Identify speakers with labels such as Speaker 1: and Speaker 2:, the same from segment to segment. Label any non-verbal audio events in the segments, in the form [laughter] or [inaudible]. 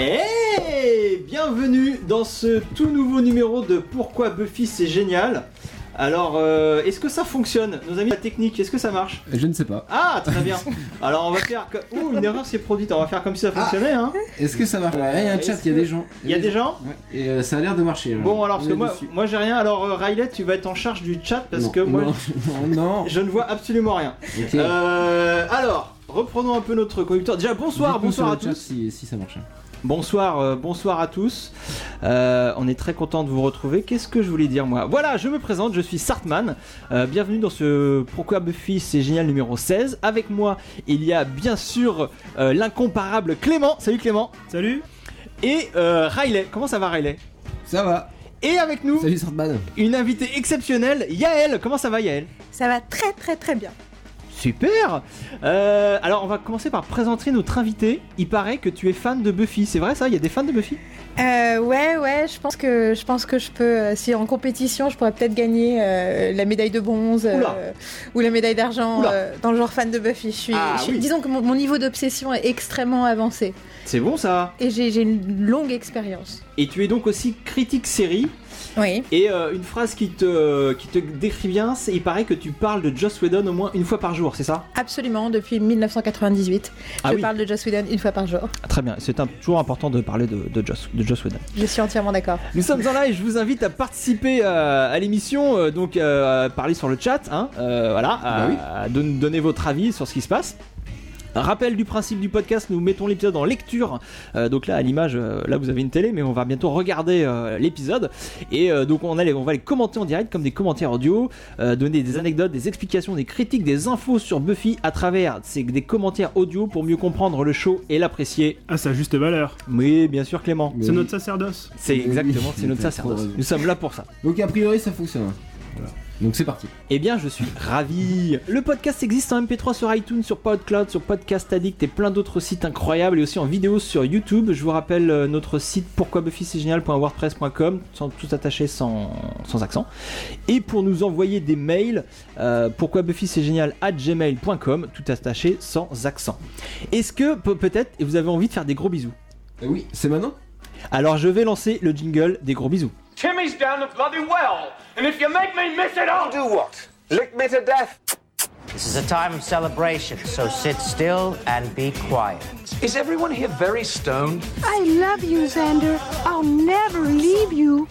Speaker 1: Et Eh, bienvenue dans ce tout nouveau numéro de Pourquoi Buffy c'est génial. Alors, euh, est-ce que ça fonctionne, nos amis de la technique Est-ce que ça marche
Speaker 2: Je ne sais pas.
Speaker 1: Ah, très
Speaker 2: [laughs]
Speaker 1: bien. Alors, on va faire. Que... Ouh, une erreur s'est produite. On va faire comme si ça
Speaker 2: Ah.
Speaker 1: fonctionnait. Hein.
Speaker 2: Est-ce que ça marche Ouais, Il y a un
Speaker 1: Est-ce
Speaker 2: chat, il y a
Speaker 1: que-
Speaker 2: des gens.
Speaker 1: Il y a des gens
Speaker 2: Ouais, Et euh, ça a l'air de marcher. là.
Speaker 1: Bon, alors, parce
Speaker 2: On
Speaker 1: que
Speaker 2: est
Speaker 1: moi,
Speaker 2: dessus.
Speaker 1: moi j'ai rien. Alors, euh, Riley, tu vas être en charge du chat parce
Speaker 2: Non,
Speaker 1: que moi,
Speaker 2: Non, [laughs]
Speaker 1: [laughs]
Speaker 2: non, non.
Speaker 1: je ne vois absolument rien.
Speaker 2: Ok.
Speaker 1: Euh, alors, reprenons un peu notre conducteur. Déjà, bonsoir,
Speaker 2: Dites-nous sur
Speaker 1: bonsoir
Speaker 2: le
Speaker 1: à
Speaker 2: chat
Speaker 1: tous.
Speaker 2: Si, si ça marche. hein.
Speaker 1: Bonsoir, euh, bonsoir à tous. Euh, on est très content de vous retrouver. Qu'est-ce que je voulais dire moi Voilà, je me présente, je suis Sartman. Euh, bienvenue dans ce Pourquoi Buffy c'est génial numéro 16. Avec moi, il y a bien sûr euh, l'incomparable Clément. Salut Clément.
Speaker 3: Salut
Speaker 1: Et euh, Riley. Comment ça va Riley
Speaker 2: Ça va.
Speaker 1: Et avec nous,
Speaker 2: Salut Sortman.
Speaker 1: une invitée exceptionnelle, Yael. Comment ça va Yael
Speaker 4: Ça va très très très bien.
Speaker 1: Super Euh, Alors on va commencer par présenter notre invité. Il paraît que tu es fan de Buffy. C'est vrai ça Il y a des fans de Buffy
Speaker 4: Euh, ouais ouais, je pense que je pense que je peux. euh, si en compétition, je pourrais peut-être gagner euh, la médaille de bronze euh,
Speaker 1: Oula.
Speaker 4: ou la médaille d'argent
Speaker 1: Oula.
Speaker 4: euh, dans le genre fan de Buffy. Je suis,
Speaker 1: Ah,
Speaker 4: je suis-
Speaker 1: oui.
Speaker 4: disons que mon, mon niveau d'obsession est extrêmement avancé
Speaker 1: C'est bon ça
Speaker 4: et j'ai j'ai une longue expérience.
Speaker 1: Et tu es donc aussi critique série.
Speaker 4: Oui.
Speaker 1: Et euh, une phrase qui te, qui te décrit bien, c'est il paraît que tu parles de Joss Whedon au moins une fois par jour, c'est ça
Speaker 4: Absolument, depuis 1998.
Speaker 1: Ah
Speaker 4: je
Speaker 1: oui.
Speaker 4: parle de Joss Whedon une fois par jour.
Speaker 1: Très bien, c'est un- toujours important de parler de, de Joss, de Joss Whedon.
Speaker 4: Je suis
Speaker 1: [laughs]
Speaker 4: entièrement d'accord.
Speaker 1: Nous sommes en live, je vous invite à participer euh, à l'émission, euh, donc euh, à parler sur le chat, hein, euh, voilà, à,
Speaker 2: Bah oui.
Speaker 1: à don- donner votre avis sur ce qui se passe. Rappel du principe du podcast, nous mettons l'épisode en lecture. Euh, donc là, à l'image, euh, là vous avez une télé, mais on va bientôt regarder euh, l'épisode. Et euh, donc on, a les- on va les commenter en direct comme des commentaires audio, euh, donner des anecdotes, des explications, des critiques, des infos sur Buffy à travers ces- des commentaires audio pour mieux comprendre le show et l'apprécier.
Speaker 3: À sa Ah, juste valeur.
Speaker 1: Mais bien sûr, Clément.
Speaker 2: Mais
Speaker 3: C'est
Speaker 2: oui.
Speaker 3: notre sacerdoce.
Speaker 1: C'est
Speaker 2: Mais oui,
Speaker 1: exactement, c'est notre
Speaker 2: t'as trop
Speaker 1: sacerdoce.
Speaker 2: raison.
Speaker 1: Nous sommes là pour ça.
Speaker 2: Donc a priori ça fonctionne. hein. Voilà. Donc c'est parti.
Speaker 1: Eh bien, je suis ravi. Le podcast existe en MP3 sur iTunes, sur PodCloud, sur Podcast Addict et plein d'autres sites incroyables et aussi en vidéo sur YouTube. Je vous rappelle euh, notre site pourquoibuffycestgénial.wordpress.com sans tout attaché, sans, sans accent. Et pour nous envoyer des mails, euh, pourquoibuffycestgénial at gmail.com, tout attaché, sans accent. Est-ce que pe- peut-être vous avez envie de faire des gros bisous
Speaker 2: Euh, oui, c'est maintenant
Speaker 1: Alors, je vais lancer le jingle des gros bisous.
Speaker 5: Timmy's down the bloody well, and if you make me miss it, I'll do what? Lick me to death.
Speaker 6: This is a time of celebration, so sit still and be quiet.
Speaker 5: Is everyone here very stoned?
Speaker 7: I love you, Xander. I'll never leave you.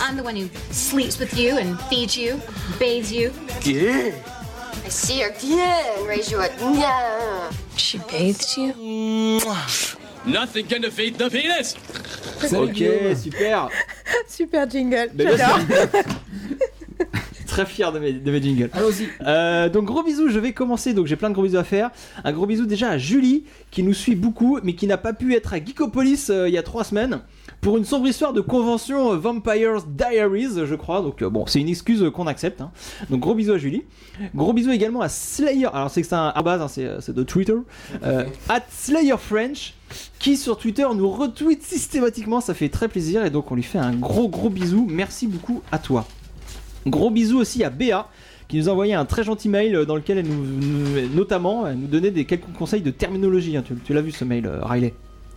Speaker 8: I'm the one who sleeps with you and feeds you, bathes you.
Speaker 7: I see her again and raise you a yeah.
Speaker 8: She bathes you?
Speaker 9: Nothing can defeat the penis!
Speaker 2: Salut,
Speaker 1: Ok,
Speaker 2: Guillaume.
Speaker 1: super.
Speaker 4: Super jingle.
Speaker 1: Mais bien
Speaker 4: J'adore.
Speaker 1: [laughs] Très fier de mes, de mes jingles.
Speaker 2: Allons-y.
Speaker 1: Euh, donc gros bisous, je vais commencer, donc j'ai plein de gros bisous à faire. Un gros bisou déjà à Julie, qui nous suit beaucoup, mais qui n'a pas pu être à Geekopolis euh, il y a trois semaines, pour une sombre histoire de convention euh, Vampires Diaries, euh, je crois. Donc euh, bon, c'est une excuse euh, qu'on accepte. hein. Donc gros bisous à Julie. Gros bisous également à Slayer, alors c'est que c'est un arrobase, hein, c'est, euh, c'est de Twitter, euh, at Slayer French, qui sur Twitter nous retweet systématiquement, ça fait très plaisir, et donc on lui fait un gros gros bisou, merci beaucoup à toi. Gros bisous aussi à Béa qui nous a envoyé un très gentil mail euh, dans lequel elle nous, nous- notamment elle nous donnait des quelques conseils de terminologie. hein. Tu, tu l'as vu ce mail, euh, Riley,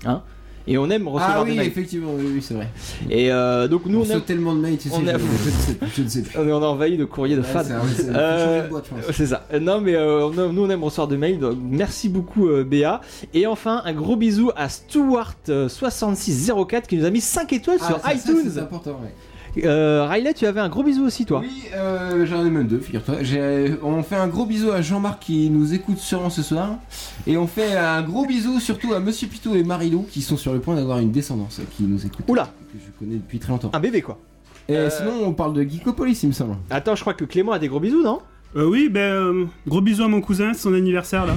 Speaker 1: hein Et on aime recevoir
Speaker 2: Ah
Speaker 1: des
Speaker 2: oui,
Speaker 1: mails.
Speaker 2: effectivement, oui, oui, c'est vrai.
Speaker 1: Et euh, donc nous
Speaker 2: on
Speaker 1: on, aime-
Speaker 2: reçoit tellement de mails, tu sais,
Speaker 1: on
Speaker 2: je,
Speaker 1: a-
Speaker 2: je ne sais plus. Je ne
Speaker 1: [laughs]
Speaker 2: sais plus.
Speaker 1: on est on est envahi de courriers de
Speaker 2: Ouais,
Speaker 1: fans.
Speaker 2: c'est vrai, c'est- faut
Speaker 1: Euh,
Speaker 2: changer de boîte, je pense.
Speaker 1: C'est ça. Euh, Non, mais euh, on a- nous on aime recevoir de mails. donc merci beaucoup, euh, Béa. Et enfin, un gros bisou à Stuart6604 qui nous a mis 5 étoiles
Speaker 2: Ah,
Speaker 1: sur
Speaker 2: ça, ça,
Speaker 1: iTunes.
Speaker 2: C'est important, ouais.
Speaker 1: Euh, Riley, tu avais un gros bisou aussi, toi.
Speaker 2: Oui, euh, j'en ai même deux, figure-toi. J'ai- On fait un gros bisou à Jean-Marc qui nous écoute sûrement ce soir. Et on fait un gros bisou surtout à Monsieur Pitou et Marilou qui sont sur le point d'avoir une descendance, euh, qui nous écoute.
Speaker 1: Oula,
Speaker 2: Que je connais depuis très longtemps.
Speaker 1: un bébé quoi.
Speaker 2: Et
Speaker 1: Euh,
Speaker 2: sinon, on parle de Geekopolis, il me semble.
Speaker 1: Attends, je crois que Clément a des gros bisous, non
Speaker 3: Euh, oui, ben, euh, gros bisous à mon cousin, c'est son anniversaire là.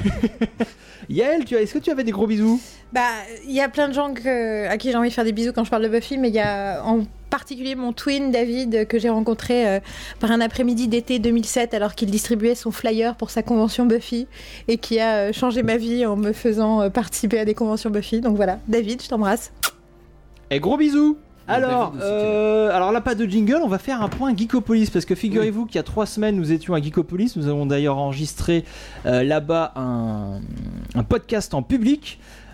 Speaker 1: Yael, tu as- est-ce que tu avais des gros bisous
Speaker 4: Bah, il y a plein de gens que- à qui j'ai envie de faire des bisous quand je parle de Buffy, mais il y a en particulier mon twin David que j'ai rencontré euh, par un après-midi d'été 2007 alors qu'il distribuait son flyer pour sa convention Buffy et qui a euh, changé ma vie en me faisant euh, participer à des conventions Buffy. Donc voilà, David, je t'embrasse.
Speaker 1: Et Eh, gros bisous alors,
Speaker 2: David aussi,
Speaker 1: euh, alors là, pas de jingle, on va faire un point Geekopolis parce que figurez-vous qu'il y a trois semaines, nous étions à Geekopolis. Nous avons d'ailleurs enregistré euh, là-bas un, un podcast en public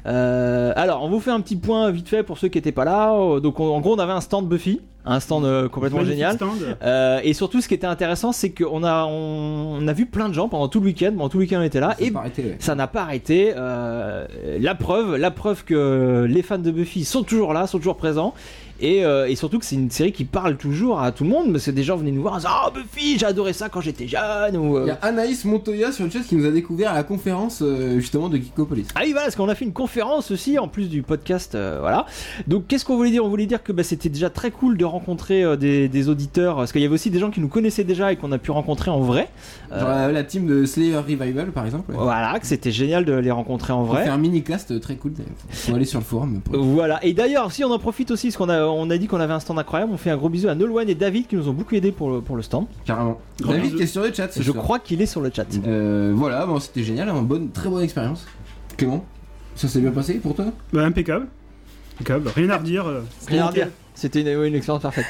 Speaker 1: Euh, alors, on vous fait un petit point vite fait pour ceux qui n'étaient pas là. Euh, Donc, on- en gros, on avait un stand Buffy, un stand euh, complètement
Speaker 3: Magnifique
Speaker 1: génial.
Speaker 3: stand.
Speaker 1: Euh, et surtout, ce qui était intéressant, c'est qu'on a, on, on a vu plein de gens pendant tout le week-end. Pendant tout le week-end, on était là.
Speaker 2: Et
Speaker 1: ah, Et
Speaker 2: arrêter, ouais.
Speaker 1: ça n'a pas arrêté. Euh, la preuve, la preuve que les fans de Buffy sont toujours là, sont toujours présents. Et, euh, et surtout que c'est une série qui parle toujours à tout le monde, parce que des gens venaient nous voir en disant Oh Buffy, j'ai adoré ça quand j'étais jeune. Ou, euh,
Speaker 2: Il y a Anaïs Montoya sur le chat qui nous a découvert à la conférence euh, justement de Geekopolis.
Speaker 1: Ah oui, voilà, parce qu'on a fait une conférence aussi, en plus du podcast, euh, voilà. Donc, qu'est-ce qu'on voulait dire On voulait dire que bah, c'était déjà très cool de rencontrer euh, des, des auditeurs, parce qu'il y avait aussi des gens qui nous connaissaient déjà et qu'on a pu rencontrer en vrai. Euh, Oh,
Speaker 2: Genre euh, la team de Slayer Revival par exemple. ouais.
Speaker 1: Voilà, que c'était génial de les rencontrer en
Speaker 2: On fait
Speaker 1: vrai.
Speaker 2: un mini cast euh, très cool. d'ailleurs. On va aller sur le forum. pour-
Speaker 1: Voilà, et d'ailleurs, si on en profite aussi, parce qu'on a, on a dit qu'on avait un stand incroyable, on fait un gros bisou à Nolwenn et David qui nous ont beaucoup aidé pour le, pour le stand.
Speaker 2: Carrément.
Speaker 3: Grand
Speaker 2: David
Speaker 3: jeu.
Speaker 2: qui est sur le chat. ce
Speaker 1: Je
Speaker 2: soir.
Speaker 1: crois qu'il est sur le chat.
Speaker 2: Euh, voilà, bon, c'était génial, hein, bonne, très bonne expérience. Clément, ça s'est bien passé pour toi
Speaker 3: Bah, impeccable. Impeccable. Rien à redire. euh, c'était
Speaker 1: Rien à
Speaker 3: nickel.
Speaker 1: dire. C'était une, oui, une expérience
Speaker 2: [laughs]
Speaker 1: parfaite.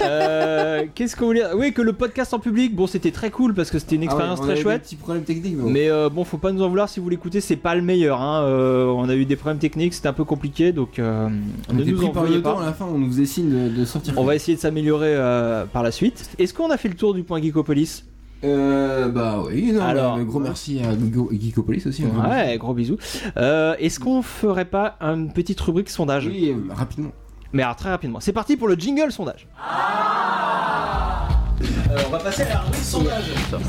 Speaker 1: Euh, Qu'est-ce qu'on voulait dire Oui, que le podcast en public, bon, c'était très cool parce que c'était une expérience
Speaker 2: Ah
Speaker 1: très
Speaker 2: ouais, on avait
Speaker 1: chouette.
Speaker 2: Des petits problèmes techniques. Mais...
Speaker 1: Mais euh, bon, faut pas nous en vouloir si vous l'écoutez, c'est pas le meilleur. hein. Euh, on a eu des problèmes techniques, c'était un peu compliqué, donc euh,
Speaker 2: on
Speaker 1: ne
Speaker 2: était
Speaker 1: nous
Speaker 2: pris
Speaker 1: en
Speaker 2: par
Speaker 1: veuillez
Speaker 2: le temps
Speaker 1: pas.
Speaker 2: à la fin, on nous faisait signe de, de sortir.
Speaker 1: On va essayer de s'améliorer euh, par la suite. Est-ce qu'on a fait le tour du point Geekopolis
Speaker 2: Euh, bah oui, non,
Speaker 1: Alors.
Speaker 2: mais un gros merci à Gigo- Geekopolis aussi. hein. un gros
Speaker 1: Ouais, gros bisous. Euh, Est-ce qu'on ferait pas une petite rubrique sondage
Speaker 2: merci. Oui, euh, rapidement.
Speaker 1: Mais alors très rapidement. C'est parti pour le jingle sondage. Euh, on va passer à la rubrique sondage.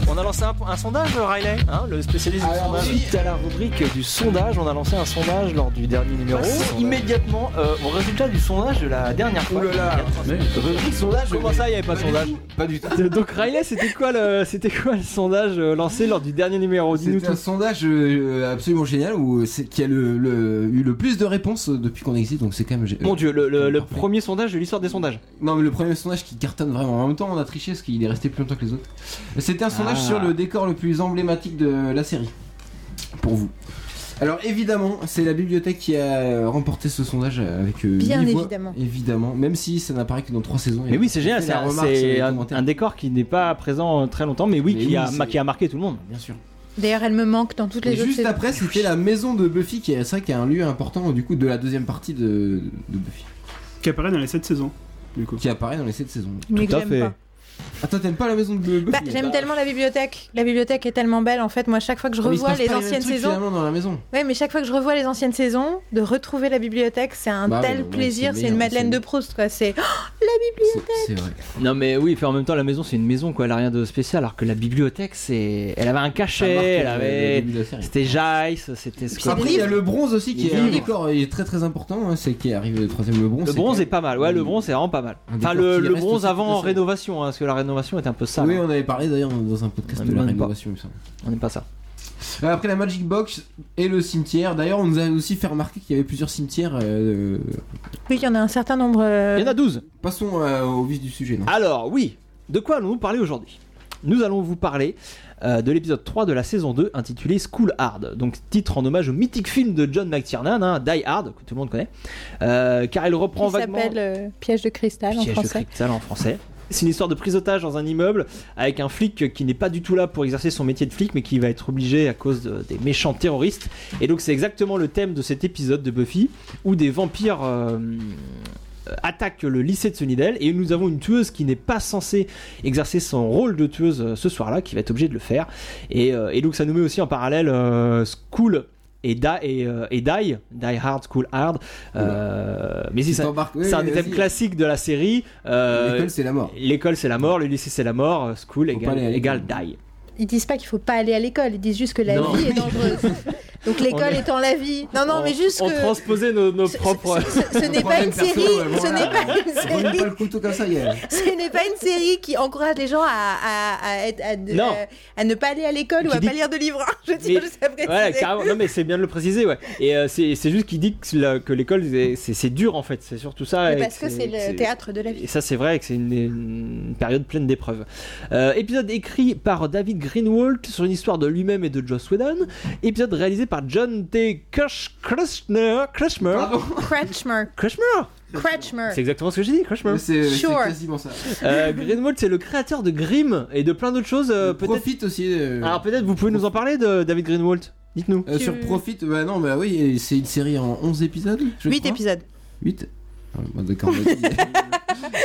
Speaker 1: On a lancé un, un sondage, Riley, hein, le spécialiste du sondage. Suite à la rubrique du sondage, on a lancé un sondage lors du dernier numéro. Immédiatement euh, au résultat du sondage de la dernière fois. Rubrique sondage. Comment ça, il n'y avait pas de sondage
Speaker 2: Pas du tout.
Speaker 1: Donc Riley, c'était quoi le, c'était quoi le sondage euh, lancé lors du dernier numéro Dis-nous
Speaker 2: C'est un
Speaker 1: tout.
Speaker 2: sondage euh, absolument génial où c'est qui a le, le- eu le plus de réponses depuis qu'on existe, donc c'est quand même. gé-
Speaker 1: Mon Dieu, le, le- le
Speaker 2: Parfait.
Speaker 1: premier sondage de l'histoire des sondages.
Speaker 2: Non, mais le premier sondage qui cartonne vraiment. En même temps, on a triché parce qu'il est resté plus longtemps que les autres. C'était un sondage
Speaker 1: Ah.
Speaker 2: sur le décor le plus emblématique de la série. Pour vous. Alors, évidemment, c'est la bibliothèque qui a remporté ce sondage avec. euh,
Speaker 4: Bien
Speaker 2: huit voix.
Speaker 4: évidemment.
Speaker 2: Évidemment, même si ça n'apparaît que dans trois saisons.
Speaker 1: Mais oui, c'est génial,
Speaker 2: Faites
Speaker 1: c'est
Speaker 2: la
Speaker 1: un,
Speaker 2: remarque
Speaker 1: c'est
Speaker 2: sur les
Speaker 1: un-
Speaker 2: commentaires.
Speaker 1: un décor qui n'est pas présent euh, très longtemps, mais oui,
Speaker 2: Mais
Speaker 1: qui,
Speaker 2: oui,
Speaker 1: a,
Speaker 2: c'est-
Speaker 1: qui a marqué tout le monde.
Speaker 2: Bien sûr.
Speaker 4: D'ailleurs, elle me manque dans toutes les
Speaker 2: Et
Speaker 4: autres
Speaker 2: juste
Speaker 4: saisons.
Speaker 2: après, c'était la maison de Buffy qui est, c'est vrai qu'il y a un lieu important du coup de la deuxième partie de, de Buffy
Speaker 3: Qui apparaît dans les 7 saisons. Du coup.
Speaker 2: qui apparaît dans les 7 saisons.
Speaker 4: mais
Speaker 1: Tout à
Speaker 4: que
Speaker 1: fait.
Speaker 4: j'aime pas.
Speaker 2: Attends, t'aimes pas la maison de Buffy
Speaker 4: Bah, j'aime tellement la bibliothèque. La bibliothèque est tellement belle en fait. Moi, chaque fois que je
Speaker 2: Ah, mais il se
Speaker 4: revois
Speaker 2: passe
Speaker 4: les
Speaker 2: pas mêmes
Speaker 4: anciennes
Speaker 2: trucs,
Speaker 4: saisons,
Speaker 2: finalement, dans la maison.
Speaker 4: ouais, mais chaque fois que je revois les anciennes saisons, de retrouver la bibliothèque, c'est un
Speaker 2: Bah ouais,
Speaker 4: tel
Speaker 2: ouais,
Speaker 4: plaisir.
Speaker 2: c'est
Speaker 4: C'est une
Speaker 2: meilleur,
Speaker 4: Madeleine
Speaker 2: c'est-
Speaker 4: de Proust, quoi. C'est
Speaker 2: C'est- C'est vrai.
Speaker 1: Non mais oui, enfin, en même temps la maison c'est une maison quoi, elle a rien de spécial alors que la bibliothèque c'est elle avait un
Speaker 2: Ça marque,
Speaker 1: cachet,
Speaker 2: euh,
Speaker 1: elle
Speaker 2: le
Speaker 1: avait
Speaker 2: début de la série.
Speaker 1: c'était Jace, c'était ce
Speaker 4: c'est
Speaker 1: que-
Speaker 4: des
Speaker 2: Après, il y a
Speaker 4: livres.
Speaker 2: le bronze aussi qui
Speaker 1: Les
Speaker 2: est un
Speaker 1: livres.
Speaker 2: décor il est très très important, hein, c'est qui arrive le troisième le bronze.
Speaker 1: le
Speaker 2: c'est
Speaker 1: bronze
Speaker 2: que-
Speaker 1: est pas mal. Ouais, le bronze c'est vraiment pas mal.
Speaker 2: Un
Speaker 1: Enfin
Speaker 2: décor
Speaker 1: le,
Speaker 2: qui
Speaker 1: le
Speaker 2: reste
Speaker 1: bronze
Speaker 2: aussi
Speaker 1: avant en
Speaker 2: toute la
Speaker 1: rénovation hein, parce que la rénovation était un peu sale.
Speaker 2: Oui,
Speaker 1: hein.
Speaker 2: on avait parlé d'ailleurs dans un podcast
Speaker 1: On
Speaker 2: de la
Speaker 1: aime pas.
Speaker 2: rénovation, il me semble.
Speaker 1: on n'aime pas ça.
Speaker 2: Euh, Après la Magic Box et le cimetière, d'ailleurs on nous a aussi fait remarquer qu'il y avait plusieurs cimetières. euh,
Speaker 4: oui, il y en a un certain nombre. euh,
Speaker 1: Il y en a 12.
Speaker 2: Passons euh, au vif du sujet. non
Speaker 1: Alors oui, de quoi allons-nous parler aujourd'hui Nous allons vous parler euh, de l'épisode 3 de la saison 2 intitulé School Hard, donc titre en hommage au mythique film de John McTiernan, hein, Die Hard, que tout le monde connaît, euh, car il reprend
Speaker 4: qui
Speaker 1: vaguement...
Speaker 4: s'appelle euh, Piège de cristal en
Speaker 1: Piège de
Speaker 4: français.
Speaker 1: cristal en français. C'est une histoire de prise d'otage dans un immeuble avec un flic qui n'est pas du tout là pour exercer son métier de flic mais qui va être obligé à cause de- des méchants terroristes. Et donc c'est exactement le thème de cet épisode de Buffy où des vampires euh, euh, attaquent le lycée de Sunnydale et nous avons une tueuse qui n'est pas censée exercer son rôle de tueuse euh, ce soir-là qui va être obligée de le faire. Et, euh, et donc ça nous met aussi en parallèle euh, School et Die, et, euh, et die, Die Hard, School Hard. Euh, mais si
Speaker 2: Tu
Speaker 1: ça,
Speaker 2: t'embarques- oui,
Speaker 1: c'est un
Speaker 2: oui,
Speaker 1: des thèmes
Speaker 2: vas-y.
Speaker 1: classiques de la série. Euh,
Speaker 2: L'école c'est la mort.
Speaker 1: L'école, c'est la mort, le lycée, c'est la mort, euh, school
Speaker 2: Faut pas
Speaker 1: égale,
Speaker 2: aller à l'école.
Speaker 1: égale die.
Speaker 4: Ils disent pas qu'il faut pas aller à l'école. Ils disent juste que la
Speaker 1: Non.
Speaker 4: vie est dangereuse. Donc
Speaker 1: On
Speaker 4: l'école
Speaker 1: est-
Speaker 4: étant la vie. Non, non,
Speaker 1: On-
Speaker 4: mais juste
Speaker 1: On
Speaker 4: que.
Speaker 1: transposait nos, nos
Speaker 4: ce- ce-
Speaker 1: propres.
Speaker 4: ce- ce n'est pas
Speaker 2: Problème
Speaker 4: une série.
Speaker 2: perso, ouais,
Speaker 4: Ce
Speaker 2: voilà.
Speaker 4: n'est pas une
Speaker 2: Prenez
Speaker 4: série.
Speaker 2: pas le couteau comme ça, il y
Speaker 1: Hein
Speaker 2: a-
Speaker 4: [laughs] Ce n'est pas une série qui encourage les gens à, à, à, être- à, de-
Speaker 1: Non.
Speaker 4: euh, à ne pas aller à l'école ou
Speaker 1: Qui
Speaker 4: à
Speaker 1: dit-
Speaker 4: pas lire de livres. hein, Je tiens
Speaker 1: Mais-
Speaker 4: juste à préciser.
Speaker 1: Ouais, carrément. Non, mais c'est bien de le préciser, ouais. Et euh, c'est c'est juste qu'il dit que, la- que l'école, c'est- c'est c'est dur en fait, c'est surtout ça.
Speaker 4: Mais
Speaker 1: et
Speaker 4: parce que c'est le théâtre de la vie.
Speaker 1: Et ça, c'est vrai que c'est une, une période pleine d'épreuves. Euh, épisode écrit par David Greenwald sur une histoire de lui-même et de Joss Whedon. Épisode réalisé par John T. Kush- Kushner.
Speaker 2: Ah,
Speaker 1: Kushner.
Speaker 4: Kretschmer.
Speaker 1: Kushner.
Speaker 4: Kretschmer.
Speaker 1: C'est exactement ce que j'ai dit, Kushner.
Speaker 2: Mais C'est c'est
Speaker 4: Sure.
Speaker 2: quasiment ça.
Speaker 1: Euh, Greenwald, c'est le créateur de Grimm et de plein d'autres choses. euh, peut-être.
Speaker 2: Profite aussi. euh,
Speaker 1: Alors peut-être vous pouvez nous en parler de David Greenwald. Dites-nous.
Speaker 2: Euh,
Speaker 4: Tu-
Speaker 2: Sur Profit, bah non, bah oui, et c'est une série en 11 épisodes. Je
Speaker 4: 8
Speaker 2: crois.
Speaker 4: épisodes.
Speaker 2: 8 Ah, bah, D'accord.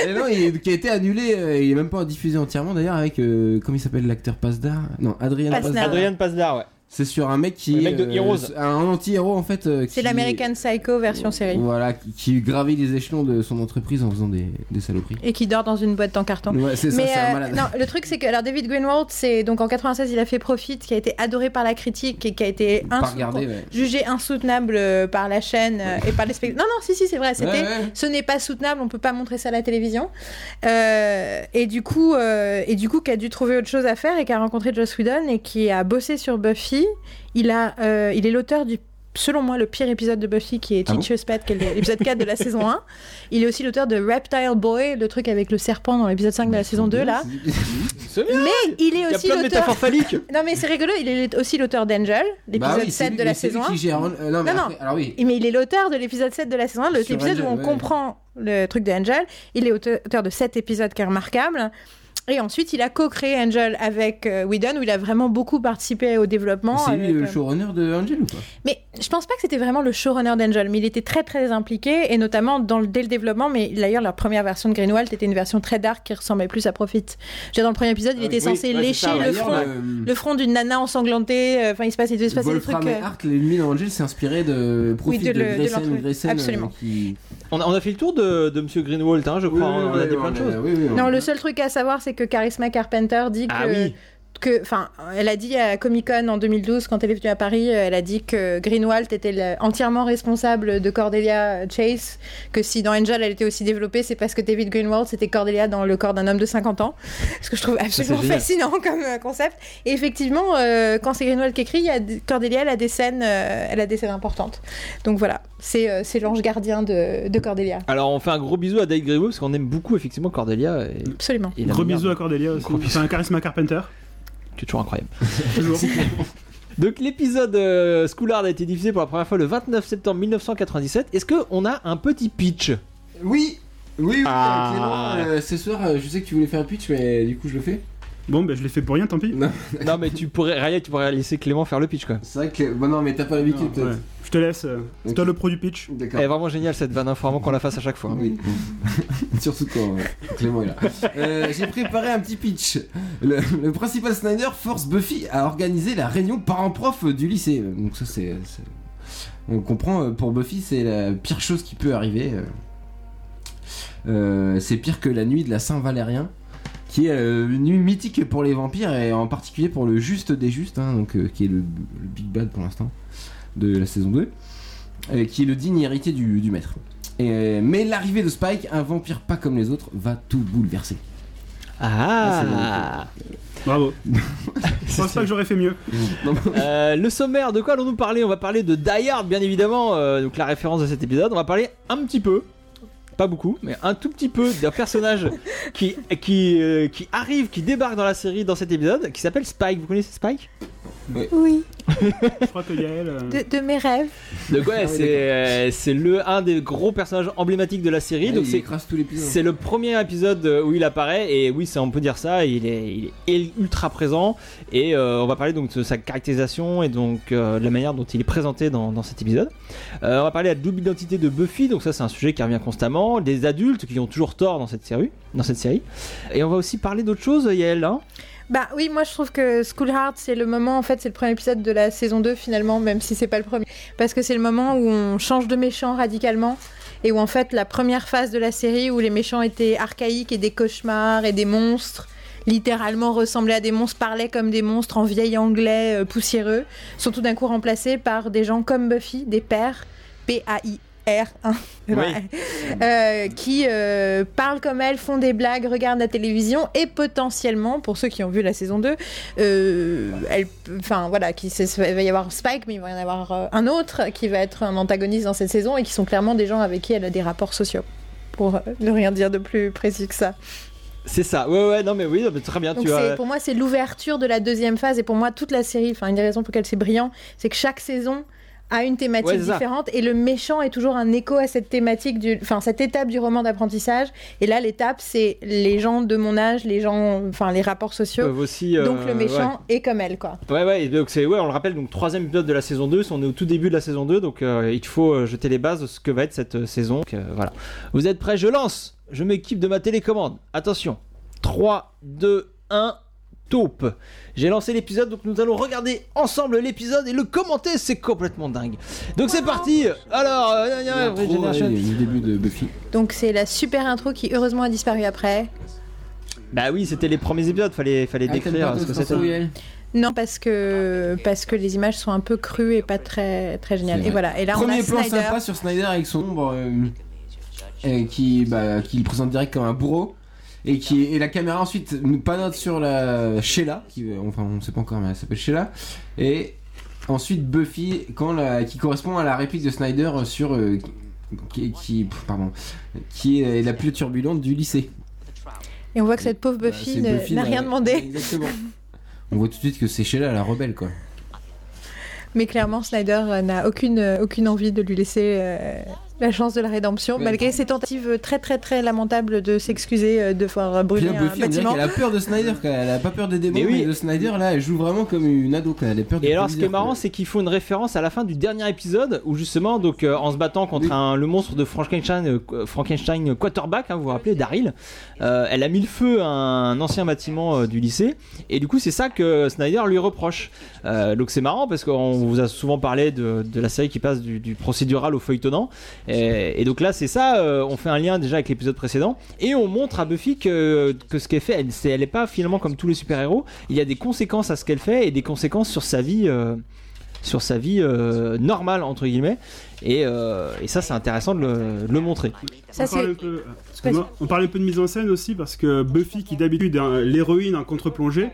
Speaker 2: et non, il- qui a été annulé, euh, il est même pas diffusé entièrement d'ailleurs avec, euh, comment il s'appelle l'acteur Pasdar Non, Adrien
Speaker 4: Pasdar.
Speaker 2: Pasdar.
Speaker 1: Adrien Pasdar, ouais.
Speaker 2: C'est sur un mec qui. euh,
Speaker 1: Le mec de Heroes.
Speaker 2: un anti-héros en fait. euh, qui-
Speaker 4: C'est l'American Psycho version série.
Speaker 2: Voilà, qui, qui gravit les échelons de son entreprise en faisant des, des saloperies.
Speaker 4: Et qui dort dans une boîte en carton.
Speaker 2: Ouais, c'est ça,
Speaker 4: Mais
Speaker 2: c'est
Speaker 4: euh,
Speaker 2: un malade.
Speaker 4: non, le truc c'est que alors David Greenwald, c'est donc en 96, il a fait Profit, qui a été adoré par la critique et qui a été
Speaker 2: Pas
Speaker 4: insou-
Speaker 2: regardé, ouais.
Speaker 4: jugé insoutenable euh, par la chaîne euh, et par les spectateurs. Non, non, si, si, c'est vrai. C'était,
Speaker 2: Ouais, ouais.
Speaker 4: ce n'est pas soutenable, on peut pas montrer ça à la télévision. Euh, et du coup, euh, et du coup, qui a dû trouver autre chose à faire et qui a rencontré Joss Whedon et qui a bossé sur Buffy. Il a, euh, il est l'auteur du Selon moi, le pire épisode de Buffy qui est
Speaker 2: Ah bon
Speaker 4: Teacher's Pet, qui est l'épisode 4 de la saison 1. Il est aussi l'auteur de Reptile Boy, le truc avec le serpent dans l'épisode 5 de la saison 2,
Speaker 2: Bah
Speaker 4: là.
Speaker 1: C'est bien.
Speaker 4: Mais il est
Speaker 1: Il y a
Speaker 4: aussi
Speaker 1: plein de
Speaker 4: l'auteur.
Speaker 1: métaphores phalliques.
Speaker 4: Non, mais c'est rigolo, il est aussi l'auteur d'Angel,
Speaker 2: Bah
Speaker 4: l'épisode
Speaker 2: oui, c'est
Speaker 4: 7
Speaker 2: lui-
Speaker 4: de la
Speaker 2: mais c'est lui
Speaker 4: saison 1.
Speaker 2: qui gère- euh, non, mais
Speaker 4: Non, non.
Speaker 2: après- alors oui.
Speaker 4: Et Mais il est l'auteur de l'épisode 7 de la saison 1, le-
Speaker 2: Sur
Speaker 4: l'épisode où
Speaker 2: Angel,
Speaker 4: on
Speaker 2: ouais.
Speaker 4: comprend le truc de Angel. Il est auteur auteur de cet épisode qui est remarquable. Et ensuite, il a co-créé Angel avec euh, Whedon, où il a vraiment beaucoup participé au développement.
Speaker 2: C'est lui
Speaker 4: avec,
Speaker 2: le
Speaker 4: euh,
Speaker 2: showrunner de Angel ou pas
Speaker 4: Mais je pense pas que c'était vraiment le showrunner d'Angel, mais il était très très impliqué, et notamment dans le, dès le développement. Mais d'ailleurs, leur première version de Greenwald était une version très dark qui ressemblait plus à Profit. Je veux dire, Dans le premier épisode,
Speaker 2: Euh,
Speaker 4: il
Speaker 1: Ah
Speaker 4: était
Speaker 1: oui,
Speaker 4: censé
Speaker 1: ouais, c'est
Speaker 4: lécher
Speaker 1: ça, ouais.
Speaker 4: le
Speaker 2: D'ailleurs,
Speaker 4: front.
Speaker 1: euh,
Speaker 2: le-
Speaker 4: Le front d'une nana ensanglantée, euh, enfin il se passe, il devait se passer des
Speaker 2: Wolfram
Speaker 4: trucs.
Speaker 2: et
Speaker 4: euh,
Speaker 2: Hart, l'ennemi d'Angel, s'est inspiré de Profit
Speaker 4: Oui, de
Speaker 2: de,
Speaker 4: le- de
Speaker 2: Grayson,
Speaker 4: l'entreprise.
Speaker 2: Grayson, euh,
Speaker 4: Absolument.
Speaker 2: qui- euh,
Speaker 1: On a, on a fait le tour de, de Monsieur Greenwald, hein, je crois.
Speaker 2: Oui,
Speaker 1: on
Speaker 2: oui,
Speaker 1: a dit
Speaker 2: oui,
Speaker 1: plein de
Speaker 2: on a-
Speaker 1: choses.
Speaker 2: oui, oui, on-
Speaker 4: Non, le seul truc à savoir, c'est que Charisma Carpenter dit que.
Speaker 1: Ah oui.
Speaker 4: que- Enfin, elle a dit à Comic Con en 2012, quand elle est venue à Paris, euh, elle a dit que Greenwald était le- entièrement responsable de Cordelia Chase, que si dans Angel elle était aussi développée, c'est parce que David Greenwald c'était Cordelia dans le corps d'un homme de 50 ans. Ce que je trouve absolument
Speaker 1: génial.
Speaker 4: fascinant comme euh, concept. Et effectivement, euh, quand c'est Greenwald qui écrit, il y a des- Cordelia elle a des scènes, euh, elle a des scènes importantes. Donc voilà, c'est euh, c'est l'ange gardien de, de Cordelia.
Speaker 1: Alors on fait un gros bisou à Dave Greenwald parce qu'on aime beaucoup effectivement Cordelia. Et,
Speaker 4: Absolument.
Speaker 1: et la
Speaker 3: Gros
Speaker 1: manière
Speaker 3: bisous
Speaker 1: dont-
Speaker 3: à Cordelia aussi.
Speaker 1: Gros bisous.
Speaker 3: Enfin, Charisma Carpenter.
Speaker 1: Tu es toujours incroyable.
Speaker 3: Toujours.
Speaker 1: Donc l'épisode euh, Schoolard a été diffusé pour la première fois le 29 septembre 1997. Est-ce qu'on a un petit pitch
Speaker 2: [laughs] Oui oui, oui,
Speaker 1: Ah.
Speaker 2: Clément, euh, ce soir, euh, je sais que tu voulais faire un pitch, mais du coup, je le fais.
Speaker 3: bon, ben je l'ai fait pour rien, tant pis.
Speaker 2: Non,
Speaker 1: Non mais tu pourrais, Raya, tu pourrais laisser Clément faire le pitch quoi.
Speaker 2: c'est vrai que. Bon, non, mais t'as pas l'habitude,
Speaker 3: Ouais.
Speaker 2: peut-être.
Speaker 3: Je te laisse. euh, C'est
Speaker 2: Ok.
Speaker 3: toi le pro du pitch.
Speaker 2: D'accord.
Speaker 1: Elle est vraiment géniale cette vanne informant qu'on la fasse à chaque fois.
Speaker 2: Oui. [laughs] Surtout quand euh, Clément est là. Euh, J'ai préparé un petit pitch. Le, le principal Snyder force Buffy à organiser la réunion parents-prof du lycée. Donc ça c'est... c'est- On comprend, euh, pour Buffy c'est la pire chose qui peut arriver. euh. Euh, c'est pire que la nuit de la Saint-Valérien. Qui est euh, une nuit mythique pour les vampires et en particulier pour le juste des justes, hein, donc, euh, qui est le, le Big Bad pour l'instant de la saison 2, euh, qui est le digne héritier du- du maître. Et- mais l'arrivée de Spike, un vampire pas comme les autres, va tout bouleverser.
Speaker 1: Ah
Speaker 2: Ah,
Speaker 1: [laughs]
Speaker 3: Bravo. Je pense pas que j'aurais fait mieux.
Speaker 2: Non,
Speaker 1: Euh, Le sommaire, de quoi allons-nous parler On va parler de Die Hard bien évidemment, euh, donc la référence de cet épisode. On va parler un petit peu, pas beaucoup, mais un tout petit peu d'un [laughs] personnage qui, qui, euh, qui arrive, qui débarque dans la série dans cet épisode, qui s'appelle Spike. Vous connaissez Spike
Speaker 4: Oui,
Speaker 3: Je crois que Yael. euh,
Speaker 4: de, de mes rêves.
Speaker 1: Donc ouais,
Speaker 2: Ah oui,
Speaker 1: c'est euh, c'est le un des gros personnages emblématiques de la série. donc
Speaker 2: il
Speaker 1: c'est
Speaker 2: écrase tout l'épisode.
Speaker 1: c'est le premier épisode où il apparaît et oui, ça on peut dire ça. Il est, il est ultra présent et euh, on va parler donc de sa caractérisation et donc euh, de la manière dont il est présenté dans, dans cet épisode. Euh, on va parler de la double identité de Buffy. Donc ça c'est un sujet qui revient constamment. Des adultes qui ont toujours tort dans cette série, dans cette série. Et on va aussi parler d'autres choses. Yael, hein
Speaker 4: Bah oui, moi je trouve que School Heart, c'est le moment, en fait, c'est le premier épisode de la saison 2 finalement, même si c'est pas le premier. Parce que c'est le moment où on change de méchant radicalement et où en fait la première phase de la série où les méchants étaient archaïques et des cauchemars et des monstres, littéralement ressemblaient à des monstres, parlaient comme des monstres en vieil anglais euh, poussiéreux, sont tout d'un coup remplacés par des gens comme Buffy, des pères, P-A-I-R, 1 ben, euh, qui euh, parlent comme elle, font des blagues, regardent la télévision et potentiellement, pour ceux qui ont vu la saison 2, euh, elle, enfin voilà, qui c'est- il va y avoir Spike, mais il va y en avoir euh, un autre qui va être un antagoniste dans cette saison et qui sont clairement des gens avec qui elle a des rapports sociaux. Pour euh, ne rien dire de plus précis que ça.
Speaker 1: C'est ça. Ouais ouais. Non mais oui, non, mais très bien.
Speaker 4: Donc
Speaker 1: tu
Speaker 4: c'est-
Speaker 1: as.
Speaker 4: pour moi, c'est l'ouverture de la deuxième phase. Et pour moi, toute la série, enfin, une des raisons pour laquelle c'est brillant, c'est que chaque saison à une thématique
Speaker 1: Ouais, c'est ça.
Speaker 4: différente et le méchant est toujours un écho à cette thématique du enfin cette étape du roman d'apprentissage et là l'étape c'est les gens de mon âge les gens enfin les rapports sociaux
Speaker 1: peuvent aussi. euh,
Speaker 4: donc le méchant est comme elle quoi
Speaker 1: Ouais, ouais, ouais, et donc c'est, ouais, on le rappelle, donc troisième épisode de la saison 2, on est au tout début de la saison 2, donc euh, il faut euh, jeter les bases de ce que va être cette euh, saison. Donc, euh, voilà. Vous êtes prêts Je lance Je m'équipe de ma télécommande. Attention 3, 2, 1, taupe J'ai lancé l'épisode, donc nous allons regarder ensemble l'épisode et le commenter, c'est complètement dingue. Donc c'est parti Alors, euh, gna, gna,
Speaker 2: L'intro,
Speaker 1: Regeneration.
Speaker 2: ouais, il y a le début de Buffy.
Speaker 4: donc c'est la super intro qui heureusement a disparu après
Speaker 1: Bah oui, c'était les premiers épisodes, fallait,
Speaker 2: Ah,
Speaker 1: fallait décrire ce que c'était.
Speaker 4: non parce que parce que les images sont un peu crues et pas très très
Speaker 2: C'est
Speaker 4: géniales
Speaker 2: vrai.
Speaker 4: et voilà et là
Speaker 2: Premier
Speaker 4: on a
Speaker 2: plan
Speaker 4: Snyder
Speaker 2: sympa sur Snyder avec son ombre euh, euh, qui, bah, qui le présente direct comme un bourreau. Et, qui, et la caméra ensuite nous panote sur la Sheila, qui, euh, enfin on sait pas encore mais elle s'appelle Sheila. Et ensuite Buffy quand la, qui correspond à la réplique de Snyder sur... euh, qui, qui- pff, pardon, qui est la plus turbulente du lycée.
Speaker 4: et on voit que cette pauvre
Speaker 2: Bah,
Speaker 4: Buffy
Speaker 2: c'est
Speaker 4: ne-
Speaker 2: Buffy,
Speaker 4: n'a
Speaker 2: la-
Speaker 4: rien demandé
Speaker 2: Exactement. [laughs] On voit tout de suite que c'est Sheila la rebelle quoi.
Speaker 4: mais clairement Snyder euh, n'a aucune euh, aucune envie de lui laisser euh, la chance de la rédemption
Speaker 2: Ouais.
Speaker 4: malgré ses tentatives euh, très très très lamentables de s'excuser euh, de faire brûler
Speaker 2: Bien
Speaker 4: un
Speaker 2: Buffy, on dirait
Speaker 4: bâtiment
Speaker 2: qu'elle a peur de Snyder, quoi. elle a pas peur des démons,
Speaker 1: Mais
Speaker 2: mais,
Speaker 1: oui.
Speaker 2: de Snyder là, elle joue vraiment comme une ado, quoi. elle a peur du
Speaker 1: Et alors, ce qui est
Speaker 2: proviseur, quoi.
Speaker 1: marrant, c'est qu'ils font une référence à la fin du dernier épisode où justement, donc, euh, en se battant contre
Speaker 2: Oui.
Speaker 1: un- le monstre de Frankenstein, euh, qu- Frankenstein quarterback, hein, vous vous rappelez, Daryl, euh, elle a mis le feu à un ancien bâtiment euh, du lycée. Et du coup, c'est ça que Snyder lui reproche. Euh, donc, c'est marrant parce qu'on vous a souvent parlé de, de la série qui passe du, du procédural au feuilletonnant. Et, et donc là, c'est ça. euh, on fait un lien déjà avec l'épisode précédent et on montre à Buffy que, que ce qu'elle fait, elle, c'est- elle est pas finalement comme tous les super héros il y a des conséquences à ce qu'elle fait et des conséquences sur sa vie euh, sur sa vie euh, normale entre guillemets et, euh, et ça c'est intéressant de le, de le montrer
Speaker 4: ça
Speaker 3: on,
Speaker 4: c'est
Speaker 3: parle un peu, euh, excuse-moi, on parle un peu de mise en scène aussi parce que Buffy, qui d'habitude est un- l'héroïne en contre-plongée,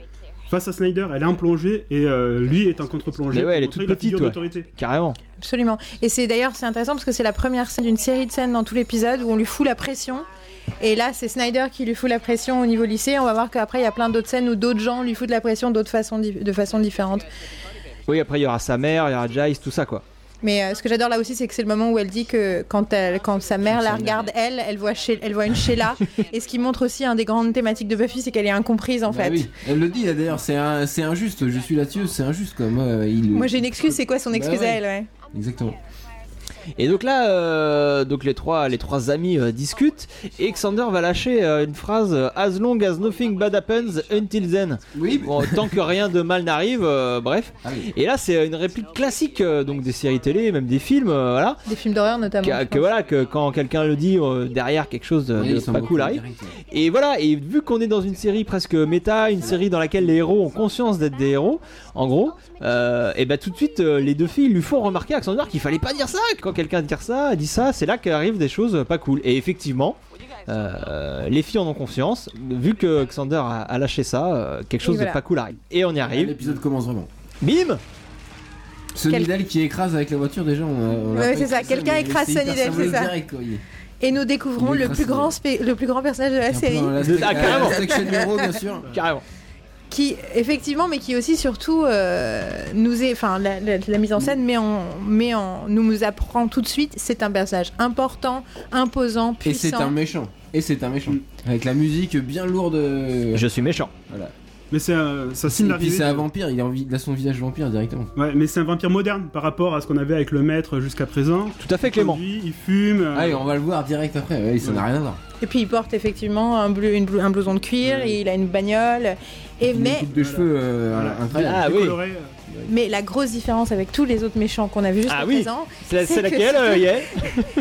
Speaker 3: face à Snyder, elle est en plongée et euh, lui est en contre-plongée.
Speaker 1: Mais ouais, elle est
Speaker 3: pour montrer
Speaker 1: toute
Speaker 3: la
Speaker 1: petite,
Speaker 3: figure
Speaker 1: ouais.
Speaker 3: d'autorité.
Speaker 1: carrément
Speaker 4: Absolument. Et c'est d'ailleurs c'est intéressant parce que c'est la première scène d'une série de scènes dans tout l'épisode où on lui fout la pression. Et là, c'est Snyder qui lui fout la pression au niveau lycée. On va voir qu'après, il y a plein d'autres scènes où d'autres gens lui foutent la pression d'autres façons, di- de façon différente.
Speaker 1: oui après il y aura sa mère il y aura Giles tout ça quoi
Speaker 4: Mais euh, ce que j'adore là aussi, c'est que c'est le moment où elle dit que quand, elle, quand sa mère la regarde, elle, elle voit, chez, elle voit
Speaker 2: [laughs]
Speaker 4: une Sheila. et ce qui montre aussi un des grandes thématiques de Buffy, c'est qu'elle est incomprise en
Speaker 2: Bah
Speaker 4: fait.
Speaker 2: oui. Elle le dit là d'ailleurs, c'est un- c'est injuste, je suis là-dessus, c'est injuste quoi. Moi, euh, il...
Speaker 4: Moi, j'ai une excuse. C'est quoi son
Speaker 2: Bah
Speaker 4: excuse
Speaker 2: ouais.
Speaker 4: à elle ouais.
Speaker 2: Exactement.
Speaker 1: et donc là euh, donc les trois les trois amis euh, discutent et Xander va lâcher euh, une phrase euh, as long as nothing bad happens until then
Speaker 2: Oui, mais-
Speaker 1: Bon, tant que rien de mal n'arrive euh, bref
Speaker 2: Ah oui.
Speaker 1: et là c'est une réplique classique euh, donc des séries télé même des films euh, voilà
Speaker 4: Des films d'horreur notamment.
Speaker 1: que,
Speaker 4: je
Speaker 1: que
Speaker 4: pense.
Speaker 1: voilà que quand quelqu'un le dit euh, derrière quelque chose de,
Speaker 2: Oui,
Speaker 1: de
Speaker 2: ils sont
Speaker 1: pas
Speaker 2: beaucoup
Speaker 1: cool arrive
Speaker 2: hein, direct, ouais.
Speaker 1: et voilà et vu qu'on est dans une série presque méta une série dans laquelle les héros ont conscience d'être des héros en gros euh, et ben tout de suite euh, les deux filles lui font remarquer à Xander qu'il fallait pas dire ça que quand quelqu'un dit ça dit ça c'est là qu'arrivent des choses pas cool et effectivement euh, les filles en ont conscience vu que Xander a, a lâché ça euh, quelque chose
Speaker 4: voilà.
Speaker 1: de pas cool arrive et on y arrive
Speaker 2: L'épisode commence vraiment.
Speaker 1: bim
Speaker 2: Sunnydale qui écrase avec la voiture déjà. On, on
Speaker 4: Ouais,
Speaker 2: l'a pas
Speaker 4: c'est ça,
Speaker 2: écrit,
Speaker 4: quelqu'un
Speaker 2: mais
Speaker 4: écrase
Speaker 2: hyper
Speaker 4: Sunnydale, c'est
Speaker 2: symbolique
Speaker 4: ça.
Speaker 2: direct, quoi, il est-
Speaker 4: Et nous découvrons
Speaker 2: Il est
Speaker 4: le plus,
Speaker 2: crasseux.
Speaker 4: grand spé- le plus grand personnage de la
Speaker 2: un peu
Speaker 4: série.
Speaker 2: dans la
Speaker 1: De-
Speaker 2: sec-
Speaker 1: ah, carrément.
Speaker 2: la section héros, bien sûr.
Speaker 1: carrément
Speaker 4: qui effectivement mais qui aussi surtout euh, nous est enfin la, la- la mise en scène mais en mais en nous nous apprend tout de suite c'est un personnage important imposant
Speaker 2: Et c'est un
Speaker 4: puissant
Speaker 2: méchant. Et c'est un méchant. Avec la musique bien lourde. euh,
Speaker 1: Mm. je suis méchant
Speaker 2: Voilà.
Speaker 3: Mais c'est un, ça signe
Speaker 2: Et puis
Speaker 3: l'arrivée
Speaker 2: c'est un
Speaker 3: de-
Speaker 2: vampire, il a, envie, il a son visage vampire directement.
Speaker 3: Ouais, mais c'est un vampire moderne par rapport à ce qu'on avait avec le maître jusqu'à présent.
Speaker 1: tout à fait Clément
Speaker 3: Aujourd'hui, il fume. euh,
Speaker 2: Ah, et on va le voir direct après, ouais, ça n'a rien à voir.
Speaker 4: et puis il porte effectivement un, bleu- une blou- un blouson de cuir et il a une bagnole
Speaker 2: Il
Speaker 4: et
Speaker 2: a une
Speaker 4: mais
Speaker 2: coupe de cheveux euh,
Speaker 3: Voilà.
Speaker 2: incroyable.
Speaker 1: Ah oui.
Speaker 3: décoloré, euh,
Speaker 4: mais la grosse différence avec tous les autres méchants qu'on a vu jusqu'à
Speaker 1: Ah oui.
Speaker 4: présent
Speaker 1: c'est la-
Speaker 4: C'est
Speaker 1: c'est
Speaker 4: que-
Speaker 1: laquelle euh, Yael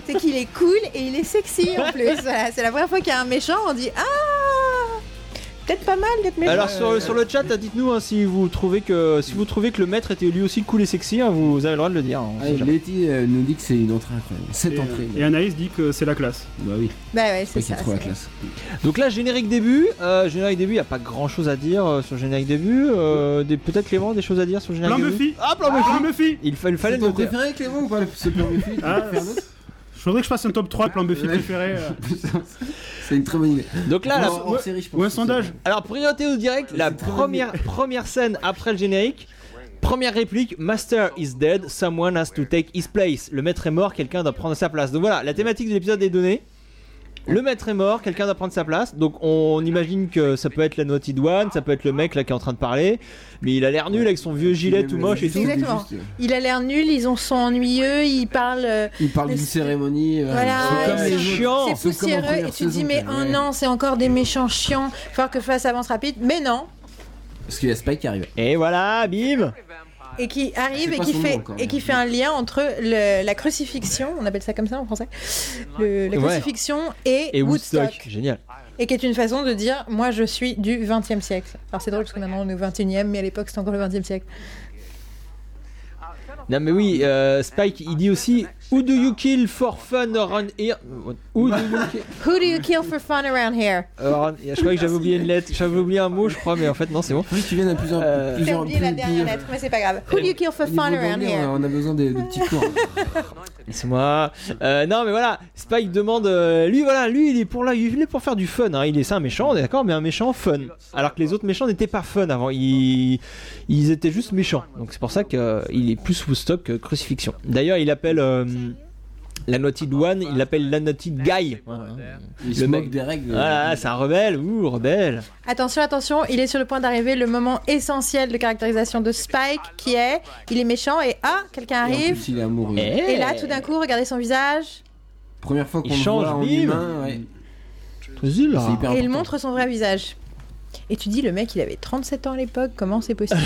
Speaker 4: c'est qu'il est cool et il est sexy en plus Voilà, c'est la première fois qu'il y a un méchant on dit ah peut-être pas mal d'être méchant
Speaker 1: Alors
Speaker 2: Euh,
Speaker 1: sur, sur le chat, dites-nous hein, si vous trouvez que si vous trouvez que le maître était lui aussi cool et sexy, hein, vous avez le droit de le dire. hein, on
Speaker 2: Ah,
Speaker 1: sait
Speaker 2: et
Speaker 1: jamais.
Speaker 2: Letty euh, nous dit que c'est une entrée incroyable. Cette
Speaker 3: Et, euh,
Speaker 2: entrée.
Speaker 3: et Anaïs dit que c'est la classe.
Speaker 2: Bah oui,
Speaker 4: bah
Speaker 2: c'est
Speaker 4: ouais c'est
Speaker 2: qu'il
Speaker 4: ça
Speaker 2: trouve la
Speaker 4: c'est-
Speaker 2: classe.
Speaker 1: Donc là, générique début, euh, générique début, y a pas grand-chose à dire euh, sur le générique début. euh, des- Peut-être Clément, des choses à dire sur le générique
Speaker 3: Plan
Speaker 1: début.
Speaker 3: Buffy.
Speaker 1: Ah plan Buffy.
Speaker 3: Ah, Buffy
Speaker 1: Il fa- il fallait
Speaker 2: C'est
Speaker 1: le
Speaker 2: ton
Speaker 1: noter.
Speaker 2: préféré, Clément, ou pas ce plan Buffy
Speaker 1: [laughs]
Speaker 2: Tu
Speaker 3: Ah.
Speaker 2: peux faire un autre
Speaker 3: Je voudrais que je fasse un top 3 plan Buffy
Speaker 2: Ouais.
Speaker 3: préféré. euh.
Speaker 2: Putain, C'est une très bonne idée.
Speaker 1: Donc là, la-
Speaker 2: Hors- hors série, je pense [laughs]
Speaker 3: Ou un
Speaker 2: que c'est-
Speaker 3: sondage.
Speaker 1: alors priorité au direct, la première première scène après le générique. Première réplique, Master is dead, someone has to take his place. Le maître est mort, quelqu'un doit prendre sa place. Donc voilà, la thématique de l'épisode est donnée. Le maître est mort, quelqu'un doit prendre sa place. Donc on imagine que ça peut être la Naughty One, ça peut être le mec là qui est en train de parler, mais il a l'air nul avec son vieux gilet tout moche et tout.
Speaker 4: Exactement.
Speaker 2: Juste, euh,
Speaker 4: Il a l'air nul, ils en sont ennuyeux, ils parlent. euh,
Speaker 2: Il parle
Speaker 4: Le-
Speaker 2: d'une cérémonie. euh,
Speaker 4: Voilà,
Speaker 2: c'est comme
Speaker 4: c'est
Speaker 2: les autres.
Speaker 1: chiant.
Speaker 4: C'est
Speaker 2: C'est comme en
Speaker 4: poussiéreux
Speaker 2: première
Speaker 4: et tu te dis
Speaker 2: saison,
Speaker 4: mais
Speaker 2: quoi,
Speaker 4: un
Speaker 2: ouais.
Speaker 4: an c'est encore des méchants chiants, il faut que je fasse avance rapide, mais non
Speaker 2: Parce qu'il y a Spike qui arrive.
Speaker 1: Et voilà, bim
Speaker 4: et qui arrive
Speaker 2: C'est
Speaker 4: et
Speaker 2: pas
Speaker 4: qui
Speaker 2: son nom
Speaker 4: fait
Speaker 2: encore,
Speaker 4: et
Speaker 2: mais-
Speaker 4: qui fait un lien entre le- la crucifixion, on appelle ça comme ça en français, le- la
Speaker 1: Ouais.
Speaker 4: crucifixion et,
Speaker 1: Et
Speaker 4: Woodstock,
Speaker 1: Woodstock, génial.
Speaker 4: et qui est une façon de dire moi je suis du 20e siècle. Alors c'est drôle parce que maintenant on est au 21e mais à l'époque c'était encore le 20e siècle.
Speaker 1: Non mais oui, euh, Spike il dit aussi Who do you kill for fun around here Who do you kill
Speaker 4: Who do you kill for fun around here?
Speaker 1: around- Euh, Je croyais que j'avais oublié une lettre, j'avais oublié un mot je crois, mais en fait non c'est bon.
Speaker 2: Oui, tu viens à plusieurs.
Speaker 1: Euh,
Speaker 4: J'ai
Speaker 2: plusieurs
Speaker 4: oublié la
Speaker 2: plus-
Speaker 4: dernière
Speaker 2: plus-
Speaker 4: lettre mais c'est pas grave. Who do you kill for
Speaker 2: au niveau
Speaker 4: fun around
Speaker 2: d'anglais, on a-
Speaker 4: here?
Speaker 2: On a besoin des des petits hein. cours.
Speaker 1: C'est moi. Euh, non, mais voilà, Spike demande. euh, lui, voilà, lui, il est pour là, il est pour faire du fun. hein. Il est, c'est un méchant, on est d'accord, mais un méchant fun. Alors que les autres méchants n'étaient pas fun avant. Ils, ils étaient juste méchants. Donc c'est pour ça qu'il est plus Woodstock que crucifixion. D'ailleurs, il appelle euh, la Naughty One, il l'appelle la Naughty Guy. Voilà,
Speaker 2: Il
Speaker 1: Le
Speaker 2: se
Speaker 1: mec-
Speaker 2: moque des règles. euh,
Speaker 1: Voilà, c'est un rebelle. Ouh, rebelle.
Speaker 4: Attention, attention, il est sur le point d'arriver le moment essentiel de caractérisation de Spike qui est il est méchant et ah, quelqu'un
Speaker 2: Et en
Speaker 4: arrive.
Speaker 2: plus, il est amoureux.
Speaker 4: Et là, tout d'un coup, regardez son visage
Speaker 2: Première fois qu'on
Speaker 1: Eh Il
Speaker 2: le
Speaker 1: change, Bah.
Speaker 2: voit en
Speaker 1: bim.
Speaker 2: humain, ouais.
Speaker 1: Vas-y, là.
Speaker 2: c'est hyper
Speaker 4: et il
Speaker 2: important.
Speaker 4: montre son vrai visage. Et tu dis, le mec, il avait 37 ans à l'époque, comment c'est possible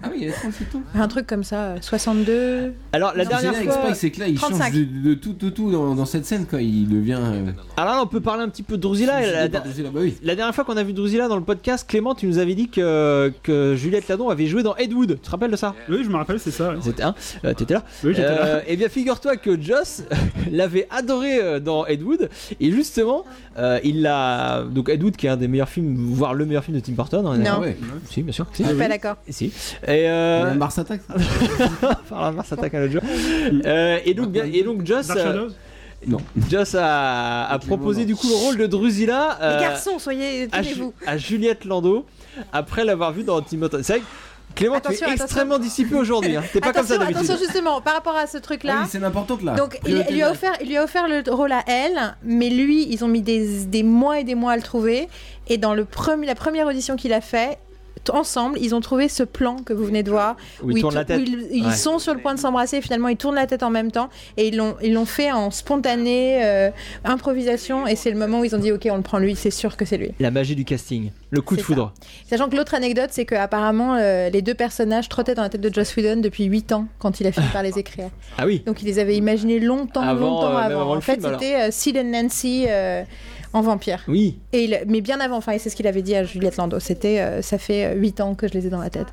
Speaker 2: Ah oui, il a 38 ans.
Speaker 4: Un truc comme ça, euh, 62.
Speaker 1: Alors, la
Speaker 2: Ce qui est
Speaker 1: dernière
Speaker 2: génial avec
Speaker 1: fois.
Speaker 2: Spike, c'est que là, il
Speaker 4: 35.
Speaker 2: change de, de tout, tout, tout dans, dans cette scène, quoi. Il devient. euh,
Speaker 1: Alors là, on peut parler un petit peu de Drusilla.
Speaker 2: suicidé
Speaker 1: La-
Speaker 2: par Drusilla, bah oui.
Speaker 1: La dernière fois qu'on a vu Drusilla dans le podcast, Clément, tu nous avais dit que, que Juliette Ladon avait joué dans Ed Wood. Tu te rappelles de ça
Speaker 3: Oui, je me rappelle, c'est ça. ouais.
Speaker 1: C'était hein Euh, T'étais là
Speaker 3: Oui, j'étais là.
Speaker 1: Euh, Eh bien, figure-toi que Joss euh, l'avait adoré euh, dans Ed Wood et justement, euh, il l'a. Donc Ed Wood, qui est un des meilleurs films, voire le meilleur film de Tim Burton. on est
Speaker 4: Non.
Speaker 1: d'accord
Speaker 2: Ah ouais.
Speaker 1: Si, bien sûr. Si.
Speaker 4: Je suis pas d'accord.
Speaker 1: Si. Et euh,
Speaker 2: La Mars Attack, ça.
Speaker 1: par la Mars attaque un autre jour. Euh, et donc, bien- et donc Joss,
Speaker 3: Dark
Speaker 1: euh,
Speaker 3: Shadows
Speaker 2: Non.
Speaker 1: Joss a, a
Speaker 2: Avec les
Speaker 1: proposé
Speaker 2: moments.
Speaker 1: du coup le rôle de Drusilla.
Speaker 4: Les
Speaker 1: euh,
Speaker 4: garçons, soyez,
Speaker 1: à, Ju-
Speaker 4: tenez-vous.
Speaker 1: à Juliette Landau après l'avoir vue dans Timothy. C'est vrai que Clément, tu es
Speaker 4: Attention, attention.
Speaker 1: extrêmement dissipé aujourd'hui. hein. T'es pas comme ça
Speaker 4: Attention,
Speaker 1: d'habitude.
Speaker 4: attention, justement, par rapport à ce
Speaker 2: Ah
Speaker 4: truc-là.
Speaker 2: oui, c'est n'importe
Speaker 1: Ah,
Speaker 2: là.
Speaker 4: Donc il,
Speaker 2: Priorité
Speaker 4: il lui a
Speaker 2: là.
Speaker 4: offert, il lui a offert le rôle à elle, mais lui, ils ont mis des, des mois et des mois à le trouver. Et dans le premier, la première audition qu'il a fait, t- ensemble, ils ont trouvé ce plan que vous venez de voir.
Speaker 1: Où il tourne
Speaker 4: tou-
Speaker 1: la tête.
Speaker 4: où ils, ils
Speaker 1: Ouais.
Speaker 4: sont sur le point de s'embrasser. et Finalement, ils tournent la tête en même temps et ils l'ont, ils l'ont fait en spontané, euh, improvisation. Et c'est le moment où ils ont dit, ok, on le prend lui, c'est sûr que c'est lui.
Speaker 1: La magie du casting, le coup de
Speaker 4: C'est
Speaker 1: foudre.
Speaker 4: Sachant que l'autre anecdote, c'est que apparemment, euh, les deux personnages trottaient dans la tête de Joss Whedon depuis 8 ans quand il a fini par les écrire.
Speaker 1: Ah oui.
Speaker 4: Donc ils les avaient imaginés longtemps,
Speaker 1: Avant,
Speaker 4: longtemps
Speaker 1: euh, même
Speaker 4: avant.
Speaker 1: avant le
Speaker 4: En fait,
Speaker 1: film, alors.
Speaker 4: c'était euh, Sid and Nancy euh, en vampire.
Speaker 1: Oui,
Speaker 4: Et il- mais bien avant, enfin, et c'est ce qu'il avait dit à Juliette Landau. C'était, euh, ça fait 8 ans que je les ai dans la tête.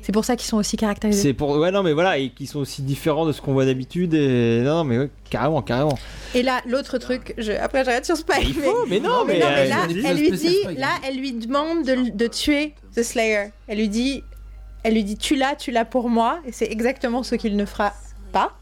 Speaker 4: C'est pour ça qu'ils sont aussi caractérisés.
Speaker 1: c'est pour. Ouais, non, mais voilà, et qui sont aussi différents de ce qu'on voit d'habitude. Et... Non, non, mais ouais, carrément, carrément.
Speaker 4: Et là, l'autre truc, je... après j'arrête sur Spike.
Speaker 1: Il faut, mais non, mais.
Speaker 4: mais non, mais
Speaker 1: euh,
Speaker 2: il
Speaker 4: là,
Speaker 2: y a des
Speaker 4: elle lui
Speaker 2: spécial
Speaker 4: dit,
Speaker 2: Spike, hein.
Speaker 4: là, elle lui demande de, de tuer The Slayer. Elle lui dit, elle lui dit, tu l'as, tu l'as pour moi. Et c'est exactement ce qu'il ne fera pas.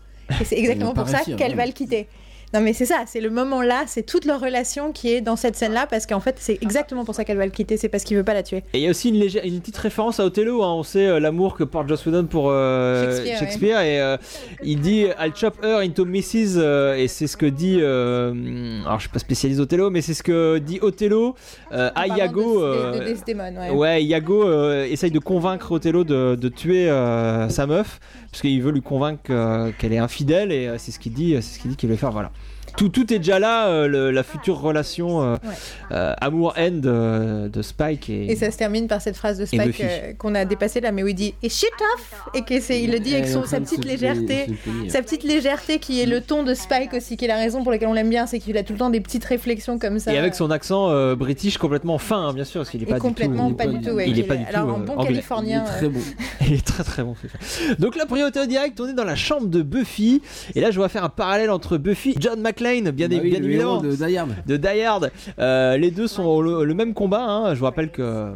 Speaker 4: Et c'est exactement
Speaker 2: va pas
Speaker 4: pour ça
Speaker 2: réussir,
Speaker 4: qu'elle
Speaker 2: non.
Speaker 4: va le quitter. Non mais c'est ça, c'est le moment là, c'est toute leur relation qui est dans cette scène là, parce qu'en fait c'est exactement pour ça qu'elle va le quitter, c'est parce qu'il veut pas la tuer.
Speaker 1: Et il y a aussi une, légère, une petite référence à Othello. hein. On sait euh, l'amour que porte Joss Whedon pour euh, Shakespeare.
Speaker 4: Shakespeare,
Speaker 1: Et euh, il dit I'll chop her into Mrs. euh, et c'est ce que dit. euh, alors je suis pas spécialiste Othello, mais c'est ce que dit Othello euh, à
Speaker 4: En parlant
Speaker 1: Iago.
Speaker 4: de, de- de
Speaker 1: euh,
Speaker 4: Desdemone, ouais.
Speaker 1: Ouais, Iago euh, essaye de convaincre Othello de, de tuer euh, sa meuf, parce qu'il veut lui convaincre euh, qu'elle est infidèle, et euh, c'est ce qu'il dit, c'est ce qu'il dit qu'il veut faire. Voilà. Tout, tout est déjà là, euh, le- la future relation euh,
Speaker 4: Ouais.
Speaker 1: euh, amour-haine de, de Spike et,
Speaker 4: Et ça se termine par cette phrase de Spike
Speaker 1: Buffy.
Speaker 4: euh, qu'on a dépassée là, mais où il dit et shit off et que c'est, il le dit avec
Speaker 2: Elle est en
Speaker 4: son,
Speaker 2: train
Speaker 4: sa
Speaker 2: de se
Speaker 4: petite
Speaker 2: payer-
Speaker 4: légèreté.
Speaker 2: se payer.
Speaker 4: Sa petite légèreté qui est le ton de Spike aussi, qui est la raison pour laquelle on l'aime bien, c'est qu'il a tout le temps des petites réflexions comme ça.
Speaker 1: et avec son accent euh, british complètement fin, hein, bien sûr, parce qu'il est
Speaker 4: Et
Speaker 1: pas
Speaker 4: complètement
Speaker 1: du tout. euh,
Speaker 4: pas du tout. ouais,
Speaker 1: il est
Speaker 4: qu'il
Speaker 1: pas du
Speaker 4: Alors
Speaker 1: tout,
Speaker 4: un
Speaker 1: euh,
Speaker 4: bon
Speaker 1: anglais.
Speaker 2: Il est
Speaker 4: Californien.
Speaker 2: très
Speaker 4: euh,
Speaker 2: bon.
Speaker 1: [laughs] Il est très très bon. c'est ça. Donc la priorité au direct, on est dans la chambre de Buffy, et là je vais faire un parallèle entre Buffy, et John McClane, bien,
Speaker 2: Bah oui,
Speaker 1: bien
Speaker 2: le
Speaker 1: évidemment.
Speaker 2: héros de Die Hard.
Speaker 1: de Die Hard. Euh, les deux sont au- le, le même combat. hein. Je vous rappelle que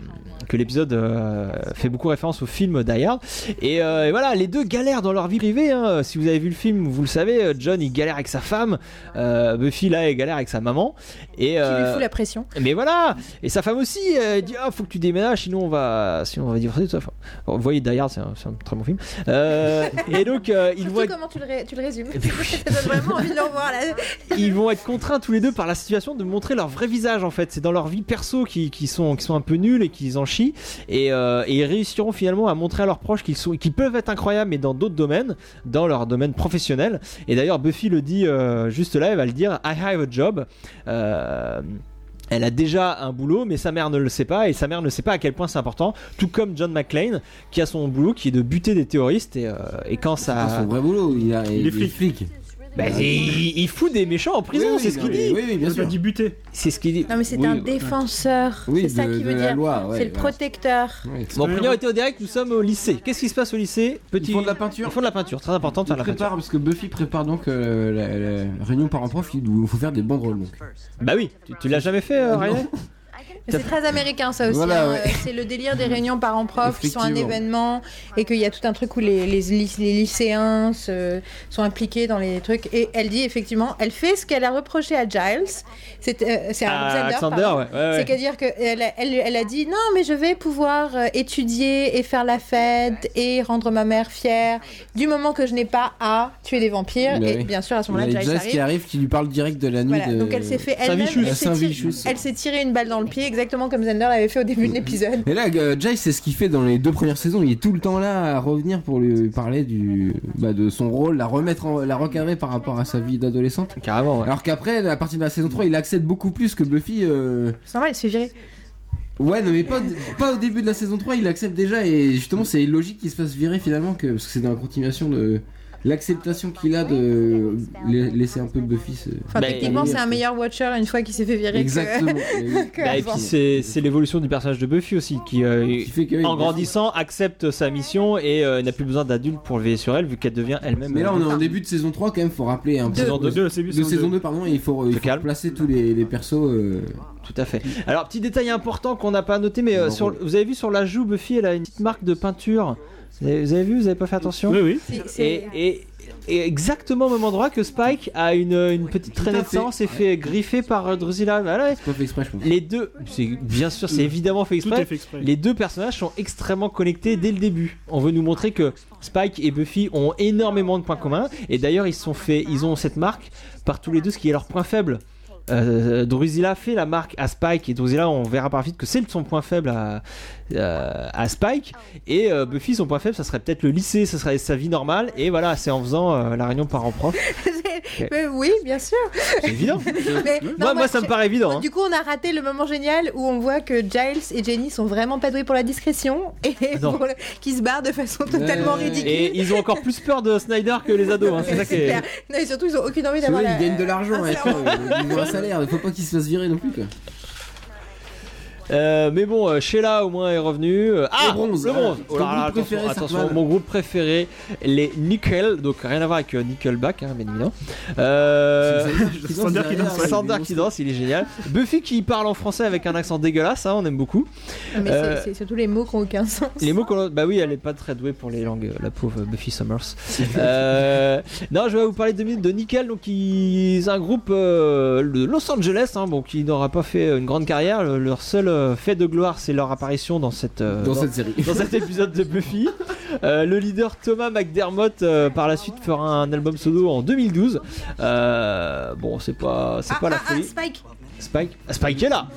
Speaker 1: que l'épisode euh, fait beaucoup référence au film Die Hard. Et, euh, et voilà, les deux galèrent dans leur vie privée. hein. Si vous avez vu le film, vous le savez, euh, John il galère avec sa femme, euh, Buffy là il galère avec sa maman. Et,
Speaker 4: Qui lui
Speaker 1: euh,
Speaker 4: fout la pression.
Speaker 1: mais voilà Et sa femme aussi, euh, elle dit Ah, faut que tu déménages, sinon on va, sinon on va divorcer, tout ça. Enfin, bon, vous voyez, Die Hard, c'est un, c'est un très bon film. Euh, et donc, euh, ils,
Speaker 4: Surtout
Speaker 1: vont être,
Speaker 4: comment tu le, ré- tu le
Speaker 1: [laughs]
Speaker 4: résumes.
Speaker 1: Eh ben oui.
Speaker 4: Ça donne vraiment envie de le revoir là.
Speaker 1: ils vont être contraints tous les deux par la situation de montrer leur vrai visage, en fait. C'est dans leur vie perso qui, qui, sont, qui sont un peu nuls et qu'ils en chient. Et, euh, et ils réussiront finalement à montrer à leurs proches qu'ils sont, qu'ils peuvent être incroyables, mais dans d'autres domaines, dans leur domaine professionnel. Et d'ailleurs, Buffy le dit euh, juste là, elle va le dire I have a job. Euh, elle a déjà un boulot, mais sa mère ne le sait pas, et sa mère ne sait pas à quel point c'est important. Tout comme John McClane, qui a son boulot, qui est de buter des terroristes, et, euh, et quand
Speaker 2: Ah,
Speaker 1: ça,
Speaker 2: son vrai boulot, il, a,
Speaker 3: Il est flic.
Speaker 1: bah, il, il fout des méchants en prison,
Speaker 2: Oui, oui,
Speaker 1: c'est ce
Speaker 2: non,
Speaker 1: qu'il
Speaker 2: mais-
Speaker 1: dit.
Speaker 2: Oui, oui, bien
Speaker 3: Il a
Speaker 2: sûr.
Speaker 3: dit buter.
Speaker 1: C'est ce qu'il dit.
Speaker 4: Non, mais c'est
Speaker 2: Oui,
Speaker 4: un
Speaker 2: ouais.
Speaker 4: défenseur.
Speaker 2: Oui,
Speaker 4: c'est ça
Speaker 2: de-
Speaker 4: qui
Speaker 2: de
Speaker 4: veut
Speaker 2: la
Speaker 4: dire.
Speaker 2: loi, ouais,
Speaker 4: c'est le
Speaker 2: voilà.
Speaker 4: protecteur.
Speaker 2: Ouais,
Speaker 1: Bon, priorité au direct, nous sommes au lycée. Qu'est-ce qui se passe au lycée Petit...
Speaker 2: Ils font de la peinture.
Speaker 1: Ils font de la peinture, très important de
Speaker 2: Il
Speaker 1: faire de la peinture.
Speaker 2: prépare, parce que Buffy prépare donc euh, la, la réunion parents prof où il faut faire des banderoles. Donc.
Speaker 1: Bah oui, tu, tu l'as jamais fait,
Speaker 2: Ah
Speaker 1: euh, Riley
Speaker 4: Ah, Mais C'est très américain ça aussi.
Speaker 2: Voilà,
Speaker 4: hein.
Speaker 2: ouais.
Speaker 4: Euh, C'est le délire des réunions parents-prof qui sont un
Speaker 2: Effectivement.
Speaker 4: événement et qu'il y a tout un truc où les, les, lyc- les lycéens se- sont impliqués dans les trucs. Et elle dit effectivement, elle fait ce qu'elle a reproché à Giles. C'est euh, c'est à
Speaker 1: Ah,
Speaker 4: Alexander.
Speaker 1: Alexander,
Speaker 4: pardon.
Speaker 1: ouais. ouais, ouais.
Speaker 4: C'est à dire qu'elle a, elle, elle a dit non, mais je vais pouvoir euh, étudier et faire la fête et rendre ma mère fière du moment que je n'ai pas à tuer des vampires.
Speaker 2: Bah
Speaker 4: et
Speaker 2: oui.
Speaker 4: bien sûr, à ce
Speaker 2: Il y a
Speaker 4: moment-là, Giles
Speaker 2: Jazz qui
Speaker 4: arrive.
Speaker 2: arrive qui lui parle direct de la nuit.
Speaker 4: Voilà,
Speaker 2: de-
Speaker 4: donc elle s'est fait
Speaker 1: Saint
Speaker 4: elle-même.
Speaker 1: Vichus.
Speaker 4: Elle s'est
Speaker 2: Saint
Speaker 4: tiré-
Speaker 2: Vichus.
Speaker 4: elle s'est tirée une balle dans le pied, exactement comme Xander l'avait fait au début de [laughs] l'épisode.
Speaker 2: Et là, euh, Jay, c'est ce qu'il fait dans les deux premières saisons. Il est tout le temps là à revenir pour lui parler du, bah, de son rôle, la remettre, en, la recadrer par rapport à sa vie d'adolescente.
Speaker 1: Carrément, ouais.
Speaker 2: Alors qu'après, à partir de la saison 3, il accède beaucoup plus que Buffy. euh,
Speaker 4: C'est normal, elle se fait virer.
Speaker 2: Ouais, non, mais pas, pas au début de la saison 3, il accepte déjà. Et justement, c'est illogique qu'il se fasse virer finalement, que, parce que c'est dans la continuation de l'acceptation qu'il a de la- laisser un peu Buffy se.
Speaker 4: Enfin,
Speaker 1: Bah,
Speaker 4: techniquement,
Speaker 2: oui,
Speaker 4: c'est un
Speaker 2: oui.
Speaker 4: meilleur Watcher une fois qu'il s'est fait virer. que- [laughs]
Speaker 2: Exactement. oui.
Speaker 4: que
Speaker 1: Bah, et
Speaker 4: avant.
Speaker 1: puis c'est c'est l'évolution du personnage de Buffy aussi, qui euh,
Speaker 2: Qui fait que-
Speaker 1: en grandissant accepte sa mission et euh, n'a plus besoin d'adultes pour veiller sur elle vu qu'elle devient elle-même.
Speaker 2: Mais là, on est
Speaker 1: adulte.
Speaker 2: en début de saison 3, quand même, faut rappeler un peu.
Speaker 1: Saison
Speaker 3: De
Speaker 1: deux.
Speaker 3: deux, c'est bien,
Speaker 2: De
Speaker 3: c'est en
Speaker 2: saison
Speaker 3: deux.
Speaker 2: 2, pardon, et il faut, il
Speaker 1: Se
Speaker 2: faut
Speaker 1: calme.
Speaker 2: placer tous les, les persos. euh,
Speaker 1: Tout à fait. Alors, petit détail important qu'on n'a pas noté, mais euh,
Speaker 2: Non,
Speaker 1: sur,
Speaker 2: oui.
Speaker 1: vous avez vu sur la joue, Buffy, elle a une petite marque de peinture. Vous avez, vous avez vu Vous avez pas fait attention
Speaker 3: Oui, oui.
Speaker 4: C'est- c'est-
Speaker 1: et, et- et exactement au même endroit que Spike a une, une petite traînée de
Speaker 2: fait.
Speaker 1: sang, s'est fait griffer par euh, Drusilla. Voilà.
Speaker 2: C'est pas fait exprès, je pense.
Speaker 1: Les deux, c'est bien sûr, c'est évidemment fait
Speaker 3: Tout
Speaker 1: exprès.
Speaker 3: est fait exprès.
Speaker 1: Les deux personnages sont extrêmement connectés dès le début. On veut nous montrer que Spike et Buffy ont énormément de points communs. Et d'ailleurs, ils se sont fait, ils ont cette marque par tous les deux, ce qui est leur point faible. Euh, Drusilla fait la marque à Spike et Drusilla, on verra par vite que c'est son point faible à, euh, à Spike. Et euh, Buffy, son point faible, ça serait peut-être le lycée, ça serait sa vie normale. Et voilà, c'est en faisant euh, la réunion parents-prof.
Speaker 4: [laughs] Mais oui, bien sûr.
Speaker 1: C'est évident.
Speaker 4: Mais- [laughs] non,
Speaker 1: moi, moi, ça me
Speaker 4: je-
Speaker 1: paraît évident. hein.
Speaker 4: Du coup, on a raté le moment génial où on voit que Giles et Jenny sont vraiment pas doués pour la discrétion et
Speaker 1: Ah Non.
Speaker 4: pour le- qui se barrent de façon totalement
Speaker 2: Ouais.
Speaker 4: ridicule.
Speaker 1: Et ils ont encore plus peur de Snyder que les ados. hein. C'est ça qui est-
Speaker 4: clair. Non, et surtout, ils ont aucune envie
Speaker 2: Parce que
Speaker 4: d'avoir.
Speaker 2: là,
Speaker 4: la-
Speaker 2: ils gagnent de l'argent,
Speaker 4: Ah,
Speaker 2: ouais,
Speaker 4: c'est
Speaker 2: tu vois, euh, ils ont un salaire, il faut pas qu'ils se fassent virer non plus. Quoi.
Speaker 1: Euh, mais bon, euh, Sheila au moins est revenue. Euh, ah,
Speaker 2: Le bronze,
Speaker 1: le
Speaker 2: ah,
Speaker 1: bronze.
Speaker 2: ton
Speaker 1: Oh là là,
Speaker 2: groupe
Speaker 1: attention,
Speaker 2: préféré,
Speaker 1: attention,
Speaker 2: Sartman.
Speaker 1: mon groupe préféré, les Nickel. Donc rien à voir avec euh, Nickelback, hein, bien évidemment. Euh,
Speaker 2: Ils
Speaker 3: Sander
Speaker 2: dansent
Speaker 3: qui
Speaker 1: [laughs]
Speaker 2: derrière,
Speaker 3: danse,
Speaker 2: ils
Speaker 1: Sander
Speaker 2: dansent.
Speaker 1: qui danse, il est génial. Buffy qui parle en français avec un accent dégueulasse, hein, on aime beaucoup.
Speaker 4: Mais c'est-
Speaker 1: Euh,
Speaker 4: c'est surtout les mots qui ont aucun sens.
Speaker 1: Les mots qu'on. Bah oui, elle est pas très douée pour les langues, euh, la pauvre Buffy Summers. Euh, non, je vais vous parler deux minutes de Nickel, donc ils un groupe euh, de Los Angeles, hein, bon, qui n'aura pas fait euh, une grande carrière. Le- Leur seul euh, fait de gloire, c'est leur apparition dans cette. euh,
Speaker 2: Dans cette série.
Speaker 1: dans cet épisode de Buffy. Euh, le leader Thomas McDermott euh, par la suite fera un album solo en 2012. Euh, bon, c'est pas c'est
Speaker 4: Ah,
Speaker 1: pas la
Speaker 4: ah, ah,
Speaker 1: folie.
Speaker 4: Spike.
Speaker 1: Spike ah, Spike est là.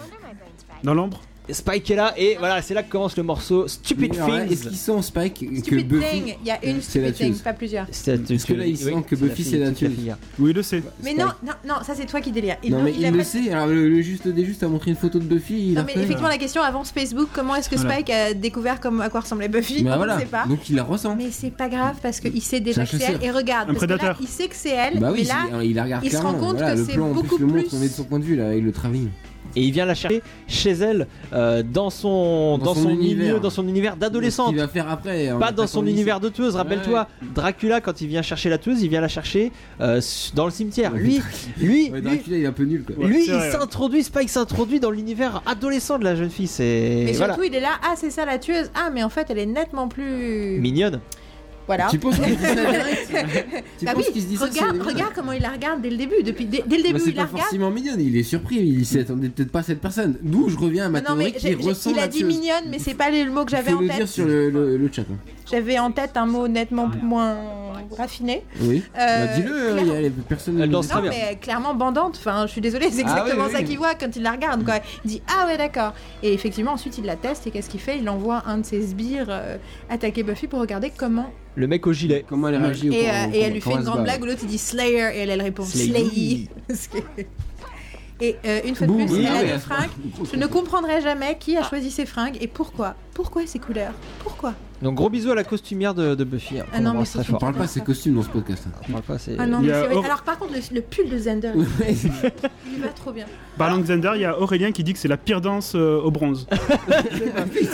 Speaker 3: Dans l'ombre
Speaker 1: Spike est là et voilà, c'est là que commence le morceau Stupid
Speaker 2: Mais alors là, Est-ce
Speaker 1: Things.
Speaker 2: qu'ils sont en Spike que
Speaker 4: Stupid
Speaker 2: Buffy
Speaker 4: thing. Il y a une
Speaker 2: c'est la
Speaker 4: stupid thing,
Speaker 2: tueuse.
Speaker 4: pas plusieurs.
Speaker 1: C'est-
Speaker 2: Parce que là, il sent que Buffy, c'est la
Speaker 1: fille,
Speaker 2: tueuse.
Speaker 1: fille. hein.
Speaker 3: Oui, le sait.
Speaker 4: Mais
Speaker 2: Spike.
Speaker 4: non, non, non, ça c'est toi qui délire.
Speaker 2: Non, mais
Speaker 4: a
Speaker 2: il le
Speaker 4: pas-
Speaker 2: sait, alors le, le juste des justes a montré une photo de Buffy. Il
Speaker 4: Non
Speaker 2: a
Speaker 4: mais
Speaker 2: fait, hein.
Speaker 4: effectivement la question avance Facebook, comment est-ce que
Speaker 3: Voilà.
Speaker 4: Spike a découvert comme à quoi ressemblait Buffy
Speaker 2: Mais
Speaker 4: On
Speaker 2: voilà,
Speaker 4: ne sait pas.
Speaker 2: donc il la ressent.
Speaker 4: Mais c'est pas grave parce qu'il sait
Speaker 2: C'est
Speaker 4: déjà
Speaker 2: un
Speaker 4: que c'est
Speaker 2: chasseur.
Speaker 4: elle et regarde.
Speaker 3: Un
Speaker 4: parce que là,
Speaker 3: prédateur.
Speaker 4: il sait que c'est elle,
Speaker 2: Bah
Speaker 4: mais
Speaker 2: oui,
Speaker 4: là,
Speaker 2: c'est- il la regarde
Speaker 4: il se rend
Speaker 2: clairement,
Speaker 4: compte
Speaker 2: voilà,
Speaker 4: que
Speaker 2: le
Speaker 4: c'est
Speaker 2: plan, en
Speaker 4: beaucoup
Speaker 2: plus, le montre,
Speaker 4: plus-
Speaker 2: on est de son point de vue là, avec le travelling.
Speaker 1: et il vient la chercher chez elle euh, dans son
Speaker 2: Dans
Speaker 1: dans,
Speaker 2: son
Speaker 1: son,
Speaker 2: univers.
Speaker 1: milieu, dans son univers
Speaker 2: Ce
Speaker 1: d'adolescente.
Speaker 2: qu'il va faire après. en
Speaker 1: Pas dans
Speaker 2: attaquant
Speaker 1: son
Speaker 2: le lycée.
Speaker 1: univers de tueuse, rappelle-toi, Dracula quand il vient chercher la tueuse, il vient la chercher euh, s- dans le cimetière.
Speaker 2: Ouais,
Speaker 1: Lui, lui, lui,
Speaker 2: Ouais, Dracula, il est un peu nul quoi.
Speaker 3: Ouais,
Speaker 1: lui,
Speaker 3: c'est
Speaker 1: il
Speaker 3: vrai, ouais.
Speaker 1: s'introduit, Spike s'introduit dans l'univers adolescent de la jeune fille. C'est
Speaker 4: Mais surtout,
Speaker 1: voilà.
Speaker 4: il est là, ah, c'est ça la tueuse. Ah, mais en fait, elle est nettement plus.
Speaker 1: mignonne.
Speaker 4: Voilà.
Speaker 2: Tu penses qu'il se dit ça direct Tu
Speaker 4: [laughs] Bah
Speaker 2: penses
Speaker 4: oui,
Speaker 2: qu'il se dit ça,
Speaker 4: regarde,
Speaker 2: c'est-
Speaker 4: regarde comment il la regarde dès le début. Depuis, dès, dès le
Speaker 2: Bah,
Speaker 4: début,
Speaker 2: c'est
Speaker 4: il la
Speaker 2: pas
Speaker 4: regarde.
Speaker 2: forcément mignonne, il est surpris, il s'y attendait peut-être pas à cette personne. D'où je reviens à ma
Speaker 4: Non,
Speaker 2: théorie
Speaker 4: mais
Speaker 2: qui
Speaker 4: j'ai- j'ai-
Speaker 2: ressent
Speaker 4: il
Speaker 2: la
Speaker 4: a dit
Speaker 2: tueuse.
Speaker 4: mignonne, mais c'est pas le mot que j'avais
Speaker 2: Faut
Speaker 4: en
Speaker 2: le
Speaker 4: tête.
Speaker 2: dire sur le, le- le chat. hein.
Speaker 4: J'avais en tête un mot nettement moins raffiné.
Speaker 2: Oui.
Speaker 4: Euh,
Speaker 2: Bah, Dis-le,
Speaker 4: clair-
Speaker 2: il y a les personnes.
Speaker 1: Elle danse
Speaker 4: Non,
Speaker 1: très bien.
Speaker 4: mais clairement bandante. Enfin, je suis désolée, c'est
Speaker 2: Ah oui,
Speaker 4: exactement
Speaker 2: oui,
Speaker 4: ça
Speaker 2: oui.
Speaker 4: qu'il voit quand il la regarde. Quoi. Il dit Ah ouais, d'accord. Et effectivement, ensuite, il la teste. Et qu'est-ce qu'il fait Il envoie un de ses sbires euh, attaquer Buffy pour regarder comment.
Speaker 1: Le mec au gilet.
Speaker 2: Comment elle réagit au
Speaker 4: Et,
Speaker 2: courant-
Speaker 4: euh,
Speaker 2: au
Speaker 4: et
Speaker 2: courant-
Speaker 4: elle lui fait
Speaker 2: comment
Speaker 4: une
Speaker 2: se
Speaker 4: grande
Speaker 2: bat.
Speaker 4: blague. L'autre, il dit Slayer. Et elle, elle répond
Speaker 1: Slay.
Speaker 4: Slayy. [laughs] Parce que- et euh, une fois de
Speaker 1: Boum.
Speaker 4: plus, elle
Speaker 2: Ah
Speaker 4: a
Speaker 2: ouais, [laughs]
Speaker 4: des fringues. Je ne comprendrai jamais qui a choisi ces fringues et pourquoi. Pourquoi ces couleurs Pourquoi
Speaker 1: Donc gros bisous à la costumière de, de Buffy. hein, qu'on
Speaker 4: Ah non, mais
Speaker 1: embrasse
Speaker 4: c'est
Speaker 1: très
Speaker 4: une
Speaker 2: On
Speaker 1: fort.
Speaker 2: parle pas de ses costumes dans ce podcast. hein.
Speaker 1: On parle pas, c'est-
Speaker 4: Ah non,
Speaker 3: Il y
Speaker 4: mais
Speaker 3: a
Speaker 4: c'est vrai.
Speaker 3: Or-
Speaker 4: Alors par contre, le, le pull de Zender,
Speaker 2: Ouais, c'est-
Speaker 4: il lui va trop bien.
Speaker 3: Par Xander, il y a Aurélien qui dit que c'est la pire danse euh, au
Speaker 1: [laughs]
Speaker 3: bronze.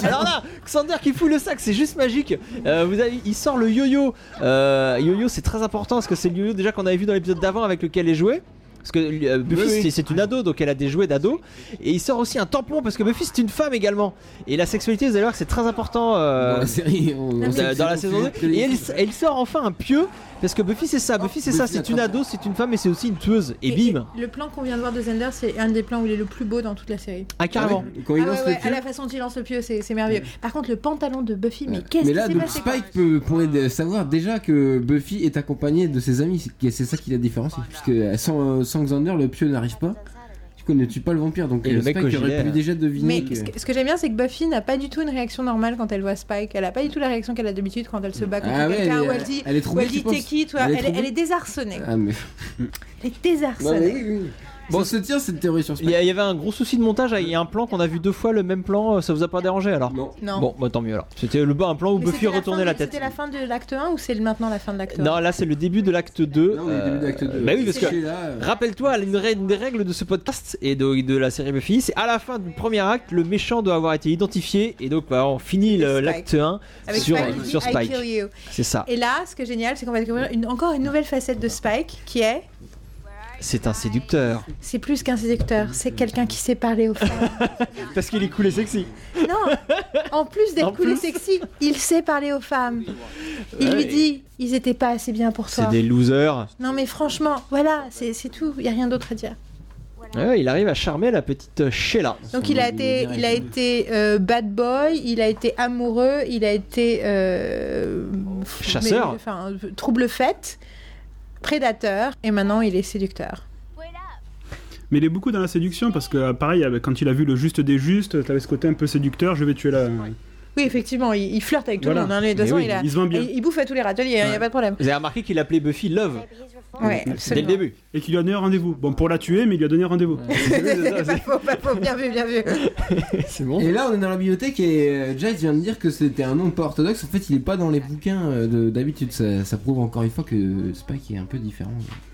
Speaker 1: Alors là, Xander qui fout le sac, c'est juste magique. Euh, vous avez, il sort le yo-yo. Euh, yo-yo, c'est très important parce que c'est le yo-yo déjà qu'on avait vu dans l'épisode d'avant avec lequel elle jouait. Parce que euh, Buffy
Speaker 2: Oui, oui.
Speaker 1: c'est- c'est une ado, donc elle a des jouets d'ado. Et il sort aussi un tampon parce que Buffy c'est une femme également. Et la sexualité, vous allez voir que c'est très important. euh,
Speaker 2: Dans la série, on- on
Speaker 4: mais-
Speaker 2: sait que
Speaker 1: euh,
Speaker 2: c'est
Speaker 1: dans la
Speaker 2: bon,
Speaker 1: saison
Speaker 2: c'est
Speaker 1: 2 et elle,
Speaker 2: télévisé.
Speaker 1: elle sort enfin un pieu parce que Buffy c'est ça Buffy c'est ça
Speaker 2: Buffy
Speaker 1: c'est une
Speaker 2: attrape.
Speaker 1: ado c'est une femme et c'est aussi une tueuse et, bim
Speaker 4: et le plan qu'on vient de voir de Zender, c'est un des plans où il est le plus beau dans toute la série.
Speaker 1: ah carrément
Speaker 2: Quand il
Speaker 4: ah ouais,
Speaker 2: lance
Speaker 4: ouais,
Speaker 2: le
Speaker 4: à
Speaker 2: pieu.
Speaker 4: la façon dont il lance le pieu, c'est c'est merveilleux. Par contre, le pantalon de Buffy, mais qu'est-ce
Speaker 2: Mais
Speaker 4: qui
Speaker 2: là,
Speaker 4: s'est
Speaker 2: donc
Speaker 4: passé quoi
Speaker 2: Spike peut, pourrait de- savoir déjà que Buffy est accompagnée de ses amis. C'est c'est ça qui la différencie. Puisque euh, sans, euh, sans Xander, le pieu n'arrive pas. Tu connais tu pas le vampire. Donc
Speaker 1: Et
Speaker 2: euh,
Speaker 1: le mec
Speaker 2: Spike
Speaker 1: au
Speaker 2: aurait
Speaker 1: gilet,
Speaker 2: pu
Speaker 1: là.
Speaker 2: déjà deviner.
Speaker 4: Mais
Speaker 2: que-
Speaker 4: ce que, ce que j'aime bien, c'est que Buffy n'a pas du tout une réaction normale quand elle voit Spike. Elle a pas du tout la réaction qu'elle a d'habitude quand elle se bat contre
Speaker 2: Ah ouais,
Speaker 4: quelqu'un
Speaker 2: elle est-
Speaker 4: ou elle dit
Speaker 2: elle est
Speaker 4: ou
Speaker 2: troublée,
Speaker 4: elle dit
Speaker 2: tu penses
Speaker 4: t'es qui toi.
Speaker 2: Elle est
Speaker 4: Elle, est- elle
Speaker 2: troublée
Speaker 4: est désarçonnée.
Speaker 2: Ah,
Speaker 4: [laughs]
Speaker 2: mais.
Speaker 4: Elle est désarçonnée.
Speaker 2: Bah Bon, se tient cette théorie sur
Speaker 1: il y
Speaker 2: Spike.
Speaker 1: a- il y avait un gros souci de montage il y a un plan qu'on a vu deux fois le même plan euh, ça vous a pas dérangé alors
Speaker 2: Non.
Speaker 4: Non.
Speaker 1: Bon, bah tant mieux alors. C'était le bas un plan où
Speaker 4: Mais
Speaker 1: Buffy
Speaker 4: c'était la
Speaker 1: retournait
Speaker 4: fin-
Speaker 1: la, tête.
Speaker 4: C'était la fin de l'acte 1 ou c'est maintenant la fin de l'acte 1
Speaker 1: Non, là c'est le début de l'acte 2.
Speaker 2: Là, on est au début de l'acte
Speaker 1: Euh,
Speaker 2: 2.
Speaker 1: Bah oui, parce
Speaker 2: C'est
Speaker 1: que
Speaker 2: là, euh,
Speaker 1: rappelle-toi, une rè- une des règles de ce podcast et de, de la série Buffy, c'est à la fin du premier acte, le méchant doit avoir été identifié et donc bah, on finit le-
Speaker 4: Spike.
Speaker 1: l'acte 1
Speaker 4: Avec
Speaker 1: sur
Speaker 4: Spike, il dit,
Speaker 1: sur
Speaker 4: I
Speaker 1: Spike.
Speaker 4: kill you.
Speaker 1: C'est ça.
Speaker 4: Et là, ce qui est génial, c'est qu'on va découvrir une- encore une nouvelle facette de Spike qui est
Speaker 1: C'est un séducteur.
Speaker 4: c'est plus qu'un séducteur, c'est quelqu'un qui sait parler aux femmes.
Speaker 1: Parce qu'il est cool et sexy.
Speaker 4: Non, en plus d'être
Speaker 1: En
Speaker 4: cool et
Speaker 1: plus. Ah
Speaker 4: sexy, il sait parler aux femmes. Il
Speaker 1: Ouais.
Speaker 4: lui dit ils étaient pas assez bien pour
Speaker 1: C'est
Speaker 4: toi.
Speaker 1: des losers.
Speaker 4: Non, mais franchement, voilà, c'est c'est tout, il y a rien d'autre à dire.
Speaker 1: Ouais, il arrive à charmer la petite euh, Sheila.
Speaker 4: Donc il a été, il a été euh, bad boy, il a été amoureux, il a été euh,
Speaker 1: Chasseur.
Speaker 4: mais- enfin euh, trouble fête, prédateur, et maintenant il est séducteur.
Speaker 3: Mais il est beaucoup dans la séduction parce que, euh, pareil, avec- quand il a vu le juste des justes, t'avais ce côté un peu séducteur, je vais tuer la.
Speaker 4: Oui, effectivement, il, il flirte avec tout
Speaker 3: Voilà.
Speaker 4: le monde. hein, mais de
Speaker 1: Mais
Speaker 4: toute façon,
Speaker 1: oui,
Speaker 4: il, a-
Speaker 3: il se vend bien.
Speaker 4: il- il bouffe à tous les râteliers, il n'y a pas de problème.
Speaker 1: Vous avez remarqué qu'il appelait Buffy Love
Speaker 4: Ouais,
Speaker 1: dès le
Speaker 4: absolument. [laughs]
Speaker 1: [laughs] début.
Speaker 3: Et qui lui a donné rendez-vous. Bon, pour la tuer, mais il lui a donné rendez-vous.
Speaker 4: pas faux, pas faux, bien vu, bien vu.
Speaker 1: C'est bon.
Speaker 2: Et là, on est dans la bibliothèque et euh, Giles vient de dire que c'était un nom pas orthodoxe. En fait, il est pas dans les bouquins euh, de- d'habitude. Ça, ça prouve encore une fois que Spike est un peu différent euh, des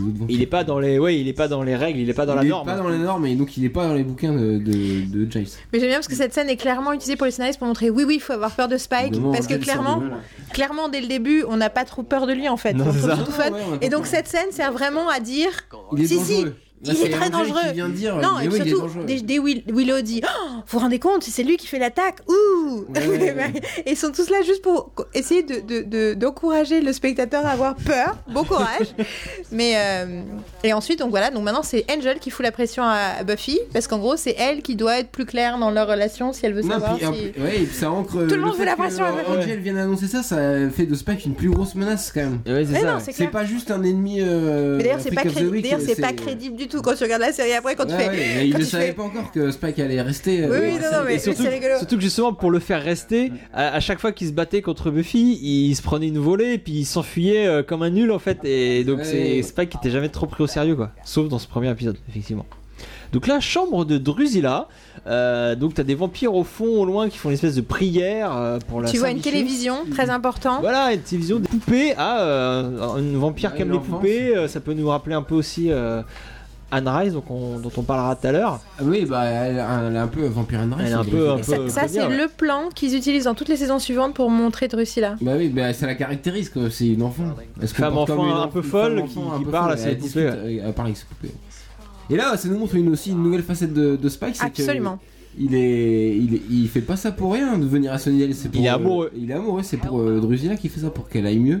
Speaker 2: autres vampires.
Speaker 1: Il est pas dans les, ouais, il est pas dans les règles, il est pas dans la
Speaker 2: il est
Speaker 1: norme.
Speaker 2: pas dans les normes et donc il est pas dans les bouquins de, de, de Giles.
Speaker 4: Mais j'aime bien parce que cette scène est clairement utilisée pour les scénaristes pour montrer oui, oui, il faut avoir peur de Spike.
Speaker 2: Évidemment,
Speaker 4: Ah, parce que
Speaker 2: Giles sort du
Speaker 4: clairement,
Speaker 2: mal.
Speaker 4: clairement, dès le début, on n'a pas trop peur de lui en fait.
Speaker 1: Non,
Speaker 4: On
Speaker 1: c'est
Speaker 4: trouve
Speaker 1: ça.
Speaker 4: ça tout fun.
Speaker 2: Ouais, on a pas
Speaker 4: Et donc,
Speaker 2: peur.
Speaker 4: cette scène sert vraiment à dire
Speaker 2: Il est
Speaker 4: Si, si,
Speaker 2: dangereux. Là,
Speaker 4: il
Speaker 2: c'est
Speaker 4: est très
Speaker 2: Angel qui
Speaker 4: dangereux.
Speaker 2: vient de dire,
Speaker 4: Non,
Speaker 2: mais
Speaker 4: et
Speaker 2: oui, Ah, il est
Speaker 4: surtout,
Speaker 2: dangereux.
Speaker 4: dès, dès Will- Willow dit Oh, Vous vous rendez compte, c'est lui qui fait l'attaque Ouh [laughs]
Speaker 2: Ouais, ouais, ouais.
Speaker 4: Et ben, ils sont tous là juste pour co- essayer de- de- de- d'encourager le spectateur à avoir peur. Bon courage
Speaker 2: [laughs]
Speaker 4: Mais, euh, Et ensuite, donc voilà, donc maintenant c'est Angel qui fout la pression à Buffy, parce qu'en gros, c'est elle qui doit être plus claire dans leur relation si elle veut
Speaker 2: Non,
Speaker 4: savoir
Speaker 2: puis,
Speaker 4: si.
Speaker 2: hop, ouais, et puis ça ancre.
Speaker 4: le monde veut la pression, elle veut-
Speaker 2: Angel vient d'annoncer ça, ça fait de Spike une plus grosse menace quand même.
Speaker 1: Ouais, c'est
Speaker 4: Mais
Speaker 1: ça,
Speaker 4: non,
Speaker 1: ouais.
Speaker 4: c'est
Speaker 2: C'est
Speaker 4: clair.
Speaker 2: pas juste un ennemi. euh,
Speaker 4: Mais d'ailleurs, c'est pas,
Speaker 2: Freak of the
Speaker 4: crédible-
Speaker 2: Week, euh,
Speaker 4: d'ailleurs, c'est pas crédible du tout quand tu regardes la série après, quand tu
Speaker 2: Ouais,
Speaker 4: fais.
Speaker 2: ouais, mais il
Speaker 4: quand
Speaker 2: ne
Speaker 4: tu
Speaker 2: savait
Speaker 4: fais-
Speaker 2: pas encore que Spike allait rester.
Speaker 4: Oui,
Speaker 2: euh,
Speaker 4: oui,
Speaker 2: dans
Speaker 4: non,
Speaker 2: la
Speaker 4: non, mais
Speaker 1: Et surtout,
Speaker 4: c'est rigolo.
Speaker 1: surtout que justement pour le faire rester, à, à chaque fois qu'il se battait contre Buffy, il se prenait une volée et puis il s'enfuyait euh, comme un nul en fait. Et donc
Speaker 2: Ouais.
Speaker 1: c'est Spike qui était jamais trop pris au sérieux quoi. Sauf dans ce premier épisode, effectivement. Donc la chambre de Drusilla, euh, donc t'as des vampires au fond, au loin qui font une espèce de prière euh, pour la.
Speaker 4: Tu vois une
Speaker 1: Saint-Michel.
Speaker 4: télévision,
Speaker 2: Mm.
Speaker 4: très important.
Speaker 1: Voilà, une télévision des poupées. Ah, euh, une vampire
Speaker 2: Ouais,
Speaker 1: qui aime les
Speaker 2: l'enfance.
Speaker 1: poupées, euh, ça peut nous rappeler un peu aussi euh, Anne Rice, donc on- dont on parlera tout à l'heure.
Speaker 2: Ah Oui, bah elle, elle est un peu vampire Huntress,
Speaker 1: Elle est un
Speaker 2: il
Speaker 1: peu-
Speaker 2: fait
Speaker 1: un
Speaker 2: comme
Speaker 1: peu-
Speaker 2: ça.
Speaker 1: Euh,
Speaker 4: Ça,
Speaker 1: bien,
Speaker 4: c'est
Speaker 1: ouais.
Speaker 4: le plan qu'ils utilisent dans toutes les saisons suivantes pour montrer Drusilla.
Speaker 2: Bah oui, bah ça la caractérise quoi, c'est une enfant. Elle se
Speaker 1: Femme
Speaker 2: comporte
Speaker 1: enfant
Speaker 2: comme une
Speaker 1: un
Speaker 2: enfant-
Speaker 1: peu
Speaker 2: une
Speaker 1: folle
Speaker 2: femme
Speaker 1: qui-
Speaker 2: enfant un
Speaker 1: qui
Speaker 2: peu
Speaker 1: parle à
Speaker 2: folle,
Speaker 1: ses
Speaker 2: elle discute,
Speaker 1: poupées,
Speaker 2: euh, elle parle avec ses poupées. Et là, ça nous montre une, aussi une nouvelle facette de, de Spike, c'est que
Speaker 4: Absolument.
Speaker 2: il est, il est- il fait pas ça pour rien de venir à Sunnydale. C'est pour,
Speaker 1: Il est
Speaker 2: euh,
Speaker 1: amoureux.
Speaker 2: il est amoureux, c'est pour euh, Drusilla qui fait ça pour qu'elle aille mieux.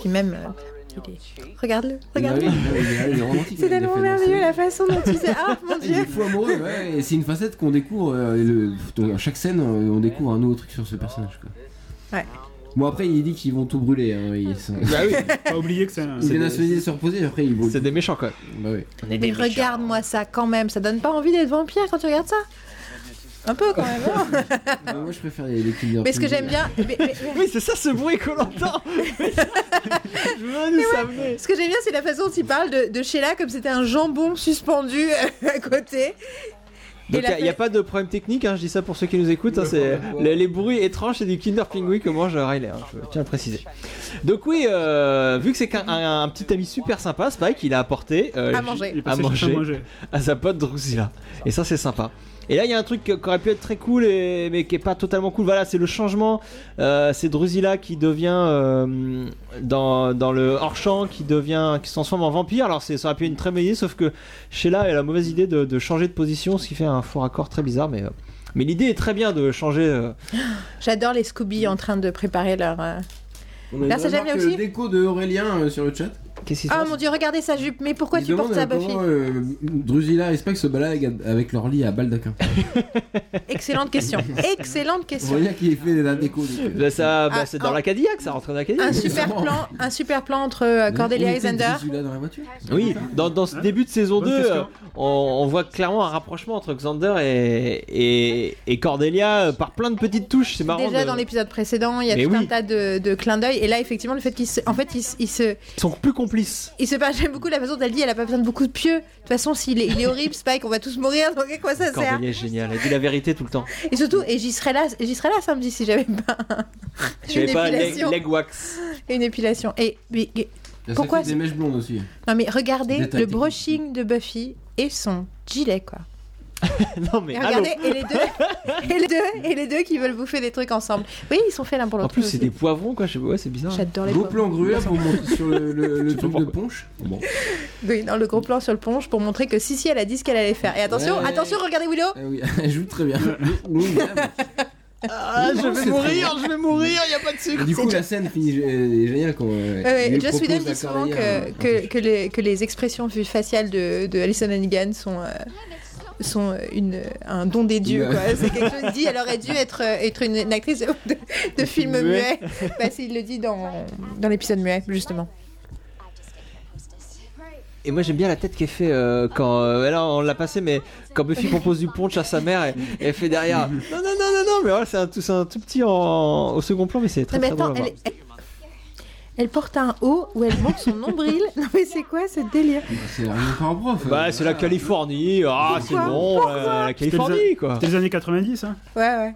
Speaker 4: Puis même, euh, il est- regarde-le, regarde-le.
Speaker 2: Bah oui, il est- il est romantique, il
Speaker 4: [laughs] C'est
Speaker 2: a
Speaker 4: tellement
Speaker 2: fait
Speaker 4: merveilleux
Speaker 2: danser.
Speaker 4: la façon dont
Speaker 2: [laughs]
Speaker 4: tu sais. Ah mon
Speaker 2: Il est
Speaker 4: dieu
Speaker 2: fou amoureux, ouais, et c'est une facette qu'on découvre. euh, et le- dans chaque scène, euh, on découvre un nouveau truc sur ce personnage. Quoi.
Speaker 4: Ouais.
Speaker 2: Bon, après, il dit qu'ils vont tout brûler. Hein, il, ça-
Speaker 1: Bah oui,
Speaker 3: [laughs] Pas oublier que c'est un-
Speaker 2: il
Speaker 1: C'est
Speaker 2: vient
Speaker 1: des-
Speaker 2: à Sunnydale se reposer, après il
Speaker 1: [laughs]
Speaker 2: brûle.
Speaker 1: c'est des méchants quoi.
Speaker 2: Bah oui.
Speaker 4: Mais regarde-moi ça quand même, ça donne pas envie d'être vampire quand tu regardes ça Un peu quand même. non
Speaker 2: Bah, moi, je préfère les, les Kinder
Speaker 4: Ah. mais ce que
Speaker 2: Bueno.
Speaker 4: j'aime bien, mais- mais- mais-
Speaker 1: Oui, c'est ça ce bruit qu'on entend. [laughs] Je veux nous amener.
Speaker 4: ce que j'aime bien, c'est la façon dont il parle de, de Sheila comme c'était un jambon suspendu euh, à côté. Et
Speaker 1: Donc
Speaker 4: la-
Speaker 1: il n'y a, pas de problème technique, hein, je dis ça pour ceux qui nous écoutent, hein, c'est les, les bruits étranges c'est du Kinder Pingouin que mange Riley, hein, je tiens à le préciser. Donc oui, euh, vu que c'est qu'un un- un petit ami super sympa, Spike, il a apporté euh,
Speaker 4: À manger.
Speaker 3: Il est passé
Speaker 1: À
Speaker 3: chercher
Speaker 1: manger.
Speaker 3: à manger.
Speaker 1: à sa pote Drusilla. Et ça, c'est sympa. Et là, il y a un truc qui aurait pu être très cool, et- mais qui est pas totalement cool. Voilà, c'est le changement. Euh, c'est Drusilla qui devient euh, dans, dans le hors-champ, qui devient, qui se transforme en vampire. Alors, c'est- ça aurait pu être une très bonne idée, sauf que Sheila elle a la mauvaise idée de, de changer de position, ce qui fait un faux raccord très bizarre. Mais, euh, mais l'idée est très bien de changer. euh.
Speaker 4: J'adore les Scooby en train de préparer leur. euh,
Speaker 2: On a
Speaker 4: Là,
Speaker 2: une
Speaker 4: ça, j'aime bien
Speaker 2: remarque,
Speaker 4: aussi.
Speaker 2: euh, déco de Aurélien euh, sur le chat.
Speaker 1: Qu'est-ce qui se
Speaker 4: Ah
Speaker 1: passe
Speaker 4: mon dieu, regardez sa jupe, mais pourquoi
Speaker 2: Il
Speaker 4: tu
Speaker 2: demande
Speaker 4: portes ça,
Speaker 2: euh,
Speaker 4: Buffy
Speaker 2: comment, euh, Drusilla et Spike se baladent avec leur lit à Baldaquin. [laughs]
Speaker 4: Excellente question. Excellente question.
Speaker 2: Aurélien qui fait la déco. donc, euh,
Speaker 1: Bah, ça, bah,
Speaker 4: Ah,
Speaker 1: c'est dans
Speaker 4: un-
Speaker 1: la Cadillac, ça rentre dans la
Speaker 4: Un
Speaker 1: Cadillac.
Speaker 4: super plan, un super plan entre euh,
Speaker 2: on
Speaker 4: Cordelia
Speaker 2: était
Speaker 4: et Xander.
Speaker 2: Drusilla dans la voiture.
Speaker 1: Oui, dans, dans ce
Speaker 3: Hein
Speaker 1: début de saison
Speaker 3: Bonne
Speaker 1: 2,
Speaker 3: question.
Speaker 1: euh, on, on voit clairement un rapprochement entre Xander et, et, et Cordelia euh, par plein de petites touches. C'est marrant.
Speaker 4: Déjà
Speaker 1: de-
Speaker 4: dans l'épisode précédent, il y a
Speaker 1: Mais
Speaker 4: tout
Speaker 1: oui.
Speaker 4: un tas de, de clins d'œil. Et là, effectivement, le fait qu'ils se... En fait, ils, se- ils se...
Speaker 1: Ils sont plus complices.
Speaker 4: Il se passe, [laughs] j'aime beaucoup la façon dont elle dit, elle a pas besoin de beaucoup de pieux. De toute façon, s'il est, il est horrible, Spike, on va tous mourir, donc à quoi ça sert
Speaker 1: Cordelia est géniale, elle dit la vérité tout le
Speaker 4: [laughs]
Speaker 1: temps.
Speaker 4: Et surtout, et j'y serais là, j'y serais là samedi si j'avais [laughs] pas un-
Speaker 1: Je
Speaker 4: une,
Speaker 1: savais pas leg,
Speaker 4: épilation,
Speaker 1: leg wax. [laughs]
Speaker 4: une épilation. Et, mais- et-
Speaker 2: Ça
Speaker 4: Pourquoi
Speaker 2: fait des
Speaker 4: c'est-
Speaker 2: mèches blondes aussi.
Speaker 4: non mais regardez
Speaker 2: Détail
Speaker 4: le
Speaker 2: technique.
Speaker 4: brushing de Buffy et son gilet quoi.
Speaker 1: Non mais
Speaker 4: Et
Speaker 1: allô.
Speaker 4: regardez, et les deux, [laughs] et les deux, et les deux qui veulent bouffer des trucs ensemble. Oui, ils sont faits l'un pour
Speaker 1: En
Speaker 4: l'autre.
Speaker 1: plus c'est
Speaker 4: aussi.
Speaker 1: des poivrons quoi, je sais pas, ouais c'est bizarre.
Speaker 4: J'adore les
Speaker 2: Gros
Speaker 4: poivrons.
Speaker 2: plan gruelle pour
Speaker 4: [laughs]
Speaker 2: monter sur le, le- le truc de ponche. Bon.
Speaker 4: Oui, non, le gros plan sur le ponche pour montrer que si si elle a dit ce qu'elle allait faire. Et attention,
Speaker 2: Ouais.
Speaker 4: attention, regardez Willow.
Speaker 2: Ah oui, [laughs] elle joue très bien. Oui, bien.
Speaker 1: Ah
Speaker 2: je vais mourir,
Speaker 1: je vais mourir, y a pas de sucre.
Speaker 2: du coup, la scène finit euh, est géniale quand. euh,
Speaker 4: Ouais,
Speaker 2: il lui
Speaker 4: ouais, Joss
Speaker 2: propose
Speaker 4: Whedon
Speaker 2: la
Speaker 4: dit souvent
Speaker 2: Cordelia,
Speaker 4: que,
Speaker 2: euh,
Speaker 4: que, que les, que les expressions vu- faciales de, de Alison Hannigan sont, euh, sont euh, une, un don des dieux.
Speaker 2: Ouais.
Speaker 4: quoi. C'est quelque chose qu'il dit, elle aurait dû être, euh, être une, une actrice de, de, de film
Speaker 1: muet.
Speaker 4: muet. Parce qu'il le dit dans, dans l'épisode muet, justement.
Speaker 1: Et moi j'aime bien la tête qu'elle fait euh, quand. euh, là on l'a passé, mais quand Buffy propose du punch à sa mère, elle, elle fait
Speaker 3: [laughs]
Speaker 1: derrière. Non, non, non, non, non, mais voilà, c'est un, tout- c'est un tout petit en- au second plan, mais c'est très
Speaker 4: Non, mais
Speaker 1: très drôle.
Speaker 4: attends,
Speaker 1: à voir.
Speaker 4: elle, elle- elle porte un haut où elle montre son nombril. Non, mais c'est quoi ce délire
Speaker 2: C'est rien par prof. euh.
Speaker 1: Bah, c'est la Californie, ah, c'est bon, euh, la Californie quoi.
Speaker 3: C'était les années 90, hein
Speaker 4: Ouais, ouais.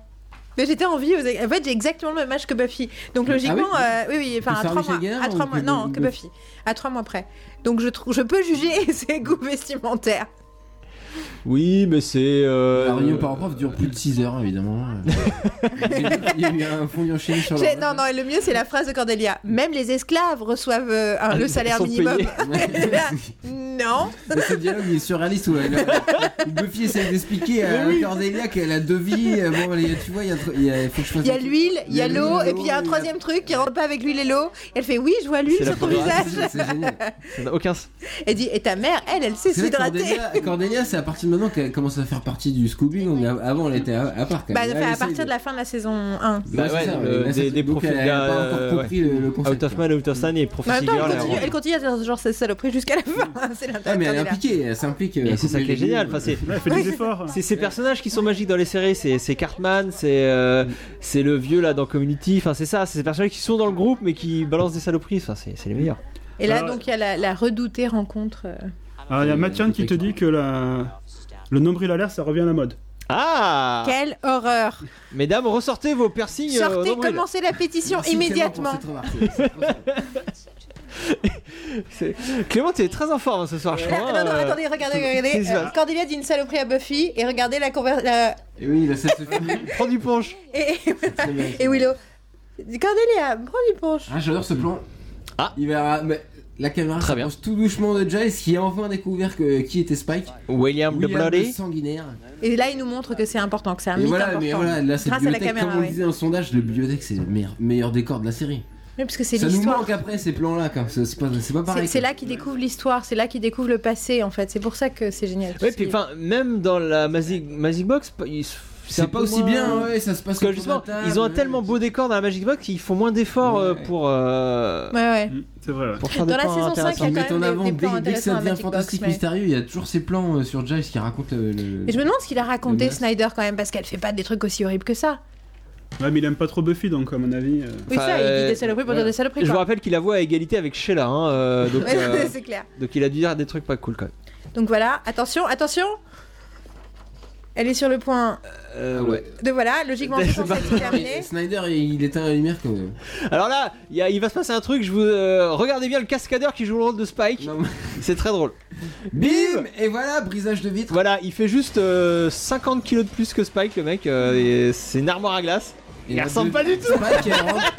Speaker 4: Mais j'étais en vie. aux- En fait, j'ai exactement le même âge que Buffy. Donc, logiquement,
Speaker 2: Ah
Speaker 4: euh, oui, oui, enfin,
Speaker 2: Que
Speaker 4: à
Speaker 2: Sarah
Speaker 4: trois mois.
Speaker 2: Michel Gellar
Speaker 4: à trois
Speaker 2: ou
Speaker 4: mois-
Speaker 2: que
Speaker 4: non,
Speaker 2: Buffy
Speaker 4: que Buffy. À trois mois près. Donc, je, trou- je peux juger [laughs] ses goûts vestimentaires.
Speaker 1: Oui, mais c'est. euh,
Speaker 2: La réunion par prof dure plus de 6
Speaker 1: [laughs]
Speaker 2: heures, évidemment. il y a eu un fond chimique sur
Speaker 4: J'ai-
Speaker 2: la.
Speaker 4: Non, non, et le mieux, c'est la phrase de Cordelia. Même les esclaves reçoivent euh, un-
Speaker 1: Ah
Speaker 4: le
Speaker 1: Ils
Speaker 4: salaire
Speaker 1: sont
Speaker 4: minimum.
Speaker 1: payés.
Speaker 4: Là, non.
Speaker 2: [laughs] Mais ce dialogue il est surréaliste où elle, où Buffy essaye d'expliquer à Cordelia qu'elle a deux vies. euh, Bon, allez, tu vois, il y a, tr- il y a- faut que je fasse.
Speaker 4: Il y a
Speaker 2: un truc.
Speaker 4: l'huile, il y a
Speaker 2: Il Ah,
Speaker 4: l'eau, et puis il y a un troisième truc qui rentre pas avec l'huile et l'eau. Elle fait oui, je vois l'huile
Speaker 1: C'est la
Speaker 4: sur ton
Speaker 1: première
Speaker 4: visage.
Speaker 2: C'est génial.
Speaker 4: [laughs]
Speaker 1: ça n'a aucun. sens.
Speaker 4: Elle dit, et ta mère, elle, elle sait
Speaker 2: C'est vrai que
Speaker 4: s'hydrater.
Speaker 2: Cordelia, Cordelia, c'est à partir de maintenant qu'elle commence à faire partie du Scooby. Donc avant, elle était à, à part. quand
Speaker 4: Bah,
Speaker 2: même.
Speaker 4: enfin,
Speaker 2: Elle
Speaker 4: à
Speaker 2: essaye
Speaker 4: partir de la fin de la saison 1.
Speaker 2: Bah,
Speaker 1: Bah
Speaker 2: c'est
Speaker 1: ouais,
Speaker 2: ça,
Speaker 1: le-
Speaker 2: mais là,
Speaker 1: des-
Speaker 2: c'est-
Speaker 1: des
Speaker 2: donc,
Speaker 1: profils,
Speaker 2: Elle a pas
Speaker 1: euh,
Speaker 2: encore compris le, le
Speaker 1: Out
Speaker 2: concept.
Speaker 1: of Man, Out of Stan et Prophecy
Speaker 4: En même temps,
Speaker 1: Girl, euh,
Speaker 4: elle continue,
Speaker 1: alors-
Speaker 4: elle continue à faire ce genre de saloperie jusqu'à la fin. [laughs] C'est l'intérêt.
Speaker 2: Ah, mais elle est
Speaker 4: Cordelia.
Speaker 2: impliquée, elle s'implique. euh,
Speaker 1: Et c'est ça qui est génial. Enfin, c'est
Speaker 3: Ouais, Elle fait des efforts.
Speaker 1: c'est ces personnages qui sont magiques dans les séries. C'est c'est Cartman, c'est euh, c'est le vieux là dans Community. Enfin, c'est ça. C'est ces personnages qui sont dans le groupe mais qui balancent des saloperies. Enfin, c'est c'est les meilleurs.
Speaker 4: Et là,
Speaker 2: Euh,
Speaker 3: Alors-
Speaker 4: donc, il y a la, la redoutée rencontre. euh,
Speaker 3: Alors, il y a Mathiane qui te dit que la... le nombril à l'air, ça revient à la mode.
Speaker 1: Ah
Speaker 4: Quelle horreur
Speaker 1: Mesdames, ressortez vos piercings. euh, au
Speaker 4: Sortez,
Speaker 1: nombril.
Speaker 4: commencez la pétition
Speaker 2: [laughs] Merci tellement pour
Speaker 4: immédiatement.
Speaker 2: cette remarque, c'est- c'est trop ça.
Speaker 1: C'est- Clément, tu es très en forme hein, ce soir, je
Speaker 2: Ah,
Speaker 4: Là,
Speaker 1: crois.
Speaker 4: non, non,
Speaker 1: Euh,
Speaker 4: attendez, regardez,
Speaker 1: qu'est-ce qui
Speaker 4: regardez.
Speaker 1: se
Speaker 4: Euh,
Speaker 1: passe
Speaker 4: Cordelia dit une saloperie à Buffy et regardez la conversation.
Speaker 2: Et oui, là, ça se finit.
Speaker 1: Prends du punch.
Speaker 4: Et,
Speaker 2: très bien.
Speaker 4: et Willow. Cordelia, prends du punch.
Speaker 2: Ah, j'adore ce plan.
Speaker 1: Ah.
Speaker 2: Il va. mais la caméra
Speaker 1: Très bien.
Speaker 2: s'approche tout doucement de Giles qui a enfin découvert que, qui était Spike.
Speaker 1: William the
Speaker 2: William le
Speaker 1: Bloody.
Speaker 2: sanguinaire.
Speaker 4: Et là, il nous montre que c'est important, que c'est un
Speaker 2: Et
Speaker 4: mythe
Speaker 2: voilà,
Speaker 4: important.
Speaker 2: mais voilà, là c'est le
Speaker 4: Grâce à la
Speaker 2: bibliothèque.
Speaker 4: caméra,
Speaker 2: comme on le
Speaker 4: ouais.
Speaker 2: disait dans le sondage, le bibliothèque c'est le meilleur, meilleur décor de la série.
Speaker 4: Oui, parce que c'est
Speaker 2: Ça nous
Speaker 4: l'histoire.
Speaker 2: manque après ces plans-là, quand c'est c'est pas, c'est pas
Speaker 4: C'est-
Speaker 2: pareil.
Speaker 4: C'est
Speaker 2: quoi.
Speaker 4: là qu'il découvre l'histoire, c'est là qu'il découvre le passé en fait. C'est pour ça que c'est génial.
Speaker 1: Ouais, puis enfin, même dans la Magic, Magic Box, il se- un
Speaker 2: C'est pas
Speaker 1: peu
Speaker 2: aussi
Speaker 1: moins-
Speaker 2: bien, ouais, ça se passe
Speaker 1: Parce que
Speaker 2: autour
Speaker 1: justement,
Speaker 2: de la table,
Speaker 1: ils ont un
Speaker 2: ouais.
Speaker 1: tellement beau décor dans la Magic Box qu'ils font moins d'efforts euh,
Speaker 2: Ouais.
Speaker 1: pour, euh,
Speaker 4: Ouais, ouais.
Speaker 3: Mm, C'est vrai, ouais.
Speaker 1: pour faire des
Speaker 4: Dans la
Speaker 1: plans
Speaker 4: saison cinq,
Speaker 1: intéressants.
Speaker 4: il y
Speaker 2: Ils
Speaker 4: a
Speaker 2: mettent
Speaker 4: quand
Speaker 2: en
Speaker 4: même des-
Speaker 2: avant
Speaker 4: des
Speaker 2: dès,
Speaker 4: plans
Speaker 2: dès que
Speaker 4: intéressants à
Speaker 2: ça devient
Speaker 4: Magic Box,
Speaker 2: fantastique
Speaker 4: mais-
Speaker 2: mystérieux, il y a toujours ces plans euh, sur Giles qui racontent euh, le.
Speaker 4: Mais je me demande ce qu'il a raconté
Speaker 2: Le masque.
Speaker 4: Snyder quand même, parce qu'elle fait pas des trucs aussi horribles que ça.
Speaker 3: Ouais, mais il aime pas trop Buffy, donc à mon avis. euh,
Speaker 4: Oui,
Speaker 1: Enfin,
Speaker 4: ça, il
Speaker 1: euh,
Speaker 4: dit des saloperies pour
Speaker 1: ouais.
Speaker 4: dire des saloperies.
Speaker 1: Je vous
Speaker 4: quoi.
Speaker 1: rappelle qu'il avoue à égalité avec Sheila, hein,
Speaker 2: [laughs]
Speaker 1: euh, donc,
Speaker 4: [laughs] Ouais,
Speaker 1: euh,
Speaker 4: c'est clair.
Speaker 1: donc il a dû dire des trucs pas cool quand même.
Speaker 4: Donc voilà, attention, attention. Elle est sur le point
Speaker 1: Euh, ouais.
Speaker 4: de voilà,
Speaker 1: [laughs]
Speaker 4: logiquement, c'est censé être terminé.
Speaker 2: Snyder, il éteint la lumière quand même.
Speaker 1: Alors là, il y a- il va se passer un truc. Je vous euh, regardez bien le cascadeur qui joue le rôle de Spike.
Speaker 2: Non, mais-
Speaker 1: [laughs] C'est très drôle.
Speaker 2: Bim Et voilà, brisage de vitre.
Speaker 1: Voilà, il fait juste euh, 50 kilos de plus que Spike, le mec. euh, et c'est une armoire à glace.
Speaker 2: Et
Speaker 1: Il
Speaker 2: la
Speaker 1: ressemble
Speaker 2: deux-
Speaker 1: pas du tout.
Speaker 2: Spike, elle rentre-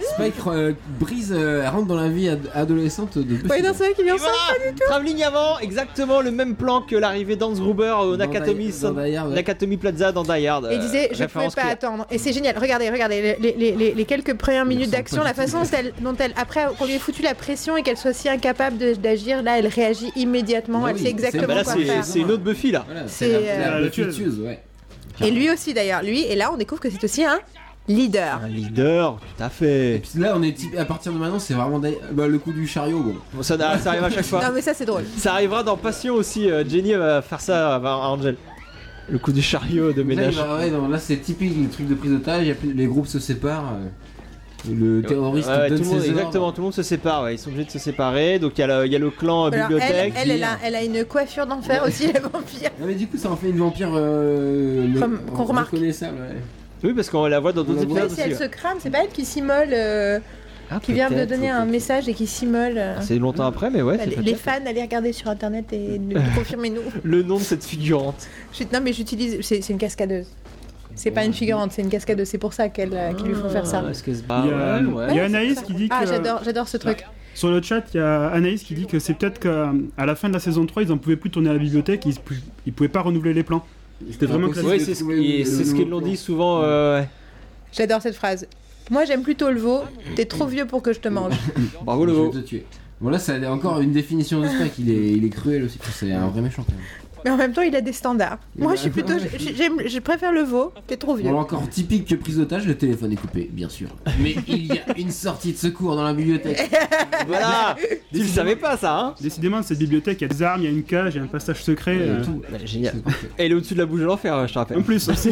Speaker 2: Spike, euh, brise, euh, elle rentre dans la vie ad- adolescente de Buffy.
Speaker 4: Ouais, non, c'est vrai qu'il vient
Speaker 1: Et voilà, Travelling avant, exactement le même plan que l'arrivée d'Hans Gruber au
Speaker 2: Dans Die-
Speaker 1: Nakatomi,
Speaker 2: dans
Speaker 1: Sun-
Speaker 2: Die Hard, ouais.
Speaker 1: Nakatomi Plaza dans Die Hard.
Speaker 4: Et il disait,
Speaker 1: euh,
Speaker 4: je pouvais
Speaker 1: référence
Speaker 4: pas
Speaker 1: qui-
Speaker 4: attendre. Et c'est génial. Regardez, regardez les, les- les- les quelques premières
Speaker 2: Il
Speaker 4: minutes
Speaker 2: ressemble
Speaker 4: d'action,
Speaker 2: pas
Speaker 4: la
Speaker 2: du
Speaker 4: façon dont elle, dont elle- après qu'on lui ait foutu la pression et qu'elle soit si incapable de- d'agir, là, elle réagit immédiatement.
Speaker 2: Bah
Speaker 4: elle
Speaker 2: oui,
Speaker 4: sait
Speaker 2: c'est-
Speaker 4: exactement
Speaker 1: Bah là,
Speaker 4: quoi
Speaker 1: c'est-
Speaker 4: faire.
Speaker 1: c'est une autre Buffy là.
Speaker 2: Voilà,
Speaker 4: C'est,
Speaker 2: c'est la, la,
Speaker 3: euh,
Speaker 2: la
Speaker 3: la tueuse.
Speaker 2: tueuse, ouais.
Speaker 4: Et lui aussi d'ailleurs, lui. Et là, on découvre que c'est aussi un leader.
Speaker 1: Un leader, tout à fait.
Speaker 2: Et puis là, on est typ- à partir de maintenant, c'est vraiment Die- bah, le coup du chariot. Bon.
Speaker 1: Bon, ça, ça arrive à chaque fois.
Speaker 4: Non, mais ça, c'est drôle.
Speaker 1: Ça arrivera dans Passion aussi. euh, Jenny va faire ça à à Angel. Le coup du chariot de
Speaker 2: Là,
Speaker 1: ménage.
Speaker 2: il va- ouais, non, là, c'est typique le truc de prise d'otage. il y a plus- Les groupes se séparent. euh, Le terroriste
Speaker 1: Ouais, ouais,
Speaker 2: donne
Speaker 1: tout le monde,
Speaker 2: ses ordres.
Speaker 1: exactement, tout le monde se sépare. ouais, ils sont obligés de se séparer. Donc il y, a le- il y a le clan euh,
Speaker 4: Alors, elle, elle,
Speaker 1: bibliothèque.
Speaker 4: elle, a, elle a une coiffure d'enfer aussi, la vampire.
Speaker 2: Ah, mais du coup, ça en fait une vampire euh, le-
Speaker 4: Comme- qu'on remarque.
Speaker 2: reconnaissable. ouais.
Speaker 1: Oui, parce qu'on la voit dans
Speaker 2: On
Speaker 1: d'autres
Speaker 2: la voit
Speaker 1: épisodes
Speaker 4: Même si
Speaker 1: aussi.
Speaker 4: elle
Speaker 1: ouais.
Speaker 4: se crame, c'est pas elle qui s'immole, euh,
Speaker 2: Ah,
Speaker 4: qui vient de
Speaker 2: peut-être,
Speaker 4: donner un
Speaker 2: peut-être.
Speaker 4: message et qui s'immole. euh.
Speaker 1: Ah, C'est longtemps après, mais ouais.
Speaker 4: Bah,
Speaker 1: c'est
Speaker 4: les,
Speaker 1: pas
Speaker 4: les
Speaker 1: cher.
Speaker 4: fans, allez regarder sur internet
Speaker 1: [laughs]
Speaker 4: et nous- confirmez-nous.
Speaker 1: Le nom de cette figurante.
Speaker 4: Je- Non, mais j'utilise. C'est c'est une cascadeuse. C'est pas une figurante, c'est une cascadeuse. C'est pour ça qu'elle euh, qu'ils lui font faire ça.
Speaker 1: Ah, est-ce que c'est-
Speaker 3: Il y a,
Speaker 1: Ah, ouais, ouais.
Speaker 3: il y a
Speaker 4: Ouais,
Speaker 3: Anaïs
Speaker 4: c'est ça.
Speaker 3: qui dit que.
Speaker 4: Ah, j'adore, j'adore ce truc.
Speaker 3: Sur le chat, il y a Anaïs qui dit que c'est peut-être qu'à à la fin de la saison 3, ils en pouvaient plus tourner à la bibliothèque, ils, pou- ils pouvaient pas renouveler les plans. C'était vraiment
Speaker 2: Ouais,
Speaker 3: classique.
Speaker 1: Ouais, c'est ce qui- c'est ce qu'ils l'ont dit souvent. euh, ouais.
Speaker 4: J'adore cette phrase. Moi, j'aime plutôt le veau. T'es trop vieux pour que je te mange.
Speaker 1: Bravo le
Speaker 2: Je
Speaker 1: veau.
Speaker 2: vais te tuer. Bon, là, ça a encore une définition de Spike. Il est, il est cruel aussi. C'est un vrai méchant quand même.
Speaker 4: Mais en même temps, il a des standards. Moi, je suis plutôt. je- je- j'aime- je préfère le veau. T'es trop vieux.
Speaker 2: Bon, encore typique que prise d'otage, le téléphone est coupé, bien sûr. Mais il y a une sortie de secours dans la [laughs] bibliothèque.
Speaker 1: Voilà Tu le savais pas ça, hein
Speaker 3: Décidément, cette bibliothèque, il y a des armes, il y a une cage, il y a un passage secret.
Speaker 2: Et
Speaker 3: euh,
Speaker 2: tout.
Speaker 1: Ouais, Génial.
Speaker 2: C'est parfait.
Speaker 1: Elle est au-dessus de la bouche de l'enfer, euh, je te
Speaker 3: En
Speaker 1: rappelle.
Speaker 3: plus aussi.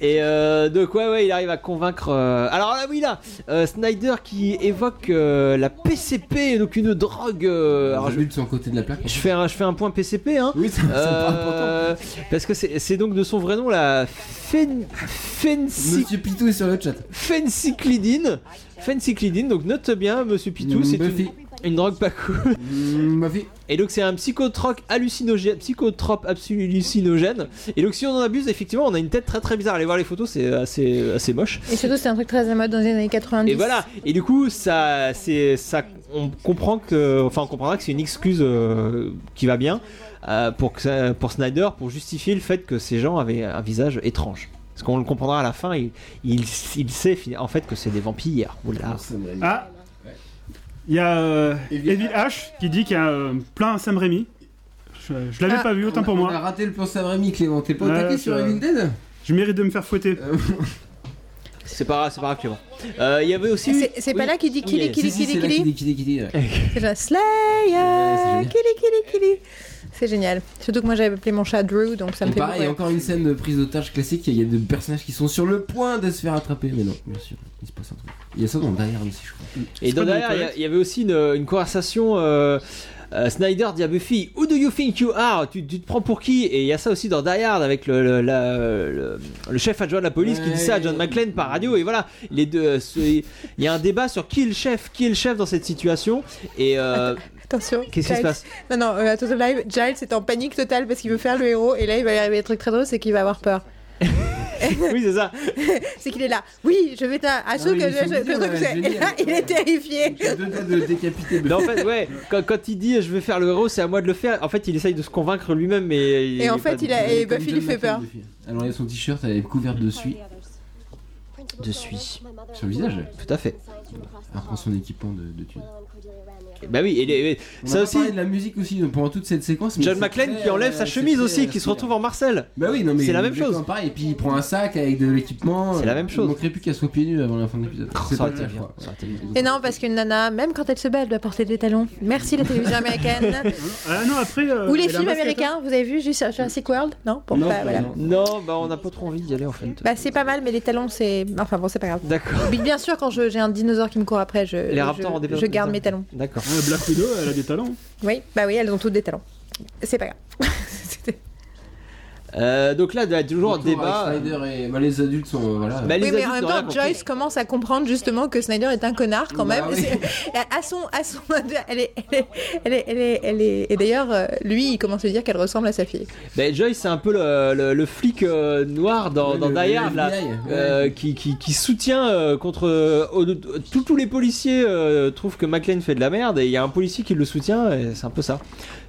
Speaker 1: Et euh, donc, ouais, ouais, il arrive à convaincre. euh, Alors là, oui, là, euh, Snyder qui évoque euh, la PCP, donc une drogue. euh, Alors, je,
Speaker 2: Rajoute de son côté de la plaque.
Speaker 1: je fais un, je fais un point PCP, hein.
Speaker 2: Oui, c'est c'est pas important.
Speaker 1: Euh, parce que c'est c'est donc de son vrai nom la fen, fency,
Speaker 2: Monsieur Pitou est sur le chat.
Speaker 1: fencyclidine. Fencyclidine, donc note bien, monsieur Pitou,
Speaker 2: Mm,
Speaker 1: c'est
Speaker 2: Buffy.
Speaker 1: une, une drogue pas cool.
Speaker 2: Mm, ma fille.
Speaker 1: Et donc c'est un psychotrope hallucinogène, psychotrope absolu hallucinogène. Et donc si on en abuse, effectivement, on a une tête très très bizarre. Allez voir les photos, c'est assez assez moche.
Speaker 4: Et surtout, c'est un truc très à la mode dans les années 90.
Speaker 1: Et voilà. Et du coup, ça, c'est ça, on comprend que, enfin, on comprendra que c'est une excuse euh, qui va bien euh, pour que ça- pour Snyder pour justifier le fait que ces gens avaient un visage étrange. Parce qu'on le comprendra à la fin. Il, il, il sait fina- en fait que c'est des vampires. Oula.
Speaker 2: C'est vrai.
Speaker 3: Ah Il y a euh,
Speaker 2: Evil
Speaker 3: Evil H qui dit qu'il y a euh, plein à Sam Raimi. Je, je l'avais
Speaker 4: Ah.
Speaker 3: pas vu, autant pour
Speaker 2: On a
Speaker 3: moi.
Speaker 2: raté le plan Sam Raimi, Clément. T'es pas au
Speaker 3: Ouais,
Speaker 2: taquet
Speaker 3: c'est
Speaker 2: sur
Speaker 3: vrai.
Speaker 2: Evil Dead
Speaker 3: Je mérite de me faire fouetter.
Speaker 2: Euh,
Speaker 1: C'est pas grave, c'est pas grave, Clément. Euh, Il y avait aussi.
Speaker 4: C'est c'est pas
Speaker 1: oui.
Speaker 4: là qu'il dit
Speaker 1: Oui,
Speaker 4: Kili,
Speaker 2: si, si,
Speaker 4: Kili, Kili,
Speaker 2: c'est là
Speaker 4: Kili.
Speaker 2: Kili, Kili, Kili, ouais.
Speaker 4: C'est genre
Speaker 2: Ouais, c'est
Speaker 4: Slayer,
Speaker 2: génial.
Speaker 4: Kili, Kili, Kili. C'est génial. Surtout que moi, j'avais appelé mon chat Drew, donc ça me
Speaker 2: Donc
Speaker 4: fait
Speaker 2: pareil,
Speaker 4: beaucoup.
Speaker 2: encore une scène de prise d'otage classique. Il y a des personnages qui sont sur le point de se faire attraper. Mais non, bien sûr, il se passe un truc. Il y a ça dans le derrière aussi, je crois.
Speaker 1: Et dans derrière, il y a- il y, avait aussi une, une conversation. euh, euh, Snyder dit à Buffy, Who do you think you are tu, tu te prends pour qui Et il y a ça aussi dans Die Hard avec le, le, la- le- le chef adjoint de la police qui dit ça à John McClane par radio. Et voilà, les deux, euh, ce- il y a un débat sur qui est le chef, qui est le chef dans cette situation. Et euh,
Speaker 4: Attention.
Speaker 1: qu'est-ce qui se
Speaker 4: Giles-
Speaker 1: passe
Speaker 4: Non, non, euh, à Total Live, Giles est en panique totale parce qu'il veut faire le héros et là il va y arriver un truc très drôle, c'est qu'il va avoir peur.
Speaker 1: Oui, c'est ça.
Speaker 4: C'est qu'il est là. Oui, je vais t'a. Ah, sauf
Speaker 2: mais
Speaker 4: que
Speaker 2: ils sont
Speaker 4: je- je-
Speaker 2: durs,
Speaker 4: le truc,
Speaker 2: ouais,
Speaker 4: c'est-
Speaker 2: je veux
Speaker 4: Et là,
Speaker 2: dire.
Speaker 4: [laughs] il
Speaker 2: [laughs]
Speaker 4: est terrifié.
Speaker 2: J'ai deux doigts de décapiter Buffy.
Speaker 1: Non, en fait, ouais, quand, quand il dit je vais faire le héros, c'est à moi de le faire. En fait, il essaye de se convaincre lui-même, mais. il
Speaker 4: Et en
Speaker 1: est
Speaker 4: fait,
Speaker 1: pas-
Speaker 4: il a- et
Speaker 2: Comme
Speaker 4: Buffy
Speaker 2: John
Speaker 4: lui fait
Speaker 2: McClane,
Speaker 4: peur.
Speaker 2: Buffy. Elle enlève son t-shirt, elle est couverte de suie.
Speaker 1: De suie.
Speaker 2: Sur le visage.
Speaker 1: Tout à fait.
Speaker 2: Elle prend son équipement de, de tuer.
Speaker 1: Bah oui, et les-
Speaker 2: On
Speaker 1: ça
Speaker 2: a
Speaker 1: aussi.
Speaker 2: parlé de la musique aussi donc, pendant toute cette séquence. mais
Speaker 1: John
Speaker 2: c'est
Speaker 1: McClane
Speaker 2: très,
Speaker 1: qui enlève
Speaker 2: euh,
Speaker 1: sa
Speaker 2: c'est
Speaker 1: chemise
Speaker 2: très,
Speaker 1: aussi,
Speaker 2: euh,
Speaker 1: qui se retrouve en Marcel.
Speaker 2: Bah oui, non mais
Speaker 1: C'est la même
Speaker 2: exactement
Speaker 1: chose.
Speaker 2: Pareil. Et puis il prend un sac avec de l'équipement.
Speaker 1: C'est la même chose. Oh,
Speaker 2: Il manquerait plus qu'elle soit pieds nus avant la fin de l'épisode.
Speaker 1: ça
Speaker 2: C'est
Speaker 1: aurait
Speaker 2: pas
Speaker 1: été
Speaker 2: le cas,
Speaker 1: bien,
Speaker 2: je crois.
Speaker 1: ça aurait été bien.
Speaker 4: Et non, parce qu'une nana, même quand elle se bat, elle doit porter des talons. Merci la télévision américaine.
Speaker 3: Ah non, après. euh,
Speaker 4: Ou les
Speaker 3: elle a un
Speaker 4: films
Speaker 3: masque à
Speaker 4: américains, vous avez vu juste Jurassic World Non, pour
Speaker 2: Non, bah,
Speaker 4: pas, Bah, voilà.
Speaker 2: non.
Speaker 1: Non, bah on n'a pas trop envie d'y aller en fait.
Speaker 4: Bah c'est pas mal, mais les talons c'est. Enfin bon, c'est pas grave.
Speaker 1: D'accord,
Speaker 4: Puis bien sûr, quand je- j'ai un dinosaure qui me court après, je,
Speaker 1: Les raptors ont des
Speaker 4: je,
Speaker 1: talons.
Speaker 4: je garde mes talons.
Speaker 1: d'accord.
Speaker 3: tête. Ouais, Ah, Black Widow, elle a des talents.
Speaker 4: Oui, bah oui, elles ont toutes des talons. C'est pas grave. [laughs] C'était-
Speaker 1: Euh, donc là, il y a toujours un
Speaker 2: Retour
Speaker 1: débat.
Speaker 2: avec Snyder et- bah, les adultes sont euh, voilà.
Speaker 1: Bah, les
Speaker 4: oui, mais en
Speaker 1: adultes
Speaker 4: même
Speaker 1: n'ont rien
Speaker 4: temps,
Speaker 1: compris.
Speaker 4: Joyce commence à comprendre justement que Snyder est un connard quand
Speaker 2: Bah
Speaker 4: même. [laughs]
Speaker 2: oui.
Speaker 4: C'est- À son, à son, elle est, elle est, elle est, elle est, elle est- Et d'ailleurs, euh, lui, il commence à dire qu'elle ressemble à sa fille.
Speaker 1: Bah, Joyce, c'est un peu le, le- le flic euh, noir dans,
Speaker 2: Ouais,
Speaker 1: dans
Speaker 2: le-
Speaker 1: Die
Speaker 2: le
Speaker 1: Hard, là,
Speaker 2: FBI,
Speaker 1: euh,
Speaker 2: ouais.
Speaker 1: qui, qui- qui soutient euh, contre. euh, au- tous- tous les policiers euh, trouvent que McLean fait de la merde et il y a un policier qui le soutient, et c'est un peu ça.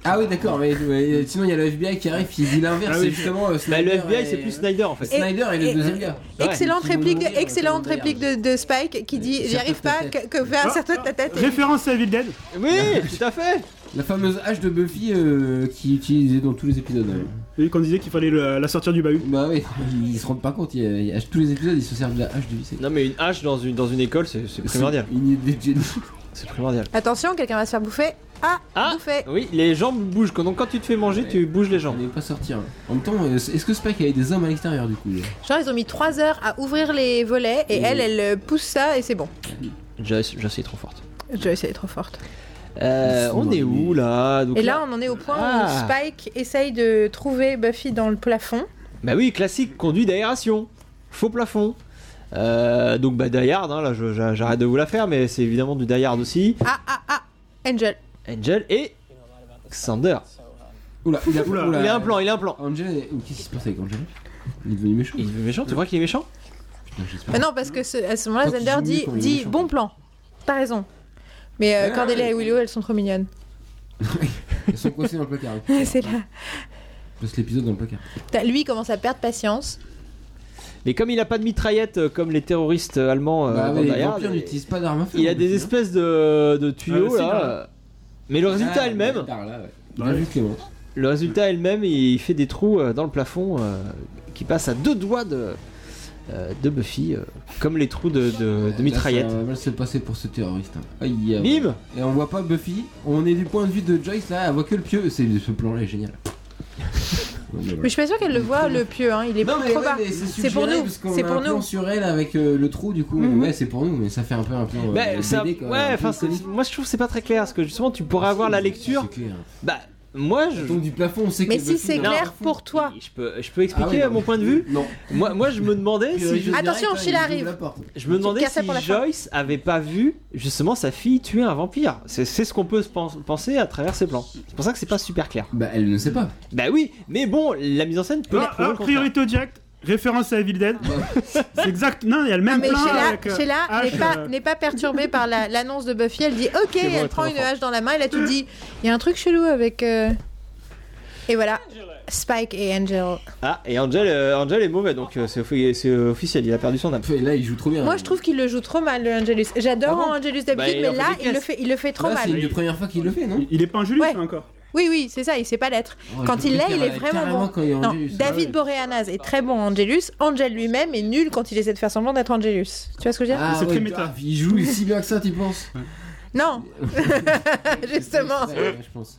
Speaker 2: Ah oui d'accord mais mais sinon il y a le FBI qui arrive qui dit l'inverse
Speaker 3: Ah oui.
Speaker 2: c'est justement euh,
Speaker 1: Bah, le
Speaker 2: Snyder
Speaker 1: FBI,
Speaker 2: et-
Speaker 1: c'est plus Snyder en fait.
Speaker 4: Et-
Speaker 2: Snyder et le
Speaker 4: et-
Speaker 2: deuxième gars.
Speaker 1: Ouais.
Speaker 4: excellente
Speaker 2: Ils vont
Speaker 4: réplique,
Speaker 2: mourir,
Speaker 4: de, excellente
Speaker 2: ils vont
Speaker 4: réplique de, de Spike qui dit
Speaker 2: Serre-toi
Speaker 4: J'y arrive
Speaker 2: ta
Speaker 4: pas, que,
Speaker 2: tête.
Speaker 4: que faire
Speaker 3: Ah,
Speaker 4: certains de ta tête.
Speaker 3: Référence à Evil Dead.
Speaker 1: Oui, [laughs] tout à fait.
Speaker 2: La fameuse hache de Buffy euh, qui est utilisée dans tous les épisodes. hein.
Speaker 3: Et qu'on disait qu'il fallait le- la sortir du bahut.
Speaker 2: Bah oui, ils, ils se rendent pas compte, il y a- il y a- tous les épisodes ils se servent de la hache de lycée.
Speaker 1: Non, mais une hache dans une, dans une école, c'est c'est primordial.
Speaker 2: Il y a des
Speaker 1: [laughs]
Speaker 2: Jedi.
Speaker 1: C'est primordial.
Speaker 4: Attention, quelqu'un va se faire bouffer. Ah,
Speaker 1: Ah.
Speaker 4: bouffer.
Speaker 1: Oui, les jambes bougent. Donc quand tu te fais manger,
Speaker 2: Ouais.
Speaker 1: tu bouges les
Speaker 2: On
Speaker 1: jambes.
Speaker 2: n'est pas sorti. hein. En même temps, euh, est-ce que Spike avait des hommes à l'extérieur du coup là
Speaker 4: Genre, ils ont mis 3 heures à ouvrir les volets et
Speaker 2: Oui.
Speaker 4: elle, elle euh, pousse ça et c'est bon.
Speaker 1: Joyce, Joyce est trop forte.
Speaker 4: Joyce, elle est trop forte.
Speaker 1: Euh,
Speaker 2: Ils sont
Speaker 1: on
Speaker 2: dans
Speaker 1: est
Speaker 2: les-
Speaker 1: où là Donc
Speaker 4: Et là, on en est au point
Speaker 1: Ah.
Speaker 4: où Spike essaye de trouver Buffy dans le plafond.
Speaker 1: Bah oui, classique, conduit d'aération, faux plafond. Euh, donc bah Die Hard, hein, là je- j'a- j'arrête de vous la faire, mais c'est évidemment du Die Hard aussi.
Speaker 4: Ah, ah, ah, Angel.
Speaker 1: Angel et Xander.
Speaker 2: Oula, il a,
Speaker 3: Oula,
Speaker 1: Il a un plan, il a un plan.
Speaker 2: Angela, ou qu'est-ce qui se passe avec Angela Il est devenu méchant
Speaker 1: Il Ah est méchant, tu crois qu'il est méchant
Speaker 2: Putain, j'espère.
Speaker 4: Mais Bah non, parce que ce- à ce moment-là,
Speaker 2: Quand ils
Speaker 4: Xander
Speaker 2: jouent mieux
Speaker 4: dit,
Speaker 2: quand ils
Speaker 4: dit
Speaker 2: jouent.
Speaker 4: bon plan. T'as raison. Mais
Speaker 2: Ah.
Speaker 4: euh, Cordelia et Willow, elles sont trop mignonnes.
Speaker 2: Ils sont coincés dans le
Speaker 1: [laughs]
Speaker 2: placard. hein.
Speaker 4: [laughs] c'est là.
Speaker 2: Passe l'épisode dans le placard.
Speaker 1: Euh,
Speaker 4: Putain, Lui il commence à perdre patience.
Speaker 1: Mais comme il a pas de mitraillette euh, comme les terroristes euh, allemands euh,
Speaker 2: bah
Speaker 1: dans
Speaker 2: ouais,
Speaker 1: Die
Speaker 2: les
Speaker 1: Hard,
Speaker 2: vampires
Speaker 1: il-
Speaker 2: n'utilisent pas d'armes à feu.
Speaker 1: il a
Speaker 2: hein,
Speaker 1: des
Speaker 2: Buffy, hein.
Speaker 1: espèces de, de
Speaker 3: Ah,
Speaker 1: tuyaux
Speaker 3: c'est
Speaker 1: là.
Speaker 3: dingue.
Speaker 1: euh, Mais le résultat
Speaker 2: Ah,
Speaker 1: est le même.
Speaker 2: Bâtard, là, ouais.
Speaker 3: Bah
Speaker 2: Bien
Speaker 3: ouais.
Speaker 2: vu, Clément.
Speaker 1: Le résultat est le même, il fait des trous euh, dans le plafond euh, qui passent à deux doigts de, euh, de Buffy, euh, comme les trous de, de, de mitraillette.
Speaker 2: Là, ça va mal se passer pour ce terroriste. hein. Aïe, aïe.
Speaker 1: Bim
Speaker 2: Et on voit pas Buffy, on est du point de vue de Joyce là, elle voit que le pieu. C'est ce plan là
Speaker 1: [laughs]
Speaker 2: est génial. Ouais, mais voilà.
Speaker 4: Mais je suis pas sûre qu'elle le voit, le pieu. hein. Il est
Speaker 2: Non, mais
Speaker 4: trop
Speaker 2: ouais,
Speaker 4: bas.
Speaker 2: mais
Speaker 4: C'est
Speaker 2: suggéré
Speaker 4: pour nous.
Speaker 2: parce qu'on
Speaker 4: C'est
Speaker 2: a
Speaker 4: pour
Speaker 2: un plan
Speaker 4: nous.
Speaker 2: sur elle avec euh, le trou du coup.
Speaker 4: Mhm.
Speaker 2: Ouais, c'est pour nous, mais ça fait un peu un plan. euh,
Speaker 1: Bah,
Speaker 2: BD,
Speaker 1: ça-
Speaker 2: quoi,
Speaker 1: ouais,
Speaker 2: un peu
Speaker 1: enfin, c'est-
Speaker 2: comique. Ah,
Speaker 1: moi je trouve que c'est pas très clair parce que justement tu pourrais avoir la lecture.
Speaker 2: C'est clair.
Speaker 1: Bah, moi
Speaker 2: Ça
Speaker 1: je.
Speaker 2: tombe du plafond, on sait que
Speaker 4: Mais si
Speaker 2: Buffy,
Speaker 4: c'est
Speaker 2: non.
Speaker 4: clair pour toi.
Speaker 1: Je peux, je peux
Speaker 2: Ah oui,
Speaker 1: expliquer
Speaker 2: non,
Speaker 1: mon
Speaker 2: mais-
Speaker 1: point de vue
Speaker 2: Non.
Speaker 1: moi, moi je me demandais si,
Speaker 2: Direct,
Speaker 4: Attention,
Speaker 2: hein,
Speaker 4: Sheila
Speaker 2: il ouvre
Speaker 4: arrive.
Speaker 2: la porte.
Speaker 1: je me demandais
Speaker 4: gardes ça
Speaker 1: si
Speaker 4: pour la fin.
Speaker 1: Joyce avait pas vu justement sa fille tuer un vampire. C'est c'est ce qu'on peut se pen- penser à travers ces plans. C'est pour ça que c'est pas super clair.
Speaker 2: Bah, elle ne sait pas.
Speaker 1: Bah oui, mais bon, la mise en scène peut.
Speaker 3: Ah,
Speaker 1: prouver le
Speaker 3: ah,
Speaker 1: contraire.
Speaker 3: priorité au direct. Référence à Evil Dead. [laughs] c'est exact. Non, il y a le
Speaker 4: Non,
Speaker 3: même
Speaker 4: Ah, mais
Speaker 3: plan.
Speaker 4: Sheila,
Speaker 3: avec, euh,
Speaker 4: Sheila
Speaker 3: Ash,
Speaker 4: n'est pas,
Speaker 3: euh,
Speaker 4: n'est pas perturbée par la- l'annonce de Buffy. Elle dit Ok,
Speaker 1: bon,
Speaker 4: elle
Speaker 1: elle
Speaker 4: prend
Speaker 1: prend
Speaker 4: une
Speaker 1: l'enfant.
Speaker 4: hache dans la main et là tu te dis Il y a un truc chelou avec. euh, Et voilà, Spike et Angel.
Speaker 1: Ah, et Angel, euh, Angel est mauvais, donc euh, c'est offi- c'est officiel, il a perdu son âme.
Speaker 2: Et là, il joue trop bien.
Speaker 4: Moi je trouve qu'il le joue trop mal, le Angelus. J'adore
Speaker 1: Ah bon
Speaker 4: Angelus
Speaker 1: Bah, il
Speaker 4: d'habitude,
Speaker 1: en fait
Speaker 4: mais là
Speaker 1: des
Speaker 4: il le,
Speaker 1: caisses.
Speaker 4: fait, il le fait trop
Speaker 2: Là,
Speaker 4: mal.
Speaker 2: C'est une des premières fois qu'il le fait, non
Speaker 3: Il est pas un Julius
Speaker 4: Ouais.
Speaker 3: là, encore.
Speaker 4: Oui, oui, c'est ça, il sait pas l'être.
Speaker 2: Oh,
Speaker 4: Quand
Speaker 2: je
Speaker 4: il l'est,
Speaker 2: préfère,
Speaker 4: il est
Speaker 2: euh,
Speaker 4: vraiment
Speaker 2: carrément
Speaker 4: bon.
Speaker 2: quand il y a
Speaker 4: Non,
Speaker 2: Angelus.
Speaker 4: David Boreanaz est très bon en Angelus. Angel lui-même est nul quand il essaie de faire semblant d'être Angelus. Tu vois ce que je veux dire
Speaker 2: Ah,
Speaker 3: C'est
Speaker 2: ouais,
Speaker 3: très méta.
Speaker 2: Il joue si bien que ça, tu penses [laughs]
Speaker 4: Non, justement.
Speaker 2: Ouais, ouais, je pense.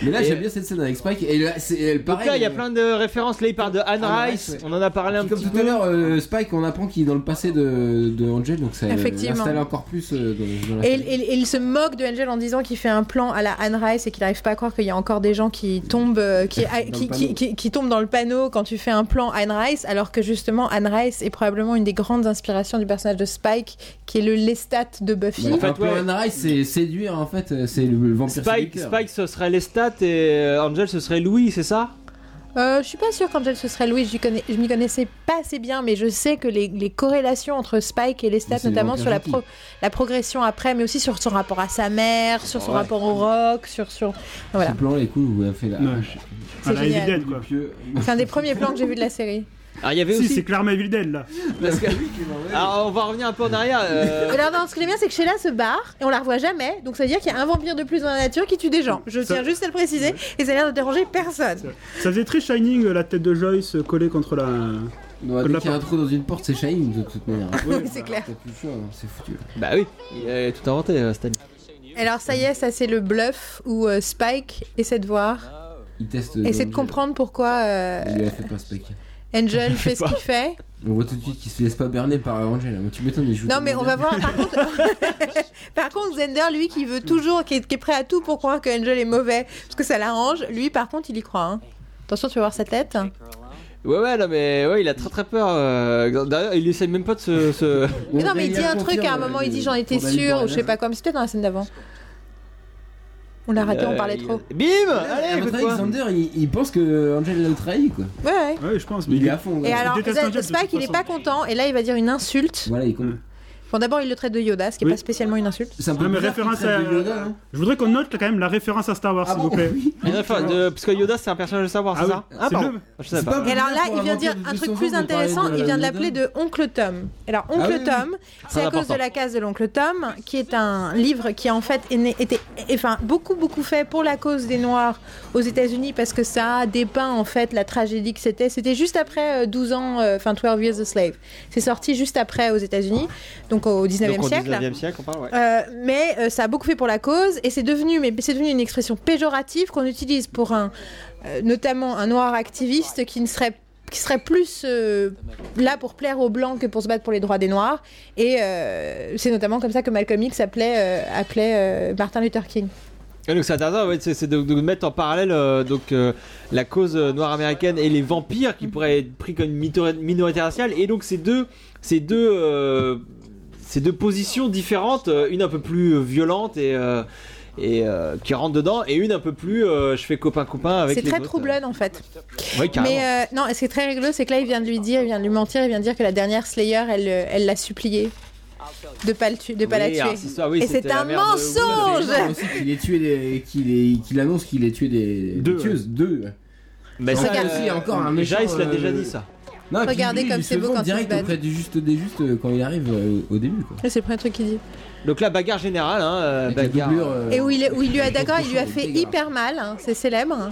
Speaker 2: Mais là,
Speaker 1: Et-
Speaker 2: j'aime bien cette scène avec Spike. Et là, c'est elle,
Speaker 1: Donc
Speaker 2: pareil.
Speaker 1: là, il y a
Speaker 2: euh,
Speaker 1: plein de références. Là, il parle de Anne
Speaker 2: Anne
Speaker 1: Rice.
Speaker 2: Rice, ouais.
Speaker 1: On en a parlé un
Speaker 2: Comme
Speaker 1: petit
Speaker 2: tout
Speaker 1: peu.
Speaker 2: à l'heure, euh, Spike, on apprend qu'il est dans le passé de, de Angel, donc ça
Speaker 4: Effectivement.
Speaker 2: installe encore plus euh, dans, dans la
Speaker 4: Et,
Speaker 2: série.
Speaker 4: et- et il se moque de Angel en disant qu'il fait un plan à la Anne Rice et qu'il n'arrive pas à croire qu'il y a encore des gens qui tombent, euh, qui,
Speaker 2: Dans le
Speaker 4: qui,
Speaker 2: panneau.
Speaker 4: qui, qui- qui tombent dans le panneau quand tu fais un plan Anne Rice, alors que justement Anne Rice est probablement une des grandes inspirations du personnage de Spike, qui est le Lestat de Buffy.
Speaker 2: Bah,
Speaker 1: En fait,
Speaker 2: un peu
Speaker 1: ouais.
Speaker 2: Anne Rice, c'est séduire en fait, euh, c'est le, le vampire
Speaker 1: Spike,
Speaker 2: séducteur.
Speaker 1: Spike, ce serait Lestat et euh, Angel, ce serait Louis, c'est ça
Speaker 4: Euh, je suis pas sûre qu'Angel ce serait Louis, je lui connais- je m'y connaissais pas assez bien, mais je sais que les, les corrélations entre Spike et Lestat,
Speaker 2: Mais c'est
Speaker 4: notamment
Speaker 2: le
Speaker 4: sur la,
Speaker 2: vampire
Speaker 4: pro- la progression après, mais aussi sur son rapport à sa mère, sur son
Speaker 2: Ouais.
Speaker 4: rapport au rock, sur. sur... Voilà.
Speaker 2: Ce plan là est cool où elle fait la.
Speaker 3: Ouais.
Speaker 4: C'est
Speaker 3: Ah, la Evil
Speaker 4: génial.
Speaker 3: Dead, quoi.
Speaker 2: Pieux.
Speaker 4: C'est un des premiers plans que j'ai vu de la série.
Speaker 1: Alors, Ah, il y avait
Speaker 3: Si, c'est
Speaker 1: aussi.
Speaker 3: clairement Evil Dead, là.
Speaker 1: Parce que- Alors, on va revenir un peu en arrière. euh,
Speaker 4: Alors non, ce que j'aime bien, c'est que Sheila se barre et on la revoit jamais. Donc ça veut dire qu'il y a un vampire de plus dans la nature qui tue des gens. Je
Speaker 3: Ça-
Speaker 4: tiens juste à le préciser et ça a l'air de déranger personne.
Speaker 3: Ça faisait très Shining, euh, la tête de Joyce euh, collée contre la.
Speaker 2: Non,
Speaker 3: Comme
Speaker 2: dès
Speaker 3: la
Speaker 2: qu'il y a un trou dans une porte, c'est Shaheen de toute manière.
Speaker 4: Oui, [laughs] c'est clair.
Speaker 2: T'as plus le choix, hein, c'est foutu.
Speaker 1: [laughs] Bah oui, il a tout inventé, euh, Stan.
Speaker 4: Alors ça y est, ça c'est le bluff où euh, Spike essaie de voir,
Speaker 2: Il teste.
Speaker 4: essaie
Speaker 2: Angel.
Speaker 4: de comprendre pourquoi euh,
Speaker 2: Il lui a fait pas Spike. [laughs]
Speaker 4: Angel fait ce qu'il fait.
Speaker 2: On voit tout de suite qu'il se laisse pas berner par Angel. Mais tu m'étonnes, il joue.
Speaker 4: Non mais
Speaker 2: tellement
Speaker 4: on va
Speaker 2: bien.
Speaker 4: voir. Par contre, [laughs] par contre Zender, lui qui veut toujours, qui est, qui est prêt à tout pour croire que Angel est mauvais parce que ça l'arrange, lui par contre il y croit. hein. Attention, tu vas voir sa tête.
Speaker 1: Ouais, ouais, non, mais ouais, il a très très peur. euh, D'ailleurs, il essaye même pas de se. [laughs] se-
Speaker 4: Mais non, mais il
Speaker 2: Angel,
Speaker 4: dit un
Speaker 2: confirme,
Speaker 4: truc à un moment, il
Speaker 2: euh,
Speaker 4: dit j'en étais
Speaker 2: pour David
Speaker 4: sûr, ou je
Speaker 2: Boreanaz.
Speaker 4: sais pas quoi, mais c'était dans la scène d'avant. On l'a raté, on
Speaker 1: Euh,
Speaker 4: parlait
Speaker 1: il-
Speaker 4: trop.
Speaker 1: Bim
Speaker 2: Ah,
Speaker 1: Allez,
Speaker 2: votre
Speaker 1: écoute-moi.
Speaker 2: Alexander, il, il pense que Angel l'a trahi quoi.
Speaker 4: Ouais, ouais.
Speaker 3: Ouais, je pense. Mais
Speaker 2: Il est à fond.
Speaker 4: Et
Speaker 2: quoi.
Speaker 4: alors,
Speaker 3: déteste Angel, de
Speaker 4: Spike,
Speaker 3: toute
Speaker 4: il est
Speaker 3: façon.
Speaker 4: pas content, et là, il va dire une insulte.
Speaker 2: Voilà, il compte.
Speaker 4: Bon, d'abord, il le traite de Yoda, ce qui est
Speaker 3: Oui.
Speaker 4: pas spécialement une insulte.
Speaker 2: C'est un peu
Speaker 1: Ah,
Speaker 3: Non, Ah, mais
Speaker 2: bizarre qu'il
Speaker 3: référence à.
Speaker 2: traite de Yoda, hein.
Speaker 3: Je voudrais qu'on note quand même la référence à Star Wars,
Speaker 2: Ah
Speaker 3: s'il
Speaker 2: bon
Speaker 3: vous plaît.
Speaker 2: Oui.
Speaker 1: Mais non, enfin, de- Parce que Yoda, c'est un personnage de savoir,
Speaker 3: Ah
Speaker 1: c'est
Speaker 3: oui,
Speaker 1: ça Ah,
Speaker 3: c'est
Speaker 1: pardon.
Speaker 3: le-
Speaker 1: Je savais
Speaker 2: C'est
Speaker 1: pas.
Speaker 2: pas-
Speaker 4: Et alors là,
Speaker 2: pour
Speaker 4: il vient
Speaker 2: un
Speaker 4: dire
Speaker 2: vampire
Speaker 4: un
Speaker 2: de
Speaker 4: truc
Speaker 2: 200
Speaker 4: plus
Speaker 2: ans, on parlait
Speaker 4: intéressant,
Speaker 2: de
Speaker 4: il vient
Speaker 2: Yoda.
Speaker 4: de l'appeler de Oncle Tom. Alors, Oncle
Speaker 2: Ah oui, oui.
Speaker 4: Tom, c'est
Speaker 1: Très
Speaker 4: à cause de
Speaker 1: important.
Speaker 4: la case de l'Oncle Tom, qui est un livre qui, en fait, est né- était et- enfin, beaucoup, beaucoup fait pour la cause des Noirs aux États-Unis, parce que ça dépeint, en fait, la tragédie que c'était. C'était juste après euh, 12 ans, euh, enfin, 12 Years a Slave. C'est sorti juste après aux États-Unis, donc au 19e
Speaker 1: Donc, au
Speaker 4: siècle.
Speaker 1: 19e siècle, on parle, ouais.
Speaker 4: Euh, mais euh, ça a beaucoup fait pour la cause et c'est devenu, mais c'est devenu une expression péjorative qu'on utilise pour un, euh, notamment un noir activiste qui ne serait qui serait plus euh, là pour plaire aux blancs que pour se battre pour les droits des noirs et euh, c'est notamment comme ça que Malcolm X appelait euh, appelait euh, Martin Luther King.
Speaker 1: Et donc c'est intéressant, ouais, c'est c'est de, de mettre en parallèle euh, donc euh, la cause euh, noire américaine et les vampires qui pourraient être pris comme une mito- minorité raciale. Et donc ces deux, ces deux, euh, ces deux positions différentes, euh, une un peu plus euh, violente et euh, et euh, qui rentre dedans, et une un peu plus euh, je fais copain copain avec.
Speaker 4: C'est
Speaker 1: les
Speaker 4: très
Speaker 1: autres.
Speaker 4: troublon en fait.
Speaker 1: Ouais, carrément.
Speaker 4: Mais euh, non, et ce qui est très rigolo, c'est que là il vient de lui dire, il vient de lui mentir, il vient de dire que la dernière Slayer, elle euh, elle l'a supplié de pas le tu- de pas
Speaker 1: Oui,
Speaker 4: la
Speaker 1: alors,
Speaker 4: tuer.
Speaker 1: c'est ça, oui,
Speaker 4: Et
Speaker 1: c'était
Speaker 4: c'est
Speaker 1: la
Speaker 4: un
Speaker 1: mère de Will.
Speaker 4: mensonge
Speaker 2: C'est énorme aussi qu'il ait tué des- qu'il ait- qu'il annonce qu'il ait tué des des
Speaker 3: Deux,
Speaker 2: tueuses, deux.
Speaker 1: Mais ça,
Speaker 4: Regarde.
Speaker 2: Aussi, encore euh, un méchant,
Speaker 1: Jace l'a
Speaker 2: euh,
Speaker 1: déjà dit ça.
Speaker 2: Non, et puis
Speaker 4: Regardez
Speaker 2: lui,
Speaker 4: comme
Speaker 2: il
Speaker 4: c'est
Speaker 2: se
Speaker 4: beau
Speaker 2: vante
Speaker 4: quand ils se
Speaker 2: direct
Speaker 4: battent.
Speaker 2: auprès du juste des justes euh, quand il arrive euh, au début quoi.
Speaker 4: C'est le premier truc qu'il dit.
Speaker 1: Donc la bagarre générale, hein, euh,
Speaker 2: Avec la
Speaker 1: bagarre.
Speaker 2: doublure, euh,
Speaker 4: Et où il, où il lui a
Speaker 2: avec le
Speaker 4: d'accord, il lui a
Speaker 2: prochain,
Speaker 4: fait
Speaker 2: il est
Speaker 4: hyper mal, hein, c'est célèbre. hein.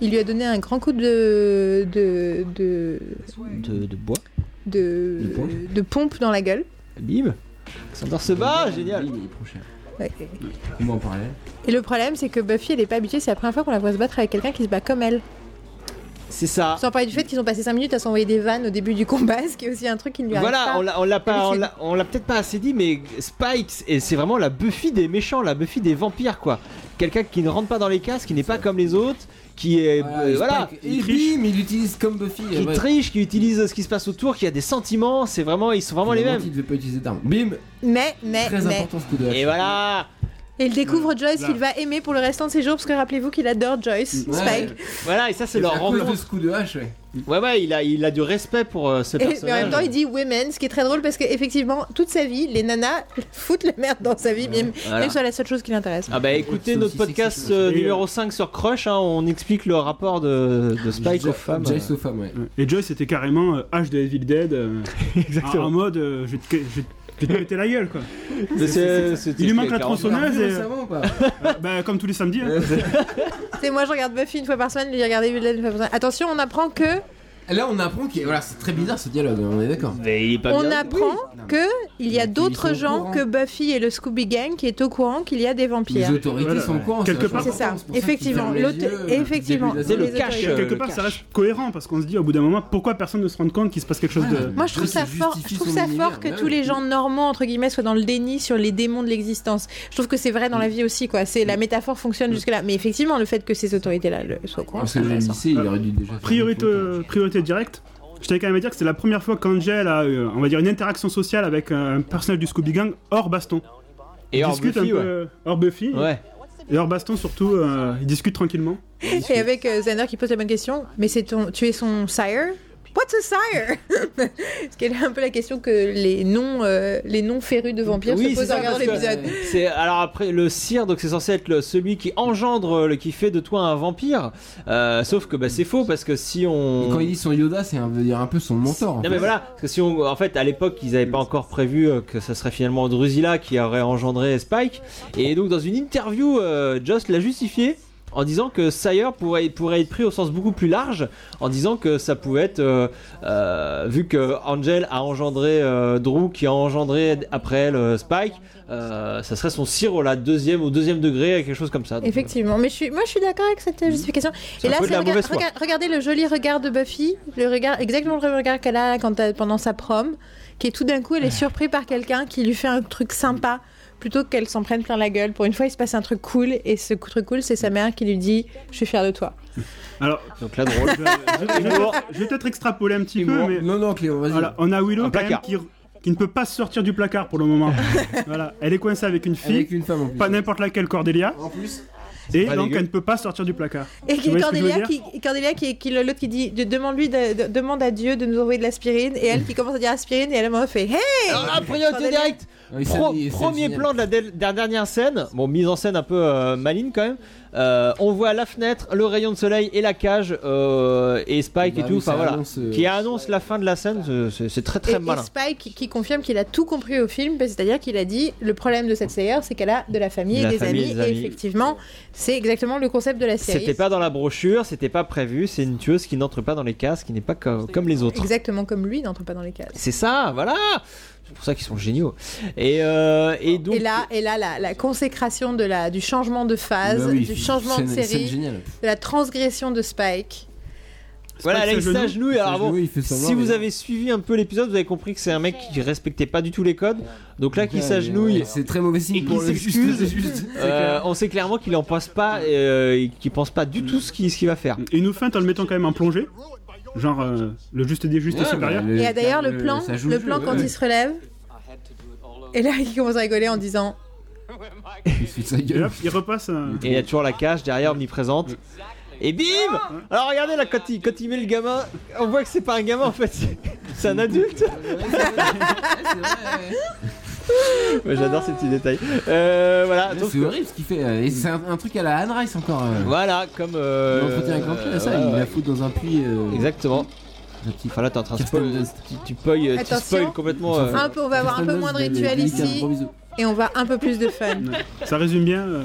Speaker 4: Il lui a donné un grand coup de de de
Speaker 1: de, de bois.
Speaker 4: de,
Speaker 2: De pompe.
Speaker 4: de pompe dans la gueule.
Speaker 1: Bim. Alexander se bat, Ah, génial.
Speaker 2: Il est prochain.
Speaker 4: Ouais.
Speaker 2: On va en parler.
Speaker 4: Et le problème, c'est que Buffy, elle est pas habituée. C'est la première fois qu'on la voit se battre avec quelqu'un qui se bat comme elle.
Speaker 1: C'est ça.
Speaker 4: Sans parler du fait qu'ils ont passé 5 minutes à s'envoyer des vannes au début du combat, ce qui est aussi un truc qui ne lui arrive
Speaker 1: Voilà,
Speaker 4: pas.
Speaker 1: on l'a- on l'a pas, on
Speaker 4: d'habitude.
Speaker 1: l'a- on l'a peut-être pas assez dit, mais Spikes, et c'est vraiment la Buffy des méchants, la Buffy des vampires, quoi. Quelqu'un qui ne rentre pas dans les cases, qui n'est pas comme les autres, qui est, euh, voilà,
Speaker 2: Spike,
Speaker 1: qui
Speaker 2: il
Speaker 1: triche,
Speaker 2: bim, il l'utilise comme Buffy.
Speaker 1: qui triche, qui utilise ce qui se passe autour, qui a des sentiments. C'est vraiment, ils sont vraiment les mêmes.
Speaker 2: Il devait pas utiliser d'armes. Bim,
Speaker 4: Mais mais
Speaker 2: très
Speaker 4: mais.
Speaker 2: important ce coup de hache.
Speaker 1: Et voilà.
Speaker 4: Et il découvre Joyce
Speaker 3: Là.
Speaker 4: qu'il va aimer pour le restant de ses jours parce que rappelez-vous qu'il adore Joyce.
Speaker 2: Ouais.
Speaker 4: Spike.
Speaker 1: Voilà, et ça c'est
Speaker 2: C'est
Speaker 1: leur
Speaker 2: à cause
Speaker 1: rencontre.
Speaker 2: de ce coup de hache, ouais.
Speaker 1: Ouais, ouais, il a, il a du respect pour euh, ce
Speaker 4: Et, mais en
Speaker 1: personnage.
Speaker 4: même temps, il dit women, ce qui est très drôle parce que effectivement, toute sa vie, les nanas [laughs] foutent la merde dans sa vie, même,
Speaker 1: Voilà.
Speaker 4: même si c'est la seule chose qui l'intéresse.
Speaker 1: Ah bah écoutez notre
Speaker 2: C'est aussi
Speaker 1: podcast
Speaker 2: sexy,
Speaker 1: euh,
Speaker 3: Et, euh,
Speaker 1: numéro 5 sur Crush, hein, on explique le rapport de, de Spike
Speaker 2: Ja-
Speaker 1: aux femmes.
Speaker 2: Jace aux femmes, ouais.
Speaker 3: Et Joyce était carrément euh, H de Evil
Speaker 2: [laughs]
Speaker 3: Dead. euh, en- En mode, euh, je vais te- je vais te- je vais te péter la
Speaker 2: [laughs]
Speaker 3: gueule, quoi.
Speaker 1: Mais c'est- c'est-
Speaker 3: Il lui manque la
Speaker 1: c'est-
Speaker 3: tronçonneuse.
Speaker 2: Tu l'as vu
Speaker 3: et-
Speaker 2: récemment ou pas
Speaker 3: Euh, bah, comme tous les samedis. hein.
Speaker 2: Euh,
Speaker 4: C'est moi, je regarde Buffy une fois par semaine, lui il regarde Evil Dead une fois par semaine. Attention, on apprend que
Speaker 2: Là, on apprend que voilà, c'est très bizarre ce dialogue, on est d'accord.
Speaker 1: Mais il est pas
Speaker 4: On
Speaker 1: bien.
Speaker 4: apprend
Speaker 2: Non, mais-
Speaker 4: que il y a
Speaker 2: Ils sont
Speaker 4: d'autres
Speaker 2: au
Speaker 4: gens
Speaker 2: courant.
Speaker 4: que Buffy et le Scooby Gang qui est au courant qu'il y a des
Speaker 2: Les
Speaker 4: vampires.
Speaker 2: autorités
Speaker 3: Voilà,
Speaker 2: sont au courant.
Speaker 3: quelque
Speaker 2: vachement
Speaker 3: part-
Speaker 4: C'est ça,
Speaker 2: important, pour qu'ils
Speaker 4: effectivement,
Speaker 2: ferment les
Speaker 4: l'auto-
Speaker 2: yeux, euh,
Speaker 4: effectivement,
Speaker 2: dès le
Speaker 1: Dès
Speaker 2: début
Speaker 1: le
Speaker 2: de la
Speaker 4: les
Speaker 1: cache,
Speaker 4: autorités.
Speaker 1: euh,
Speaker 3: Quelque
Speaker 1: le
Speaker 3: part,
Speaker 1: cache.
Speaker 3: ça reste cohérent parce qu'on se dit au bout d'un moment, pourquoi personne ne se rend compte qu'il se passe quelque chose de.
Speaker 2: Ouais.
Speaker 4: Moi, je trouve
Speaker 2: Ça, ça
Speaker 4: ça fort.
Speaker 2: Mm. justifie
Speaker 4: Je trouve
Speaker 2: son
Speaker 4: ça
Speaker 2: univers,
Speaker 4: fort que
Speaker 2: bah
Speaker 4: tous
Speaker 2: oui.
Speaker 4: les gens normaux entre guillemets soient dans le déni sur les démons de l'existence. Je trouve que c'est vrai dans
Speaker 2: Mm.
Speaker 4: la vie aussi, quoi. C'est la métaphore fonctionne jusque là. Mais effectivement, le fait que ces autorités-là le- soient au courant,
Speaker 2: Parce
Speaker 4: c'est
Speaker 2: que le
Speaker 4: intéressant.
Speaker 2: lycée, il aurait dû déjà. faire
Speaker 3: Priorité,
Speaker 2: une photo.
Speaker 3: euh, priorité directe. Je t'avais quand même à dire que c'est la première fois qu'Angel a, euh, on va dire, une interaction sociale avec euh, un personnage du Scooby Gang hors baston.
Speaker 1: Et
Speaker 3: Ils
Speaker 1: hors
Speaker 3: discutent
Speaker 1: Buffy,
Speaker 3: un peu
Speaker 1: ouais.
Speaker 3: euh, hors Buffy.
Speaker 1: Ouais.
Speaker 3: Et hors baston surtout, euh, ils discutent tranquillement.
Speaker 4: Et avec euh, Xander qui pose la bonne question. Mais c'est ton, tu es son sire. What's a sire? [laughs] Ce qui est un peu la question que les non, euh, les non férus de vampires
Speaker 1: Oui,
Speaker 4: se
Speaker 1: c'est
Speaker 4: posent en
Speaker 1: ça,
Speaker 4: regardant
Speaker 1: parce que-
Speaker 4: l'épisode.
Speaker 1: C'est alors après le sire, donc c'est censé être le- celui qui engendre, le, qui fait de toi un vampire. Euh, sauf que bah, c'est faux parce que si on
Speaker 2: Et Quand il dit son Yoda, c'est un, veut dire un peu son mentor. en
Speaker 1: non
Speaker 2: fait.
Speaker 1: mais voilà, parce que si on, en fait à l'époque ils n'avaient pas encore prévu euh, que ça serait finalement Drusilla qui aurait engendré Spike et donc dans une interview euh, Joss l'a justifié en disant que Sire pourrait, pourrait être pris au sens beaucoup plus large en disant que ça pouvait être euh, euh, vu que Angel a engendré euh, Drew qui a engendré après elle euh, Spike euh, ça serait son Sire au la deuxième au deuxième degré quelque chose comme ça Donc,
Speaker 4: Effectivement, mais je suis, moi je suis d'accord avec cette euh,
Speaker 3: Mhm.
Speaker 4: justification.
Speaker 1: C'est
Speaker 4: Et
Speaker 1: un
Speaker 4: là,
Speaker 1: peu de
Speaker 4: c'est
Speaker 1: la
Speaker 4: rega-
Speaker 1: mauvaise foi.
Speaker 4: rega- regardez le joli regard de Buffy, le regard exactement le regard qu'elle a quand elle- pendant sa prom, qui est tout d'un coup elle est surprise par quelqu'un qui lui fait un truc sympa plutôt qu'elle s'en prenne plein la gueule. Pour une fois, il se passe un truc cool et ce truc cool, c'est sa mère qui lui dit "Je suis fière de toi."
Speaker 3: Alors,
Speaker 1: donc là [laughs] drôle
Speaker 3: je, je- je- je vais peut-être extrapoler un petit peu,
Speaker 1: Humour.
Speaker 3: mais
Speaker 2: Non, non, Cléo, vas-y.
Speaker 3: voilà, on a Willow
Speaker 1: Un
Speaker 3: quand même
Speaker 1: placard.
Speaker 3: qui, qui ne peut pas sortir du placard pour
Speaker 2: [laughs]
Speaker 3: le moment. voilà, elle est coincée avec une fille,
Speaker 2: Avec une femme en plus.
Speaker 3: pas n'importe laquelle Cordelia,
Speaker 2: En plus,
Speaker 3: et
Speaker 1: pas
Speaker 3: donc
Speaker 1: dégueu.
Speaker 3: elle ne peut pas sortir du placard.
Speaker 4: Et
Speaker 3: Tu vois ce que je veux
Speaker 4: Cordelia
Speaker 3: dire
Speaker 4: qui, Cordelia qui, qui l'autre qui dit de- demande-lui de- de- demande à Dieu de nous envoyer de l'aspirine et elle qui commence à dire aspirine et elle m'a fait hey
Speaker 1: Alors là, Ah, priorité directe
Speaker 2: Oui, ça,
Speaker 1: Pro-
Speaker 2: il- ça,
Speaker 1: premier
Speaker 2: le
Speaker 1: plan de la, del- de la dernière scène, bon mise en scène un peu euh, maligne quand même. Euh, on voit la fenêtre, le rayon de soleil et la cage euh, et Spike
Speaker 2: Bah
Speaker 1: et
Speaker 2: oui,
Speaker 1: tout.
Speaker 2: ça
Speaker 1: Enfin voilà,
Speaker 2: annonce, euh,
Speaker 1: qui annonce la fin de la scène. c'est- C'est c'est très
Speaker 4: Et,
Speaker 1: très
Speaker 4: et
Speaker 1: malin.
Speaker 4: Spike qui- qui confirme qu'il a tout compris au film, parce que c'est-à-dire qu'il a dit le problème de cette Slayer, c'est qu'elle a de la famille,
Speaker 1: De la
Speaker 4: et, des
Speaker 1: famille et
Speaker 4: amis,
Speaker 1: des amis.
Speaker 4: et effectivement, c'est exactement le concept de la
Speaker 1: C'était
Speaker 4: série.
Speaker 1: pas dans la brochure, c'était pas prévu. C'est une tueuse qui n'entre pas dans les cases, qui n'est pas co- comme les autres.
Speaker 4: Exactement comme lui, n'entre pas dans les cases.
Speaker 1: C'est ça, voilà. C'est pour ça qu'ils sont géniaux. Et, euh, et donc
Speaker 4: Et là, et là la, la consécration de la, du changement de
Speaker 2: Bah
Speaker 4: phase,
Speaker 2: oui,
Speaker 4: du changement de
Speaker 2: scène- scène
Speaker 4: série,
Speaker 2: géniale.
Speaker 4: de la transgression de Spike.
Speaker 1: Voilà,
Speaker 3: Spike
Speaker 1: Alex
Speaker 3: s'agenouille.
Speaker 1: s'agenouille. Alors bon,
Speaker 2: S'agenouille, il fait savoir,
Speaker 1: si
Speaker 2: mais
Speaker 1: vous
Speaker 2: bon.
Speaker 1: avez suivi un peu l'épisode, vous avez compris que c'est un mec qui respectait pas du tout les codes. Donc là, qui
Speaker 2: Ouais,
Speaker 1: s'agenouille.
Speaker 2: ouais, C'est très mauvais signe
Speaker 1: qui
Speaker 2: pour le juste.
Speaker 1: s'excuse.
Speaker 2: c'est juste.
Speaker 1: euh, on sait clairement qu'il en pense pas, euh, et qu'il pense pas du tout ce qu'il ce qu'il va faire.
Speaker 3: Et nous feinte en le mettant quand même en plongée, genre euh, le juste des justes
Speaker 2: Ouais,
Speaker 3: supérieur.
Speaker 2: bah,
Speaker 4: Et
Speaker 2: le-
Speaker 4: a d'ailleurs, le
Speaker 2: le-
Speaker 4: plan,
Speaker 2: ça joue
Speaker 4: le
Speaker 2: le
Speaker 4: plan
Speaker 2: jeu,
Speaker 4: quand
Speaker 2: ouais.
Speaker 4: il se relève, et là, il commence à rigoler en disant
Speaker 2: Il se fait de sa
Speaker 3: Et
Speaker 2: gueule.
Speaker 3: hop, il repasse. euh,
Speaker 1: Et il y a toujours la cage derrière omniprésente. Et bim Alors regardez là, quand il, quand il met le gamin, on voit que c'est pas un gamin en fait, c'est un adulte. Ouais, J'adore ces petits détails. Euh, voilà, donc,
Speaker 2: C'est horrible ce qu'il fait. euh, et C'est un, un truc à la Anne Rice encore. euh.
Speaker 1: voilà, comme. euh,
Speaker 2: L'entretien avec vampire, ça,
Speaker 1: ouais,
Speaker 2: il la
Speaker 1: ouais.
Speaker 2: fout dans un puits. euh,
Speaker 1: Exactement.
Speaker 2: un petit-
Speaker 1: Enfin là, t'es en train de
Speaker 2: Kirsten
Speaker 1: spoil.
Speaker 2: Dunst.
Speaker 1: Tu, tu, spoil- tu
Speaker 4: Attention.
Speaker 1: spoil complètement. euh,
Speaker 4: un peu, on va avoir un peu
Speaker 2: Kirsten
Speaker 4: moins de
Speaker 2: Dunst,
Speaker 4: rituel
Speaker 2: elle lui dit un
Speaker 4: ici,
Speaker 2: gros bisou.
Speaker 4: et on va un peu plus
Speaker 2: [laughs]
Speaker 4: de fun.
Speaker 3: Ça résume bien. euh,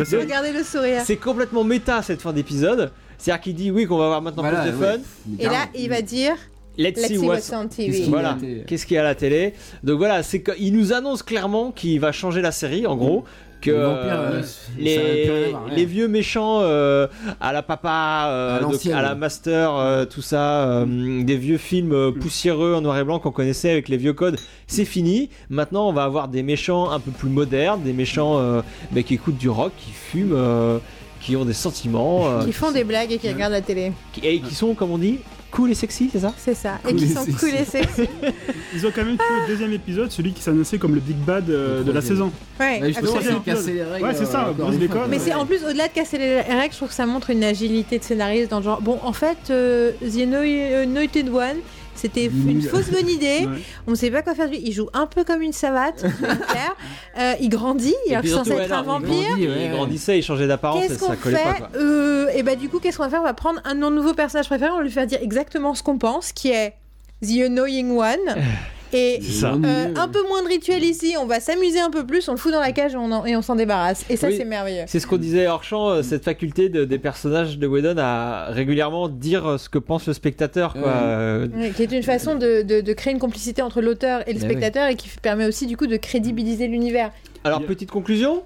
Speaker 3: la série.
Speaker 4: Regardez le sourire.
Speaker 1: C'est complètement méta cette fin d'épisode. C'est-à-dire qu'il dit oui qu'on va avoir maintenant
Speaker 2: Voilà,
Speaker 1: plus de
Speaker 2: ouais.
Speaker 1: fun.
Speaker 4: Et là, il va dire
Speaker 1: Let's,
Speaker 4: Let's see what's on
Speaker 2: Qu'est-ce
Speaker 4: TV.
Speaker 2: qu'il-
Speaker 1: Voilà.
Speaker 2: Il a été-
Speaker 1: Qu'est-ce qu'il y a à la télé Donc voilà, c'est que- il nous annonce clairement qu'il va changer la série, en gros, que
Speaker 2: Les vampires,
Speaker 1: euh,
Speaker 2: euh, ça va plus rien
Speaker 1: les,
Speaker 2: avoir, ouais.
Speaker 1: les vieux méchants euh, à la papa, euh,
Speaker 2: À
Speaker 1: donc
Speaker 2: l'ancienne.
Speaker 1: à la master, euh, tout ça, euh, des vieux films euh, poussiéreux en noir et blanc qu'on connaissait avec les vieux codes, c'est fini. Maintenant, on va avoir des méchants un peu plus modernes, des méchants euh, mais qui écoutent du rock, qui fument, euh, qui ont des sentiments euh,
Speaker 4: Qui font des blagues et qui regardent la télé.
Speaker 1: qui- et qui sont, comme on dit, cool et sexy, c'est ça
Speaker 4: C'est ça.
Speaker 2: Cool
Speaker 4: et qui
Speaker 2: et
Speaker 4: sont
Speaker 2: sexy.
Speaker 4: cool et sexy.
Speaker 3: Ils ont quand même tué le deuxième épisode, celui qui s'annonçait comme le Big Bad euh,
Speaker 2: Le
Speaker 3: de
Speaker 2: troisième.
Speaker 3: la saison.
Speaker 4: Ouais,
Speaker 2: Bah, justement,
Speaker 4: absolument.
Speaker 2: c'est casser les règles.
Speaker 3: Ouais, c'est ça,
Speaker 2: euh, encore
Speaker 3: brise
Speaker 2: une
Speaker 3: les
Speaker 2: fois.
Speaker 3: codes.
Speaker 4: Mais c'est en plus au-delà de casser les règles, je trouve que ça montre une agilité de scénariste dans le genre. Bon, en fait, euh, The Ano- Anointed One, c'était une
Speaker 3: Nul.
Speaker 4: fausse bonne idée.
Speaker 3: Ouais.
Speaker 4: On ne sait pas quoi faire. de lui. Il joue un peu comme une savate. soyons clairs. Euh, il grandit. Il est
Speaker 1: puis
Speaker 4: censé
Speaker 1: surtout,
Speaker 4: être un
Speaker 1: alors, il
Speaker 4: vampire.
Speaker 1: grandit,
Speaker 2: ouais.
Speaker 1: Il grandissait, il changeait d'apparence, et
Speaker 4: Qu'est-ce qu'on
Speaker 1: ça collait pas.
Speaker 4: fait
Speaker 1: quoi.
Speaker 4: Et bah du coup, qu'est-ce qu'on va faire On va prendre un de nos nouveaux personnages préférés, on va lui faire dire exactement ce qu'on pense, qui est The Annoying One. Et
Speaker 1: C'est ça.
Speaker 4: euh, un peu moins de rituel ici, on va s'amuser un peu plus, on le fout dans la cage et on en- et on s'en débarrasse. Et ça,
Speaker 1: Oui.
Speaker 4: c'est merveilleux.
Speaker 1: C'est ce qu'on disait hors champ, euh, cette faculté de- des personnages de Whedon à régulièrement dire euh, ce que pense le spectateur. Quoi. Euh,
Speaker 4: Ouais, qui est une façon de, de- de créer une complicité entre l'auteur et le
Speaker 1: Mais
Speaker 4: spectateur et qui permet aussi du coup de crédibiliser l'univers.
Speaker 1: Alors, petite conclusion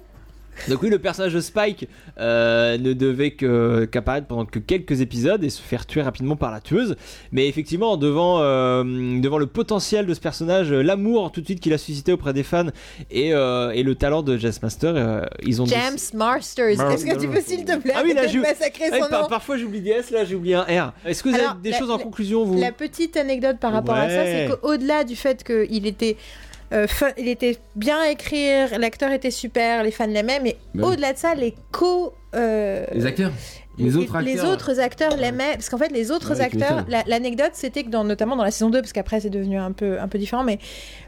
Speaker 1: donc oui, le personnage de Spike euh, ne devait que- qu'apparaître pendant que quelques épisodes et se faire tuer rapidement par la tueuse. Mais effectivement, devant, euh, devant le potentiel de ce personnage, euh, l'amour tout de suite qu'il a suscité auprès des fans et, euh, et le talent de Jazz Master, euh, ils ont
Speaker 4: James Marsters, est-ce que tu peux s'il te plaît
Speaker 1: Ah oui, là,
Speaker 4: arrêter de
Speaker 1: je-
Speaker 4: massacrer
Speaker 1: Eh,
Speaker 4: son
Speaker 1: par-
Speaker 4: nom
Speaker 1: parfois j'oublie des S, là j'ai oublié un R. Est-ce que vous
Speaker 4: Alors,
Speaker 1: avez des
Speaker 4: la-
Speaker 1: choses en
Speaker 4: la-
Speaker 1: conclusion vous
Speaker 4: La petite anecdote par rapport à ça,
Speaker 1: Ouais.
Speaker 4: c'est qu'au-delà du fait qu'il était, euh, fun- il était bien à écrire, l'acteur était super, les fans l'aimaient, mais
Speaker 1: Bah
Speaker 2: Ben oui.
Speaker 4: au-delà de ça, les co... euh,
Speaker 2: Les acteurs Les autres acteurs
Speaker 4: autres acteurs l'aimaient parce qu'en fait les autres
Speaker 2: Ouais, tu
Speaker 4: acteurs
Speaker 2: m'étonnes.
Speaker 4: la- l'anecdote c'était que dans, notamment dans la saison 2 parce qu'après c'est devenu un peu, un peu différent mais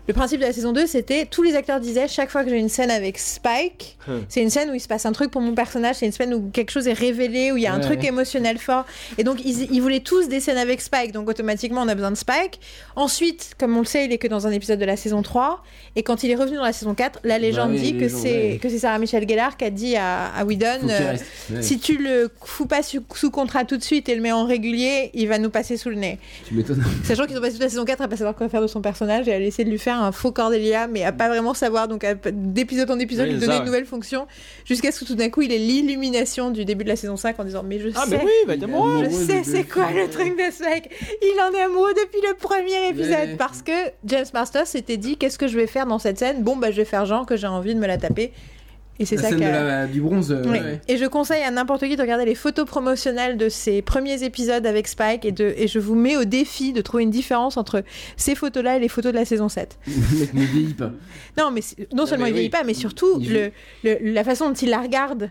Speaker 4: le principe de la saison 2 c'était tous les acteurs disaient chaque fois que j'ai une scène avec Spike
Speaker 1: Hmm.
Speaker 4: c'est une scène où il se passe un truc pour mon personnage c'est une scène où quelque chose est révélé où il y a un
Speaker 2: Ouais,
Speaker 4: truc
Speaker 2: ouais.
Speaker 4: émotionnel fort et donc ils, ils voulaient tous des scènes avec Spike donc automatiquement on a besoin de Spike ensuite comme on le sait il est que dans un épisode de la saison 3 et quand il est revenu dans la saison 4 la légende
Speaker 2: Bah oui,
Speaker 4: dit
Speaker 2: les
Speaker 4: que
Speaker 2: gens,
Speaker 4: c'est
Speaker 2: ouais.
Speaker 4: que c'est Sarah Michelle Gellar qui a dit à, à Whedon
Speaker 2: Faut qu'il
Speaker 4: euh,
Speaker 2: reste. Ouais,
Speaker 4: si tu le fous pas sous, sous contrat tout de suite et le mets en régulier, il va nous passer sous le nez.
Speaker 2: Tu m'étonnes.
Speaker 4: Sachant qu'ils ont passé toute la saison 4 à pas savoir quoi faire de son personnage et à laisser de lui faire un faux Cordelia, mais à pas vraiment savoir, donc à- d'épisode en épisode
Speaker 1: Oui,
Speaker 4: lui
Speaker 1: ça,
Speaker 4: donner
Speaker 1: ouais.
Speaker 4: de nouvelles fonctions, jusqu'à ce que tout d'un coup il ait l'illumination du début de la saison 5 en disant Mais je
Speaker 1: Ah
Speaker 4: sais,
Speaker 1: mais oui, bah, évidemment.
Speaker 2: Il est
Speaker 4: je
Speaker 2: amoureux
Speaker 4: sais
Speaker 2: de
Speaker 4: c'est
Speaker 2: deux
Speaker 4: quoi
Speaker 2: filles.
Speaker 4: le truc de Spike Il en est amoureux depuis le premier épisode
Speaker 2: Ouais.
Speaker 4: parce que James Marston s'était dit Qu'est-ce que je vais faire dans cette scène Bon, bah je vais faire genre que j'ai envie de me la taper. Et c'est
Speaker 2: La
Speaker 4: ça
Speaker 2: scène
Speaker 4: qu'a.
Speaker 2: de la- du bronze. euh,
Speaker 4: Oui.
Speaker 2: ouais.
Speaker 4: Et je conseille à n'importe qui de regarder les photos promotionnelles de ses premiers épisodes avec Spike et, de, et je vous mets au défi de trouver une différence entre ces photos-là et les photos de la saison 7.
Speaker 2: Le mec ne vieillit pas.
Speaker 4: Non, mais c'est- non seulement
Speaker 2: mais
Speaker 4: il vieillit
Speaker 2: oui.
Speaker 4: pas, mais surtout
Speaker 2: Il
Speaker 4: le, le- la façon dont il la regarde,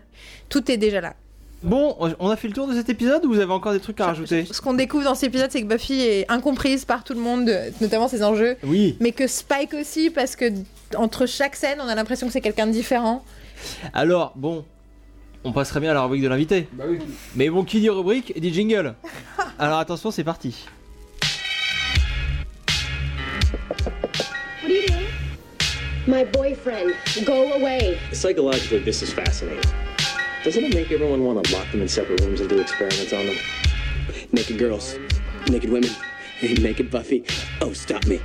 Speaker 4: tout est déjà là.
Speaker 1: Bon, on a fait le tour de cet épisode ou vous avez encore des trucs à rajouter
Speaker 4: Ce qu'on découvre dans cet épisode, c'est que Buffy est incomprise par tout le monde, euh, notamment ses enjeux,
Speaker 1: Oui.
Speaker 4: mais que Spike aussi, parce que entre chaque scène, on a l'impression que c'est quelqu'un de différent.
Speaker 1: Alors bon, on passerait bien à la rubrique de l'invité. Mais bon, qui dit rubrique dit jingle. Alors attention, c'est parti.
Speaker 7: My boyfriend, go away.
Speaker 10: Psychologically, this is fascinating. Doesn't it make everyone want to lock them in separate rooms and do experiments on them? Naked girls, naked women, [laughs] naked Buffy. Oh, stop me.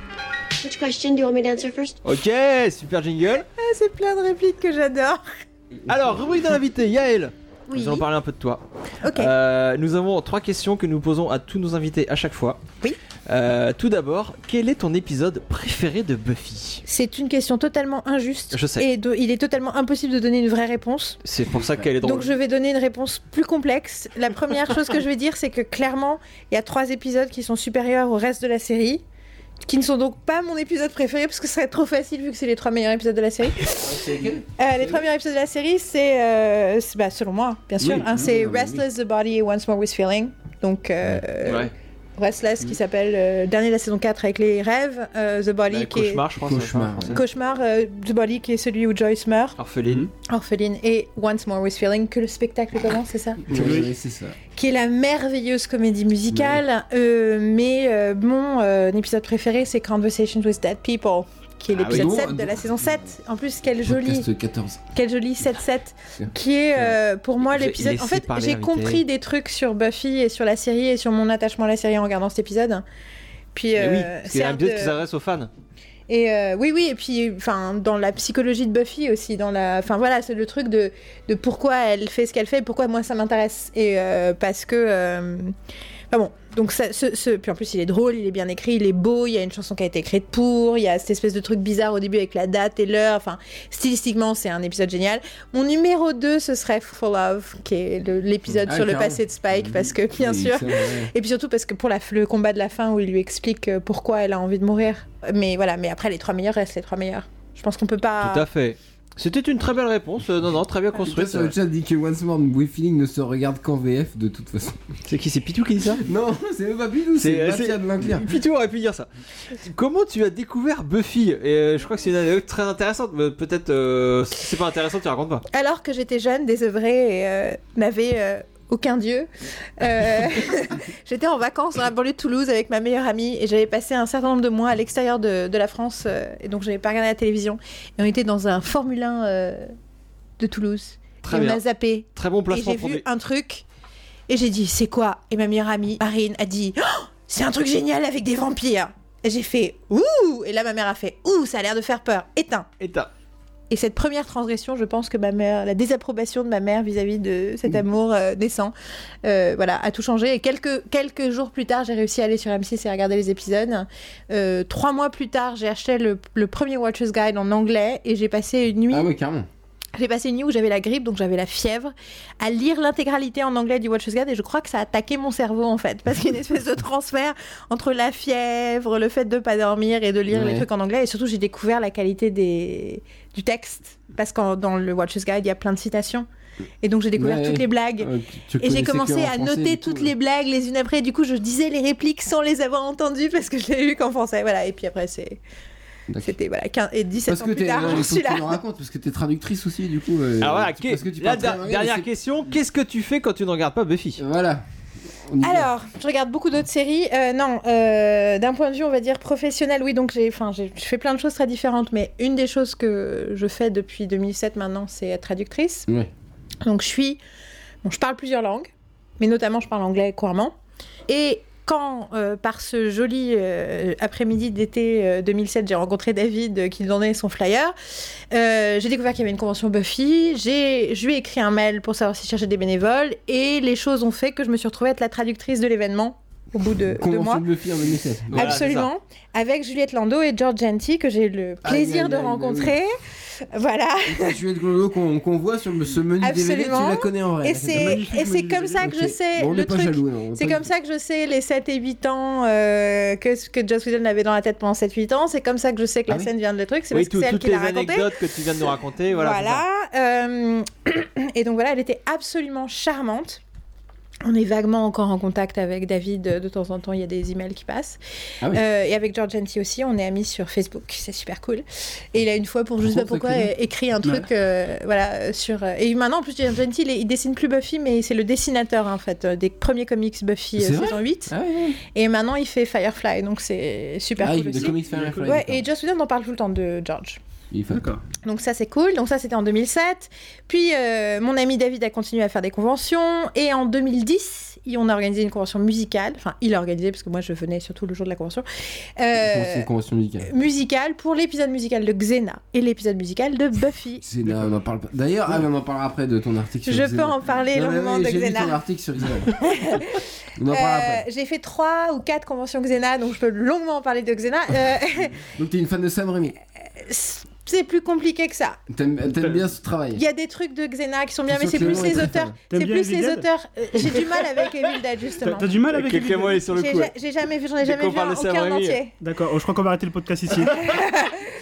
Speaker 7: Which question do you want me to answer first?
Speaker 1: Ok, super jingle.
Speaker 4: Ah, c'est plein de répliques que j'adore.
Speaker 1: Alors rubrique de l'invité, Yael.
Speaker 4: Oui.
Speaker 1: Nous allons parler un peu de toi.
Speaker 4: Ok.
Speaker 1: Euh, nous avons trois questions que nous posons à tous nos invités à chaque fois.
Speaker 4: Oui.
Speaker 1: Euh, tout d'abord, quel est ton épisode préféré de Buffy
Speaker 4: C'est une question totalement injuste.
Speaker 1: Je sais.
Speaker 4: Et de- il est totalement impossible de donner une vraie réponse.
Speaker 1: C'est pour ça qu'elle est drôle.
Speaker 4: Donc je vais donner une réponse plus complexe.
Speaker 2: [laughs]
Speaker 4: La première chose que je vais dire, c'est que clairement, il y a trois épisodes qui sont supérieurs au reste de la série. Qui ne sont donc pas mon épisode préféré parce que ce serait trop facile vu que c'est les trois meilleurs épisodes de la
Speaker 2: [laughs]
Speaker 4: série. Euh, les trois meilleurs épisodes de la série, c'est, euh, c'est- bah, selon moi, bien sûr,
Speaker 2: Oui,
Speaker 4: hein,
Speaker 2: oui,
Speaker 4: c'est
Speaker 2: oui, oui.
Speaker 4: Restless the Body et Once More with Feeling. Donc euh,
Speaker 1: Ouais.
Speaker 4: Restless
Speaker 2: Mm.
Speaker 4: qui s'appelle euh, dernier de la saison 4 avec les rêves, euh, The Body
Speaker 1: Ouais,
Speaker 4: qui est
Speaker 1: Bah, cauchemar, je crois.
Speaker 2: Cauchemar,
Speaker 1: c'est ça, en français.
Speaker 2: ouais.
Speaker 4: Cauchemar, Mmh. euh, The Body qui est celui où Joyce meurt,
Speaker 1: Orpheline.
Speaker 4: orpheline, et Once More with Feeling, que le spectacle commence, c'est
Speaker 1: Hmm.
Speaker 4: ça
Speaker 2: Ouais, ouais, c'est ça.
Speaker 4: Qui est la merveilleuse comédie musicale,
Speaker 1: Hmm.
Speaker 4: euh, mais euh, mon euh, épisode préféré c'est Conversations with Dead People, qui est
Speaker 2: Ah oui,
Speaker 4: l'épisode
Speaker 2: bon,
Speaker 4: 7 de
Speaker 1: euh,
Speaker 2: bon.
Speaker 4: la saison 7. En plus, quelle jolie,
Speaker 2: Podcast 14.
Speaker 4: quelle jolie 7-7, qui est euh, pour moi
Speaker 1: J'ai- il
Speaker 4: l'épisode. En
Speaker 1: laissait
Speaker 4: fait,
Speaker 1: parler
Speaker 4: j'ai
Speaker 1: l'invité.
Speaker 4: compris des trucs sur Buffy et sur la série et sur mon attachement à la série en regardant cet épisode. Puis,
Speaker 1: Mais Eh oui,
Speaker 4: euh,
Speaker 1: parce qu'il y a un
Speaker 4: certes,
Speaker 1: épisode qui
Speaker 4: euh,
Speaker 1: s'adresse aux fans.
Speaker 4: et euh, oui, oui, et puis enfin dans la psychologie de Buffy aussi, dans la, enfin voilà, c'est le truc de, de pourquoi elle fait ce qu'elle fait, et pourquoi moi ça m'intéresse et euh, parce que, euh, enfin bon, donc ça, ce, ce- puis en plus il est drôle, il est bien écrit, il est beau, il y a une chanson qui a été écrite pour, il y a cette espèce de truc bizarre au début avec la date et l'heure, enfin stylistiquement c'est un épisode génial. Mon numéro 2 ce serait For Love, qui est le- l'épisode
Speaker 2: Ah,
Speaker 4: sur le
Speaker 2: carrément.
Speaker 4: passé de Spike, parce que bien
Speaker 2: Oui,
Speaker 4: sûr.
Speaker 2: ça, ouais.
Speaker 4: Et puis surtout parce que pour la, le combat de la fin où il lui explique euh, pourquoi elle a envie de mourir. Mais voilà, mais après les trois meilleurs restent les trois meilleurs. Je pense qu'on peut pas.
Speaker 1: Tout à fait. C'était une très belle réponse. Euh, Non, non, très
Speaker 4: Ah,
Speaker 1: bien
Speaker 2: Toi,
Speaker 1: construite.
Speaker 2: sur le chat dit que Once More We Feeling ne se regarde qu'en VF de toute façon.
Speaker 1: C'est qui C'est Pitou qui dit ça
Speaker 2: [laughs] Non, c'est même pas Bidou,
Speaker 1: C'est-
Speaker 2: c'est
Speaker 1: c'est-
Speaker 2: Bastien de l'Inclair.
Speaker 1: Pitou aurait pu dire ça. Comment tu as découvert Buffy Et euh, je crois que c'est une anecdote très intéressante. mais Peut-être euh, si c'est pas intéressant, tu racontes pas.
Speaker 4: Alors que j'étais jeune, désœuvrée et euh, n'avais euh, aucun dieu. Euh, [laughs] J'étais en vacances dans la banlieue de Toulouse avec ma meilleure amie et j'avais passé un certain nombre de mois à l'extérieur de, de la France euh, et donc j'avais pas regardé la télévision. Et on était dans un Formule 1 euh, de Toulouse.
Speaker 1: Très
Speaker 4: et
Speaker 1: bien.
Speaker 4: on a zappé.
Speaker 1: Très bon
Speaker 4: Et
Speaker 1: placement
Speaker 4: j'ai vu
Speaker 1: produit.
Speaker 4: un truc et j'ai dit c'est quoi Et ma meilleure amie Marine a dit Oh, c'est un truc génial avec des vampires. Et j'ai fait ouh Et là ma mère a fait ouh ça a l'air de faire peur. Éteins.
Speaker 1: Et t'as-
Speaker 4: Et cette première transgression, je pense que ma mère, la désapprobation de ma mère vis-à-vis de cet amour euh, décent, euh, voilà, a tout changé. Et quelques, quelques jours plus tard, j'ai réussi à aller sur M6 et à regarder les épisodes. Euh, trois mois plus tard, j'ai acheté le, le premier Watchers Guide en anglais et j'ai passé une nuit
Speaker 2: Ah ouais, carrément.
Speaker 4: j'ai passé une nuit où j'avais la grippe, donc j'avais la fièvre, à lire l'intégralité en anglais du Watchers Guide et je crois que ça a attaqué mon cerveau en fait, parce qu'il y a une espèce de transfert entre la fièvre, le fait de pas dormir et de lire
Speaker 2: Ouais.
Speaker 4: les trucs en anglais et surtout j'ai découvert la qualité des... du texte, parce que dans le Watchers Guide il y a plein de citations et donc j'ai découvert
Speaker 2: Ouais.
Speaker 4: toutes les blagues.
Speaker 2: Euh, tu
Speaker 4: Et j'ai
Speaker 2: connaissais que
Speaker 4: commencé
Speaker 2: en
Speaker 4: à
Speaker 2: français,
Speaker 4: noter
Speaker 2: du coup, euh.
Speaker 4: toutes
Speaker 2: ouais.
Speaker 4: les blagues les unes après. Et du coup, je disais les répliques sans les avoir entendues parce que je l'ai lu qu'en français. Voilà. Et puis après, c'est-
Speaker 2: D'accord.
Speaker 4: c'était voilà 15 et 17
Speaker 2: Parce
Speaker 4: ans
Speaker 2: que
Speaker 4: plus
Speaker 2: t'es,
Speaker 4: tard,
Speaker 2: euh,
Speaker 4: je
Speaker 2: faut
Speaker 4: suis
Speaker 2: que tu
Speaker 4: là.
Speaker 2: nous racontes, parce que t'es traductrice aussi, du coup. euh,
Speaker 1: Alors voilà,
Speaker 2: tu-
Speaker 1: que-
Speaker 2: parce que tu
Speaker 1: Ah la
Speaker 2: parles
Speaker 1: der-
Speaker 2: très bien,
Speaker 1: dernière
Speaker 2: mais
Speaker 1: question, qu'est-ce que tu fais quand tu ne regardes pas Buffy
Speaker 2: c'est- Voilà. On y va.
Speaker 4: Alors, je regarde beaucoup d'autres séries. Euh, non, euh, d'un point de vue, on va dire professionnel, oui. Donc, j'ai, enfin, j'ai- je fais plein de choses très différentes, mais une des choses que je fais depuis 2007 maintenant, c'est être traductrice.
Speaker 2: Ouais.
Speaker 4: Donc, je suis, bon, je parle plusieurs langues, mais notamment, je parle anglais couramment. Et quand, euh, par ce joli euh, après-midi d'été euh, 2007, j'ai rencontré David euh, qui donnait son flyer, euh, j'ai découvert qu'il y avait une convention Buffy. J'ai, je lui ai écrit un mail pour savoir si je cherchais des bénévoles. Et les choses ont fait que je me suis retrouvée à être la traductrice de l'événement au bout de deux
Speaker 2: Convention
Speaker 4: mois.
Speaker 2: de Buffy en
Speaker 4: [laughs]
Speaker 2: 2007.
Speaker 1: Voilà,
Speaker 4: Absolument. Avec Juliette Landau et George Genty, que j'ai eu le
Speaker 2: Aïe,
Speaker 4: plaisir
Speaker 2: aïe,
Speaker 4: de
Speaker 2: aïe,
Speaker 4: rencontrer. Voilà.
Speaker 2: La Juliette Globo qu'on qu'on voit sur le- ce menu DVD, tu
Speaker 4: Absolument.
Speaker 2: la connais en vrai.
Speaker 4: Et
Speaker 2: la
Speaker 4: c'est,
Speaker 3: magnifique,
Speaker 4: et c'est
Speaker 3: magnifique.
Speaker 4: comme ça que je
Speaker 2: Ok.
Speaker 4: sais
Speaker 2: Bon, on
Speaker 4: le
Speaker 2: n'est pas
Speaker 4: truc.
Speaker 2: jaloux, alors, on est
Speaker 4: C'est
Speaker 2: pas-
Speaker 4: comme ça que je sais les 7 et 8 ans euh, que, que Joss Whedon avait dans la tête pendant 7-8 ans. C'est comme ça que je sais que
Speaker 2: Ah
Speaker 4: la
Speaker 2: oui.
Speaker 4: scène vient de le truc. C'est
Speaker 1: Oui,
Speaker 4: parce que
Speaker 1: tout-
Speaker 4: c'est elle
Speaker 1: toutes
Speaker 4: qui l'a
Speaker 1: les
Speaker 4: raconté.
Speaker 1: anecdotes que tu viens de nous raconter, voilà. c'est ça.
Speaker 4: Voilà. euh, [clears throat] et donc voilà, elle était absolument charmante. On est vaguement encore en contact avec David euh, de temps en temps, il y a des emails qui passent.
Speaker 2: Ah oui.
Speaker 4: Euh, et avec George Genti aussi, on est amis sur Facebook, c'est super cool. Et il a une fois, pour je sais pas
Speaker 2: Pourquoi
Speaker 4: pourquoi,
Speaker 2: c'est
Speaker 4: euh, écrit un truc euh, voilà, euh, sur. euh, Et maintenant, en plus, George Genti, il, est- il dessine plus Buffy, mais c'est le dessinateur en fait euh, des premiers comics Buffy euh,
Speaker 2: C'est vrai
Speaker 4: saison 8.
Speaker 2: Ah ouais,
Speaker 4: Et maintenant, il fait Firefly, donc c'est super
Speaker 2: ah,
Speaker 4: cool
Speaker 2: il,
Speaker 4: aussi.
Speaker 2: the comics Firefly,
Speaker 3: Ouais,
Speaker 4: Ouais,
Speaker 2: d'accord.
Speaker 4: et Joss Whedon en parle tout le temps de George.
Speaker 2: Il faut-
Speaker 3: D'accord.
Speaker 4: Donc ça c'est cool. Donc ça c'était en 2007. Puis euh, mon ami David a continué à faire des conventions et en 2010 il- on a organisé une convention musicale. Enfin il a organisé parce que moi je venais surtout le jour de la convention. Euh,
Speaker 2: C'est une convention musicale.
Speaker 4: musicale pour l'épisode musical de Xena et l'épisode musical de Buffy.
Speaker 2: [laughs] C'est là, on en parle pas. D'ailleurs, ah, mais on en parlera après de ton article sur
Speaker 4: Je
Speaker 2: Xena.
Speaker 4: peux en parler
Speaker 2: Non, mais
Speaker 4: longuement
Speaker 2: oui,
Speaker 4: de
Speaker 2: J'ai lu ton
Speaker 4: Xena.
Speaker 2: article sur Xena. on en parlera
Speaker 4: Euh,
Speaker 2: après.
Speaker 4: J'ai fait trois ou quatre conventions Xena, donc je peux longuement parler de Xena. Euh, [laughs]
Speaker 2: Donc, t'es une fan de Sam Raimi.
Speaker 4: c'est plus compliqué que ça.
Speaker 2: T'aimes t'aimes
Speaker 3: T'as-
Speaker 2: bien ce travail.
Speaker 4: Il y a des trucs de Xena qui sont bien,
Speaker 2: Sauf
Speaker 4: mais c'est
Speaker 2: que
Speaker 4: plus
Speaker 2: non,
Speaker 4: les
Speaker 2: très
Speaker 4: auteurs.
Speaker 2: fort.
Speaker 4: C'est
Speaker 3: T'aimes bien
Speaker 4: plus
Speaker 3: Evil
Speaker 4: les
Speaker 3: Dead
Speaker 4: auteurs. euh, J'ai du mal avec Evil Dead
Speaker 3: T'as
Speaker 4: justement.
Speaker 3: t'as du mal avec
Speaker 1: Quelques
Speaker 3: Evil
Speaker 1: mots
Speaker 3: Dead
Speaker 1: sur le
Speaker 4: J'ai
Speaker 1: coup.
Speaker 4: ja-
Speaker 1: ouais.
Speaker 4: J'ai jamais vu, j'en ai jamais
Speaker 1: qu'on
Speaker 4: vu
Speaker 1: parle
Speaker 4: un,
Speaker 1: de Sam
Speaker 4: aucun en
Speaker 1: Raimi.
Speaker 4: entier.
Speaker 3: D'accord, oh, je crois qu'on va arrêter le
Speaker 4: [laughs]
Speaker 3: podcast ici.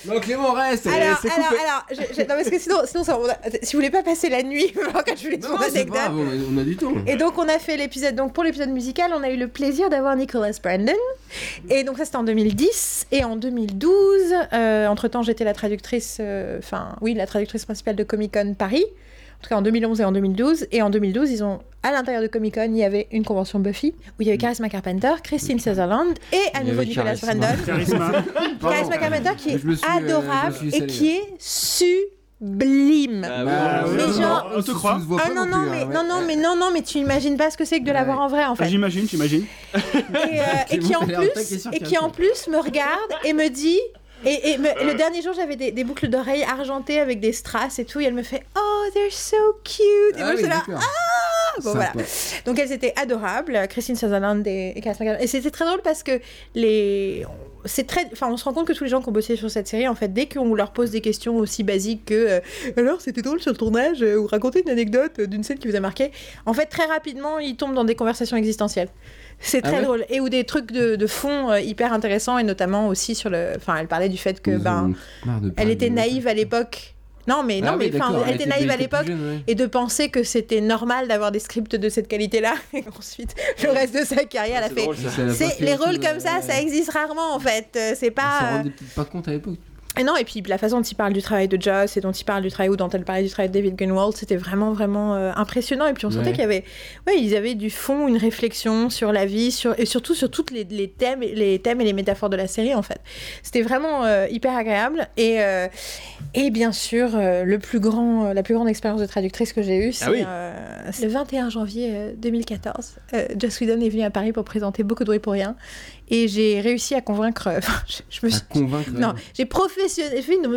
Speaker 2: Donc, Clément, reste.
Speaker 4: Alors, alors,
Speaker 1: c'est coupé.
Speaker 4: alors, je- je- non, parce que sinon, sinon ça- on a- si vous voulez pas passer la nuit, [laughs] alors quand je voulais
Speaker 2: Non,
Speaker 4: son
Speaker 2: c'est pas grave,
Speaker 4: anecdote.
Speaker 2: on a- on a du temps.
Speaker 4: Et donc, on a fait l'épisode. Donc, pour l'épisode musical, on a eu le plaisir d'avoir Nicholas Brandon. Et donc, ça, c'était en 2010. Et en 2012, euh, entre-temps, j'étais la traductrice, euh, enfin, oui, la traductrice principale de Comic Con Paris. En tout cas, en 2011 et en 2012. Et en 2012, ils ont, à l'intérieur de Comic Con, il y avait une convention Buffy où il y avait Charisma Carpenter, Christine Sutherland et
Speaker 2: Mm. Il
Speaker 4: à
Speaker 2: y
Speaker 4: nouveau
Speaker 2: avait
Speaker 4: Nicholas
Speaker 2: Charisma.
Speaker 4: Brandon.
Speaker 3: Charisma.
Speaker 2: Pardon.
Speaker 4: [laughs] Charisma Carpenter qui est
Speaker 2: Je me suis, euh,
Speaker 4: adorable
Speaker 2: je me suis
Speaker 4: et
Speaker 2: salé,
Speaker 4: qui est sublime.
Speaker 1: Ah,
Speaker 2: Bah,
Speaker 1: oui.
Speaker 3: ouais.
Speaker 4: Mais
Speaker 3: non,
Speaker 4: genre-
Speaker 3: on te croit.
Speaker 2: se voit
Speaker 4: Ah
Speaker 2: pas
Speaker 4: non non
Speaker 2: plus,
Speaker 4: mais
Speaker 2: hein, ouais.
Speaker 4: non non mais non non mais tu imagines pas ce que c'est que de l'avoir en vrai en
Speaker 3: Ah,
Speaker 4: fait
Speaker 3: J'imagine, j'imagine.
Speaker 4: et, euh, et qui en
Speaker 2: T'as l'air taqué
Speaker 4: plus
Speaker 2: sur
Speaker 4: et qui en plus me regarde et me dit et, et me- le dernier jour j'avais des, des boucles d'oreilles argentées avec des strass et tout et elle me fait oh they're so cute et moi
Speaker 2: Ah oui,
Speaker 4: j'étais là ah,
Speaker 2: d'accord.
Speaker 4: bon,
Speaker 2: Sympa.
Speaker 4: donc elles étaient adorables, euh, Christine Sutherland et et Kate McKinnon. Et c'était très drôle parce que les... C'est très... Enfin, on se rend compte que tous les gens qui ont bossé sur cette série, en fait, dès qu'on leur pose des questions aussi basiques que euh, alors c'était drôle sur le tournage euh, ou raconter une anecdote euh, d'une scène qui vous a marqué », en fait, très rapidement, ils tombent dans des conversations existentielles. C'est
Speaker 2: Ah
Speaker 4: très
Speaker 2: ouais
Speaker 4: drôle. Et ou des trucs de, de fond euh, hyper intéressants et notamment aussi sur le... Enfin, elle parlait du fait que,
Speaker 2: Ils
Speaker 4: ben,
Speaker 2: ont marre de
Speaker 4: elle
Speaker 2: parler
Speaker 4: était
Speaker 2: de-
Speaker 4: naïve à l'époque. Non, mais,
Speaker 2: Ah
Speaker 4: non,
Speaker 2: oui,
Speaker 4: mais enfin,
Speaker 2: d'accord,
Speaker 4: elle était naïve à
Speaker 2: plus
Speaker 4: l'époque
Speaker 2: jeune, ouais.
Speaker 4: et de penser que c'était normal d'avoir des scripts de cette qualité-là. [laughs] Et ensuite, le reste de sa carrière, elle a
Speaker 1: C'est
Speaker 4: fait.
Speaker 1: drôle, ça.
Speaker 2: Ça l'a pas
Speaker 4: C'est
Speaker 2: fait
Speaker 4: les
Speaker 2: du
Speaker 4: rôles
Speaker 2: tout,
Speaker 4: comme ça,
Speaker 2: ouais.
Speaker 4: ça existe rarement en fait. Euh, C'est
Speaker 2: Ils s'en
Speaker 4: pas.
Speaker 2: rendaient peut-être pas compte à l'époque.
Speaker 4: Et non, et puis la façon dont il parle du travail de Joss et dont il parle du travail ou dont elle parlait du travail de David Gunwald, c'était vraiment, vraiment euh, impressionnant. Et puis on sentait
Speaker 2: Ouais.
Speaker 4: qu'il y avait, ouais, ils avaient du fond, une réflexion sur la vie, sur, et surtout sur toutes les, les thèmes, les thèmes et les métaphores de la série en fait. C'était vraiment euh, hyper agréable. Et, euh, et bien sûr, euh, le plus grand, euh, la plus grande expérience de traductrice que j'ai eue, c'est
Speaker 1: oui.
Speaker 4: euh, c'est le 21 janvier euh, 2014. Euh, Joss Whedon est venu à Paris pour présenter Beaucoup de bruit pour rien. Et j'ai réussi à convaincre. [laughs] enfin, je, je me
Speaker 2: À
Speaker 4: suis-
Speaker 2: convaincre. euh,
Speaker 4: non, j'ai professionne- fait une,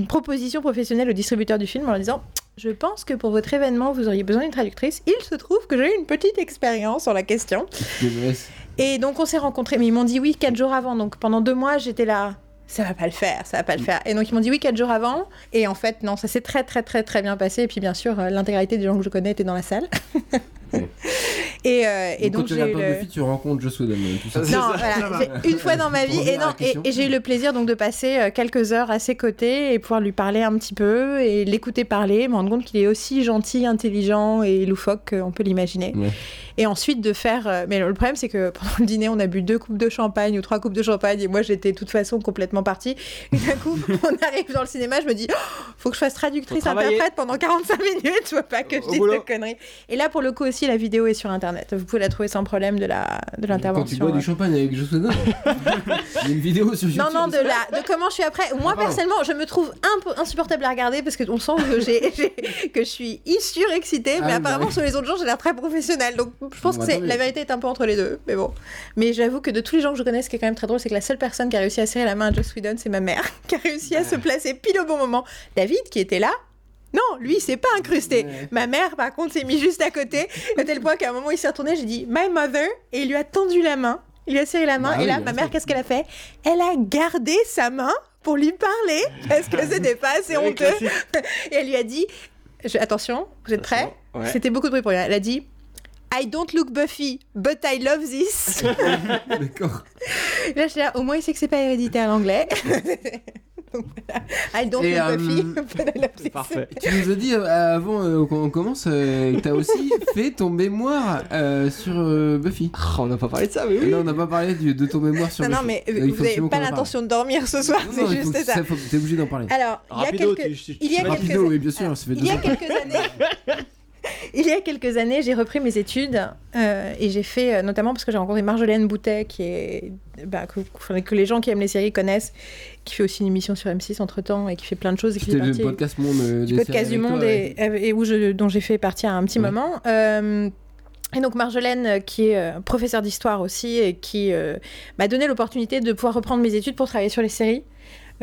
Speaker 4: une proposition professionnelle au distributeur du film en leur disant Je pense que pour votre événement, vous auriez besoin d'une traductrice. Il se trouve que j'ai eu une petite expérience sur la question.
Speaker 2: DBS.
Speaker 4: Et donc, on s'est rencontrés. Mais ils m'ont dit oui quatre jours avant. Donc, pendant deux mois, j'étais là. Ça va pas le faire, ça va pas le faire. Et donc, ils m'ont dit oui quatre jours avant. Et en fait, non, ça s'est très, très, très, très bien passé. Et puis, bien sûr, euh, l'intégralité des gens que je connais étaient dans la salle. [laughs] et, euh, et donc,
Speaker 2: quand tu
Speaker 4: j'ai eu
Speaker 2: regardes pas
Speaker 4: le.
Speaker 2: Buffy, tu rencontres Joss Whedon. euh, Tout ça.
Speaker 1: C'est
Speaker 4: Non,
Speaker 1: ça,
Speaker 4: voilà,
Speaker 3: ça va.
Speaker 4: j'ai- une fois dans ma
Speaker 2: Pour
Speaker 4: vie,
Speaker 2: revenir
Speaker 4: et,
Speaker 2: à la
Speaker 4: non, et,
Speaker 2: question.
Speaker 4: et j'ai eu le plaisir donc de passer euh, quelques heures à ses côtés et pouvoir lui parler un petit peu et l'écouter parler, me rendre compte qu'il est aussi gentil, intelligent et loufoque qu'on peut l'imaginer.
Speaker 2: Ouais.
Speaker 4: Et ensuite de faire, euh, mais le problème c'est que pendant le dîner, on a bu deux coupes de champagne ou trois coupes de champagne et moi j'étais de toute façon complètement partie. Et d'un coup, [laughs] on arrive dans le cinéma, je me dis, Oh, faut que je fasse traductrice,
Speaker 1: Faut travailler.
Speaker 4: interprète pendant 45 minutes, je veux pas que je
Speaker 1: Au
Speaker 4: dise
Speaker 1: boulot.
Speaker 4: de conneries. Et là, pour le coup aussi, la vidéo est sur internet. Vous pouvez la trouver sans problème de la de
Speaker 2: Quand tu
Speaker 4: l'intervention.
Speaker 2: bois
Speaker 4: euh,
Speaker 2: du champagne avec Joss
Speaker 4: [laughs]
Speaker 2: Whedon. Il y a une vidéo sur YouTube.
Speaker 4: non, non, de, la, de comment je suis après. Moi,
Speaker 2: Ah, pardon.
Speaker 4: personnellement, je me trouve un peu insupportable à regarder parce qu'on sent que, j'ai, [laughs] j'ai- que je suis hyper excitée,
Speaker 2: Ah
Speaker 4: mais
Speaker 2: oui, bah
Speaker 4: apparemment,
Speaker 2: oui.
Speaker 4: sur les autres gens, j'ai l'air très professionnelle. Donc, je pense
Speaker 2: Bon,
Speaker 4: que c'est,
Speaker 2: attendez.
Speaker 4: la vérité est un peu entre les deux. Mais bon. Mais j'avoue que de tous les gens que je connais, ce qui est quand même très drôle, c'est que la seule personne qui a réussi à serrer la main à Joss Whedon, c'est ma mère, [laughs] qui a réussi
Speaker 2: Bah.
Speaker 4: à se placer pile au bon moment. David, qui était là. Non, lui, il s'est pas incrusté.
Speaker 2: Ouais.
Speaker 4: Ma mère, par contre, s'est mis juste à côté, à tel point qu'à un moment, il s'est retourné, j'ai dit My mother, et il lui a tendu la main. Il lui a serré la main,
Speaker 2: Bah
Speaker 4: et
Speaker 2: oui,
Speaker 4: là,
Speaker 2: bien
Speaker 4: ma
Speaker 2: sûr.
Speaker 4: mère, qu'est-ce qu'elle a fait elle a gardé sa main pour lui parler parce
Speaker 2: [laughs]
Speaker 4: que c'était pas assez
Speaker 1: Oui,
Speaker 4: honteux.
Speaker 1: classique.
Speaker 4: [laughs] Et elle lui a dit je- Attention, vous êtes prêts
Speaker 1: Ouais.
Speaker 4: C'était beaucoup de bruit pour rien. Elle a dit I don't look Buffy, but I
Speaker 2: [laughs]
Speaker 4: love this.
Speaker 2: D'accord.
Speaker 4: là, je là, au moins il sait que c'est pas héréditaire l'anglais. [laughs] Donc voilà. I don't
Speaker 2: Et,
Speaker 4: look
Speaker 2: euh,
Speaker 4: Buffy, [laughs] but I love this.
Speaker 1: Parfait.
Speaker 2: Tu nous as dit euh, avant euh, qu'on commence euh, que t'as
Speaker 4: [laughs]
Speaker 2: aussi fait ton mémoire euh, sur euh, Buffy.
Speaker 1: Ah, on n'a pas parlé de ça, mais oui.
Speaker 2: Là, on n'a pas parlé du- de ton mémoire sur
Speaker 4: Non, non,
Speaker 2: Buffy.
Speaker 4: mais
Speaker 2: Euh,
Speaker 4: euh,
Speaker 2: il faut
Speaker 4: vous n'avez
Speaker 2: absolument
Speaker 4: pas
Speaker 2: qu'on en parle.
Speaker 4: l'intention de dormir ce soir,
Speaker 2: Non,
Speaker 4: c'est
Speaker 2: non, il faut
Speaker 4: juste
Speaker 2: que-
Speaker 4: ça.
Speaker 2: faut- T'es obligé d'en parler.
Speaker 4: Alors, il y a
Speaker 1: Rapido,
Speaker 4: quelques.
Speaker 1: tu- tu- tu
Speaker 4: il y a
Speaker 1: m'as dit-
Speaker 4: quelques-
Speaker 2: Rapido, oui, bien sûr, ça fait
Speaker 4: Il
Speaker 2: deux
Speaker 4: y a
Speaker 2: ans.
Speaker 4: quelques années. [laughs] Il y a quelques années, j'ai repris mes études euh, et j'ai fait, euh, notamment parce que j'ai rencontré Marjolaine Boutet, qui est, bah, que, que les gens qui aiment les séries connaissent, qui fait aussi une émission sur M6 entre temps et qui fait plein de choses. Et qui fait
Speaker 2: C'était le
Speaker 4: partie-
Speaker 2: podcast Monde euh,
Speaker 4: du
Speaker 2: des
Speaker 4: podcast
Speaker 2: séries
Speaker 4: du
Speaker 2: avec
Speaker 4: Monde
Speaker 2: toi,
Speaker 4: et,
Speaker 2: ouais.
Speaker 4: et où je, dont j'ai fait partie à un petit
Speaker 2: Ouais.
Speaker 4: moment. Euh, et donc Marjolaine, euh, qui est euh, professeure d'histoire aussi, et qui euh, m'a donné l'opportunité de pouvoir reprendre mes études pour travailler sur les séries.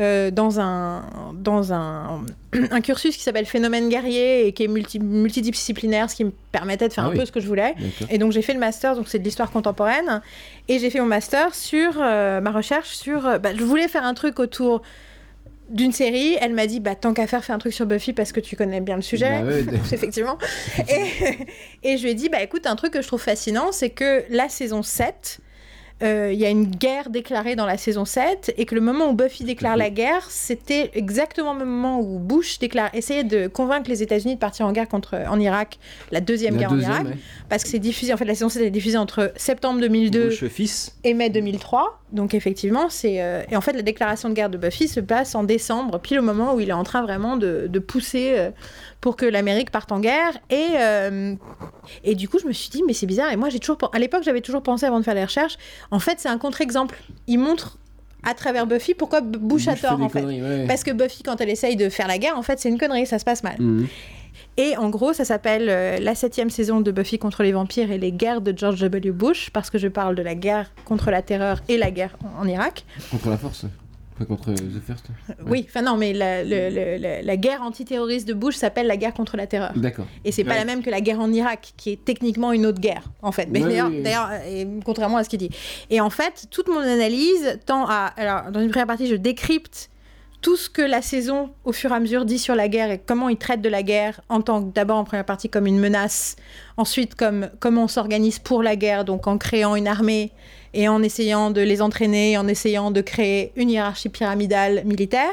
Speaker 4: euh, dans un, dans un, [clears throat] un cursus qui s'appelle Phénomène guerrier et qui est multi- multidisciplinaire, ce qui me permettait de faire
Speaker 2: Ah
Speaker 4: un
Speaker 2: oui.
Speaker 4: peu ce que je voulais.
Speaker 2: D'accord.
Speaker 4: Et donc j'ai fait le master, donc c'est de l'histoire contemporaine, et j'ai fait mon master sur euh, ma recherche sur. euh, bah, je voulais faire un truc autour d'une série. Elle m'a dit, bah tant qu'à faire, fais un truc sur Buffy parce que tu connais bien le sujet.
Speaker 2: Bah ouais, d-
Speaker 4: [laughs] Effectivement. et, et [laughs] je lui ai dit, bah écoute, un truc que je trouve fascinant, c'est que la saison 7, euh, il y a une guerre déclarée dans la saison 7, et que le moment où Buffy déclare
Speaker 2: Mhm.
Speaker 4: la guerre, c'était exactement le moment où Bush déclare, essayait de convaincre les États-Unis de partir en guerre contre, en Irak, la deuxième
Speaker 2: la
Speaker 4: guerre en Irak
Speaker 2: deuxième, ouais.
Speaker 4: parce que c'est diffusé, en fait la saison 7 est diffusée entre septembre 2002
Speaker 1: Bush fils.
Speaker 4: et mai 2003, donc effectivement c'est... euh, Et en fait la déclaration de guerre de Buffy se passe en décembre, pile au moment où il est en train vraiment de, de pousser euh, pour que l'Amérique parte en guerre, et, euh, et du coup je me suis dit mais c'est bizarre, et moi j'ai toujours... pen- À l'époque j'avais toujours pensé avant de faire les recherches, en fait c'est un contre-exemple, il montre à travers Buffy pourquoi B- Bush a
Speaker 2: Bush fait
Speaker 4: tort
Speaker 2: des
Speaker 4: en fait. Bah,
Speaker 2: conneries, ouais.
Speaker 4: Parce que Buffy, quand elle essaye de faire la guerre, en fait, c'est une connerie, ça se passe mal.
Speaker 2: Mhm.
Speaker 4: Et en gros, ça s'appelle euh, la septième saison de Buffy contre les vampires et les guerres de George W. Bush, parce que je parle de la guerre contre la terreur et la guerre en, en Irak.
Speaker 2: Contre la force. Enfin, contre euh, The First.
Speaker 4: Euh, Oui, enfin non, mais la, le- le- le- la guerre antiterroriste de Bush s'appelle la guerre contre la terreur.
Speaker 2: D'accord.
Speaker 4: Et c'est pas
Speaker 3: Ouais.
Speaker 4: la même que la guerre en Irak, qui est techniquement une autre guerre, en fait. Mais
Speaker 2: Ouais,
Speaker 4: d'ailleurs,
Speaker 2: ouais, ouais.
Speaker 4: d'ailleurs, euh, et contrairement à ce qu'il dit. Et en fait, toute mon analyse tend à. Alors, dans une première partie, je décrypte tout ce que la saison, au fur et à mesure, dit sur la guerre et comment il traite de la guerre, en tant que d'abord en première partie comme une menace, ensuite comme comment on s'organise pour la guerre, donc en créant une armée et en essayant de les entraîner, en essayant de créer une hiérarchie pyramidale militaire.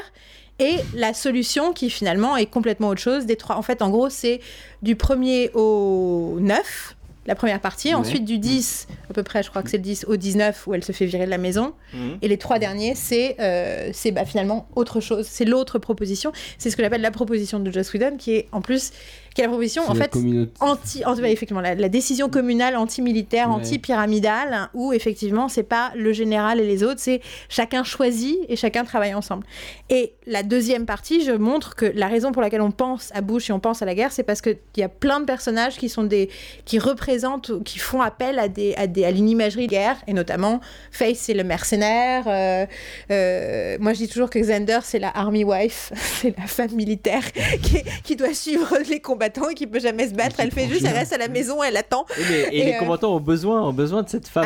Speaker 4: Et la solution qui finalement est complètement autre chose des trois. En fait, en gros, c'est du 1er au 9, la première partie,
Speaker 2: Ouais. Mm.
Speaker 4: ensuite du 10, à peu près, je crois que c'est le 10 au 19 où elle se fait virer de la maison,
Speaker 2: Mm.
Speaker 1: Mhm.
Speaker 4: et les trois derniers, c'est euh, c'est, bah, finalement autre chose, c'est l'autre proposition, c'est ce que j'appelle la proposition de Joss Whedon, qui est en plus, qui est la proposition en
Speaker 2: la
Speaker 4: fait
Speaker 2: communauté.
Speaker 4: anti, anti- bah, effectivement, la, la décision communale anti-militaire,
Speaker 2: Ouais.
Speaker 4: anti-pyramidale, hein, où effectivement, c'est pas le général et les autres, c'est chacun choisit et chacun travaille ensemble. Et la deuxième partie, je montre que la raison pour laquelle on pense à Bush et on pense à la guerre, c'est parce qu'il y a plein de personnages qui sont des, qui représentent, ou qui font appel à des, à des, à l'imagerie de guerre, et notamment Faith, c'est le mercenaire. euh, euh, moi, je dis toujours que Xander, c'est la army wife, [laughs] c'est la femme militaire [laughs] qui, qui doit suivre les combattants et qui peut jamais se battre.
Speaker 2: Qui
Speaker 4: Elle fait
Speaker 2: prend
Speaker 4: juste, elle
Speaker 2: bien.
Speaker 4: reste à la maison, elle attend.
Speaker 1: Et, les- et
Speaker 4: [laughs] Et,
Speaker 1: les
Speaker 4: euh,
Speaker 1: combattants ont besoin, ont besoin de cette femme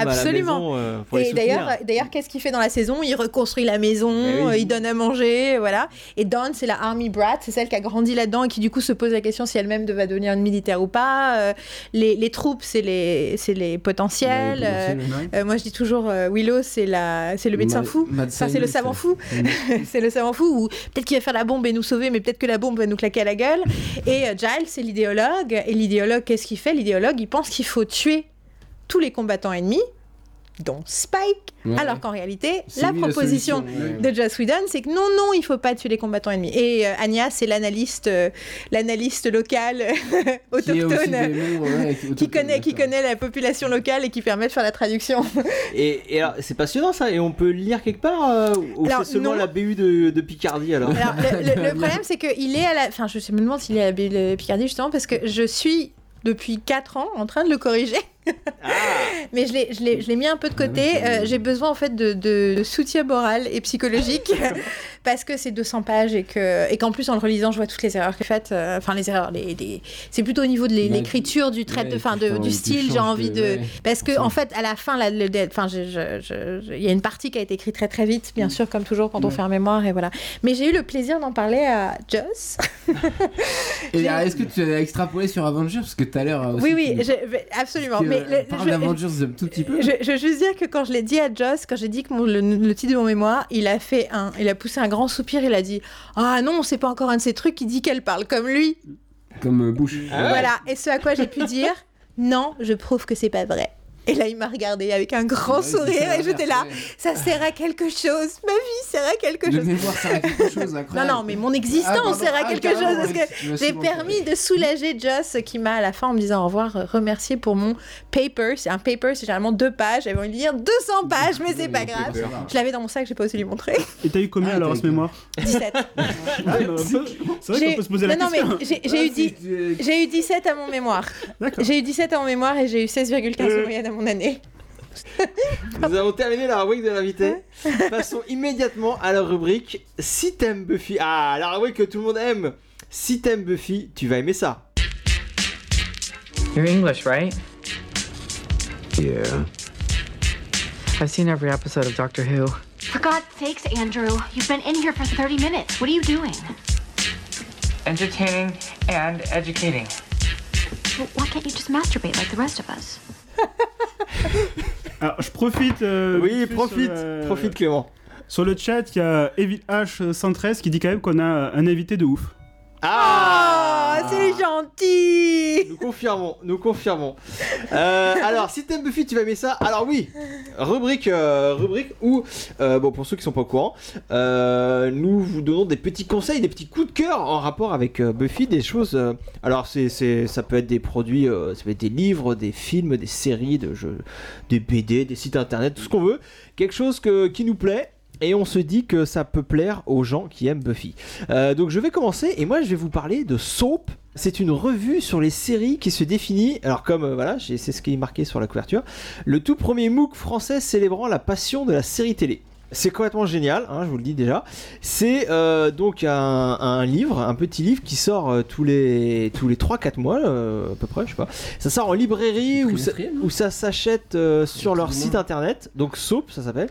Speaker 1: à
Speaker 4: Absolument.
Speaker 1: la maison euh, pour les
Speaker 4: Et
Speaker 1: soutenir.
Speaker 4: d'ailleurs, d'ailleurs, qu'est-ce qu'il fait dans la saison Il reconstruit la maison,
Speaker 1: Eh oui.
Speaker 4: euh, il donne à manger, voilà. Et Dawn, c'est la army brat, c'est celle qui a grandi là-dedans et qui du coup se pose la question si elle-même va devenir une militaire ou pas. Euh, les, les troupes, c'est les, c'est les potentiels. Euh, euh, moi, je dis toujours euh, Willow, c'est la, c'est le médecin fou. Enfin, c'est Mm. le savant fou. [laughs] c'est le savant fou ou peut-être qu'il va faire la bombe et nous sauver, mais peut-être que la bombe va nous claquer à la gueule. Et euh, Giles, c'est l'idéologue. Et l'idéologue, qu'est-ce qu'il fait L'idéologue, il pense qu'il faut tuer tous les combattants ennemis, dont Spike, alors qu'en réalité, la proposition de Joss Whedon, c'est que non, non, il faut pas tuer les combattants ennemis. Et euh, Anya, c'est l'analyste, euh, l'analyste [laughs] locale autochtone. Qui connaît, qui connaît la population locale et qui permet de faire la traduction.
Speaker 1: Et, et alors, c'est passionnant ça, et on peut le lire quelque part euh, Ou
Speaker 4: Alors,
Speaker 1: c'est seulement
Speaker 4: non.
Speaker 1: la BU de, de Picardie
Speaker 2: [laughs]
Speaker 1: alors
Speaker 4: Alors, le, le- le problème, c'est qu'il est à la. Enfin, je sais- me demande s'il est à la Baie de Picardie, justement, parce que je suis depuis 4 ans en train de le corriger. [laughs] Mais je l'ai- je l'ai je l'ai mis un peu de
Speaker 2: Ah,
Speaker 4: côté. Euh, J'ai besoin, en fait, de, de- de soutien moral et
Speaker 2: [laughs]
Speaker 4: psychologique, [laughs] parce que c'est 200 pages et qu'en et qu'en plus, en le relisant, je vois toutes les erreurs que faites. Euh, Enfin, les erreurs. Les, les- C'est plutôt au niveau de l'é-
Speaker 2: Ouais,
Speaker 4: l'écriture, du trait, de,
Speaker 2: ouais,
Speaker 4: enfin,
Speaker 2: tu
Speaker 4: de-
Speaker 2: changes,
Speaker 4: du
Speaker 2: tu
Speaker 4: style, j'ai
Speaker 2: changes
Speaker 4: envie
Speaker 2: de-
Speaker 4: de.
Speaker 2: ouais.
Speaker 4: Parce que, en fait, à la fin, là, le, le- enfin, je- je- je- je- il y a une partie qui a été écrite très très vite,
Speaker 2: Mm.
Speaker 4: bien sûr, comme toujours quand on fait un mémoire et voilà. Mais j'ai eu le plaisir d'en parler à Joss.
Speaker 2: Et alors, est-ce que tu as extrapolé sur Avengers Parce que tout à l'heure. euh, aussi,
Speaker 4: oui,
Speaker 2: tu
Speaker 4: oui,
Speaker 2: nous-
Speaker 4: je- mais absolument.
Speaker 2: tu, euh,
Speaker 4: Mais le-
Speaker 2: parles
Speaker 4: je-
Speaker 2: d'Avengers un tout petit peu.
Speaker 4: je, je veux juste dire que quand je l'ai dit à Joss, quand j'ai dit que mon- le, le titre de mon mémoire, il a fait un, il a poussé un grand soupir, il a dit Ah non, c'est pas encore un de ces trucs qui dit qu'elle parle comme lui.
Speaker 2: Comme euh, Bush.
Speaker 4: Voilà, et ce à quoi
Speaker 2: [laughs]
Speaker 4: j'ai pu dire Non, je prouve que c'est pas vrai. Et là, il m'a regardé avec un grand
Speaker 2: Ah Ouais,
Speaker 4: sourire et
Speaker 2: c'est
Speaker 4: j'étais là.
Speaker 2: ouais.
Speaker 4: Ça sert à quelque chose. Ma vie sert à quelque
Speaker 2: De
Speaker 4: chose.
Speaker 2: mémoire, ça a quelque chose
Speaker 4: Non,
Speaker 2: incroyable.
Speaker 4: non, mais mon
Speaker 2: Ah, pardon.
Speaker 4: existence sert à
Speaker 2: Ah,
Speaker 4: quelque
Speaker 2: carrément,
Speaker 4: chose
Speaker 2: ouais,
Speaker 4: parce que
Speaker 2: tu m'as
Speaker 4: j'ai
Speaker 2: souvent-
Speaker 4: permis de soulager Joss qui m'a à la fin en me disant au revoir euh, remercié pour mon paper. C'est un paper, c'est généralement deux pages. J'avais envie de lire 200 pages, mais c'est pas grave. Je l'avais dans mon sac, j'ai pas osé lui
Speaker 3: [laughs]
Speaker 4: montrer.
Speaker 3: Et t'as eu combien
Speaker 2: Ah,
Speaker 3: alors à
Speaker 2: t'as eu
Speaker 3: ce mémoire
Speaker 4: 17.
Speaker 3: Ah, bah, on peut- C'est vrai
Speaker 4: J'ai-
Speaker 3: qu'on peut se poser la
Speaker 4: non,
Speaker 3: question. Ah,
Speaker 4: non, mais j'ai- j'ai eu dix- j'ai eu 17 à mon
Speaker 3: [laughs]
Speaker 4: mémoire.
Speaker 3: D'accord.
Speaker 4: J'ai eu 17 à mon mémoire et j'ai eu 16,15 en
Speaker 3: Euh.
Speaker 4: moyenne à mon année.
Speaker 1: Nous avons terminé la rubrique de l'invité. Passons immédiatement à la rubrique Si t'aimes Buffy. Ah, la rubrique que tout le monde aime. Si t'aimes Buffy, tu vas aimer ça.
Speaker 6: You're English, right?
Speaker 10: Yeah.
Speaker 6: I've seen every episode of Doctor Who.
Speaker 8: For God's sakes, Andrew, you've been in here for 30 minutes. What are you doing?
Speaker 6: Entertaining and educating.
Speaker 8: Well, why can't you just masturbate like the rest of us?
Speaker 3: Alors, je profite. euh,
Speaker 1: oui,
Speaker 3: vite fait
Speaker 1: profite,
Speaker 3: sur, euh,
Speaker 1: profite Clément.
Speaker 3: Sur le chat, il y a Evil H113 qui dit quand même qu'on a un invité de ouf.
Speaker 4: Oh,
Speaker 3: Ah.
Speaker 1: Ah.
Speaker 4: c'est gentil!
Speaker 3: [laughs]
Speaker 1: Nous confirmons, nous confirmons. Euh, alors, si t'aimes Buffy, tu vas aimer ça. Alors oui, rubrique, euh, rubrique où, euh, bon, pour ceux qui sont pas au courant, euh, nous vous donnons des petits conseils, des petits coups de cœur en rapport avec euh, Buffy, des choses. euh, alors, c'est, c'est- ça peut être des produits, euh, ça peut être des livres, des films, des séries, de jeux, des BD, des sites internet, tout ce qu'on veut. Quelque chose que, qui nous plaît. Et on se dit que ça peut plaire aux gens qui aiment Buffy. Euh, donc je vais commencer et moi je vais vous parler de Soap. C'est une revue sur les séries qui se définit, alors comme euh, voilà, j'ai- c'est ce qui est marqué sur la couverture, le tout premier MOOC français célébrant la passion de la série télé. C'est complètement génial, hein, je vous le dis déjà. C'est euh, donc un, un livre, un petit livre qui sort euh, tous les, tous les 3-4 mois, euh, à peu près, je sais pas. Ça sort en librairie ou ça,
Speaker 2: trimestriel, non
Speaker 1: ou ça s'achète euh, sur leur
Speaker 2: Plus ou
Speaker 1: site
Speaker 2: moins.
Speaker 1: internet, donc Soap, ça s'appelle.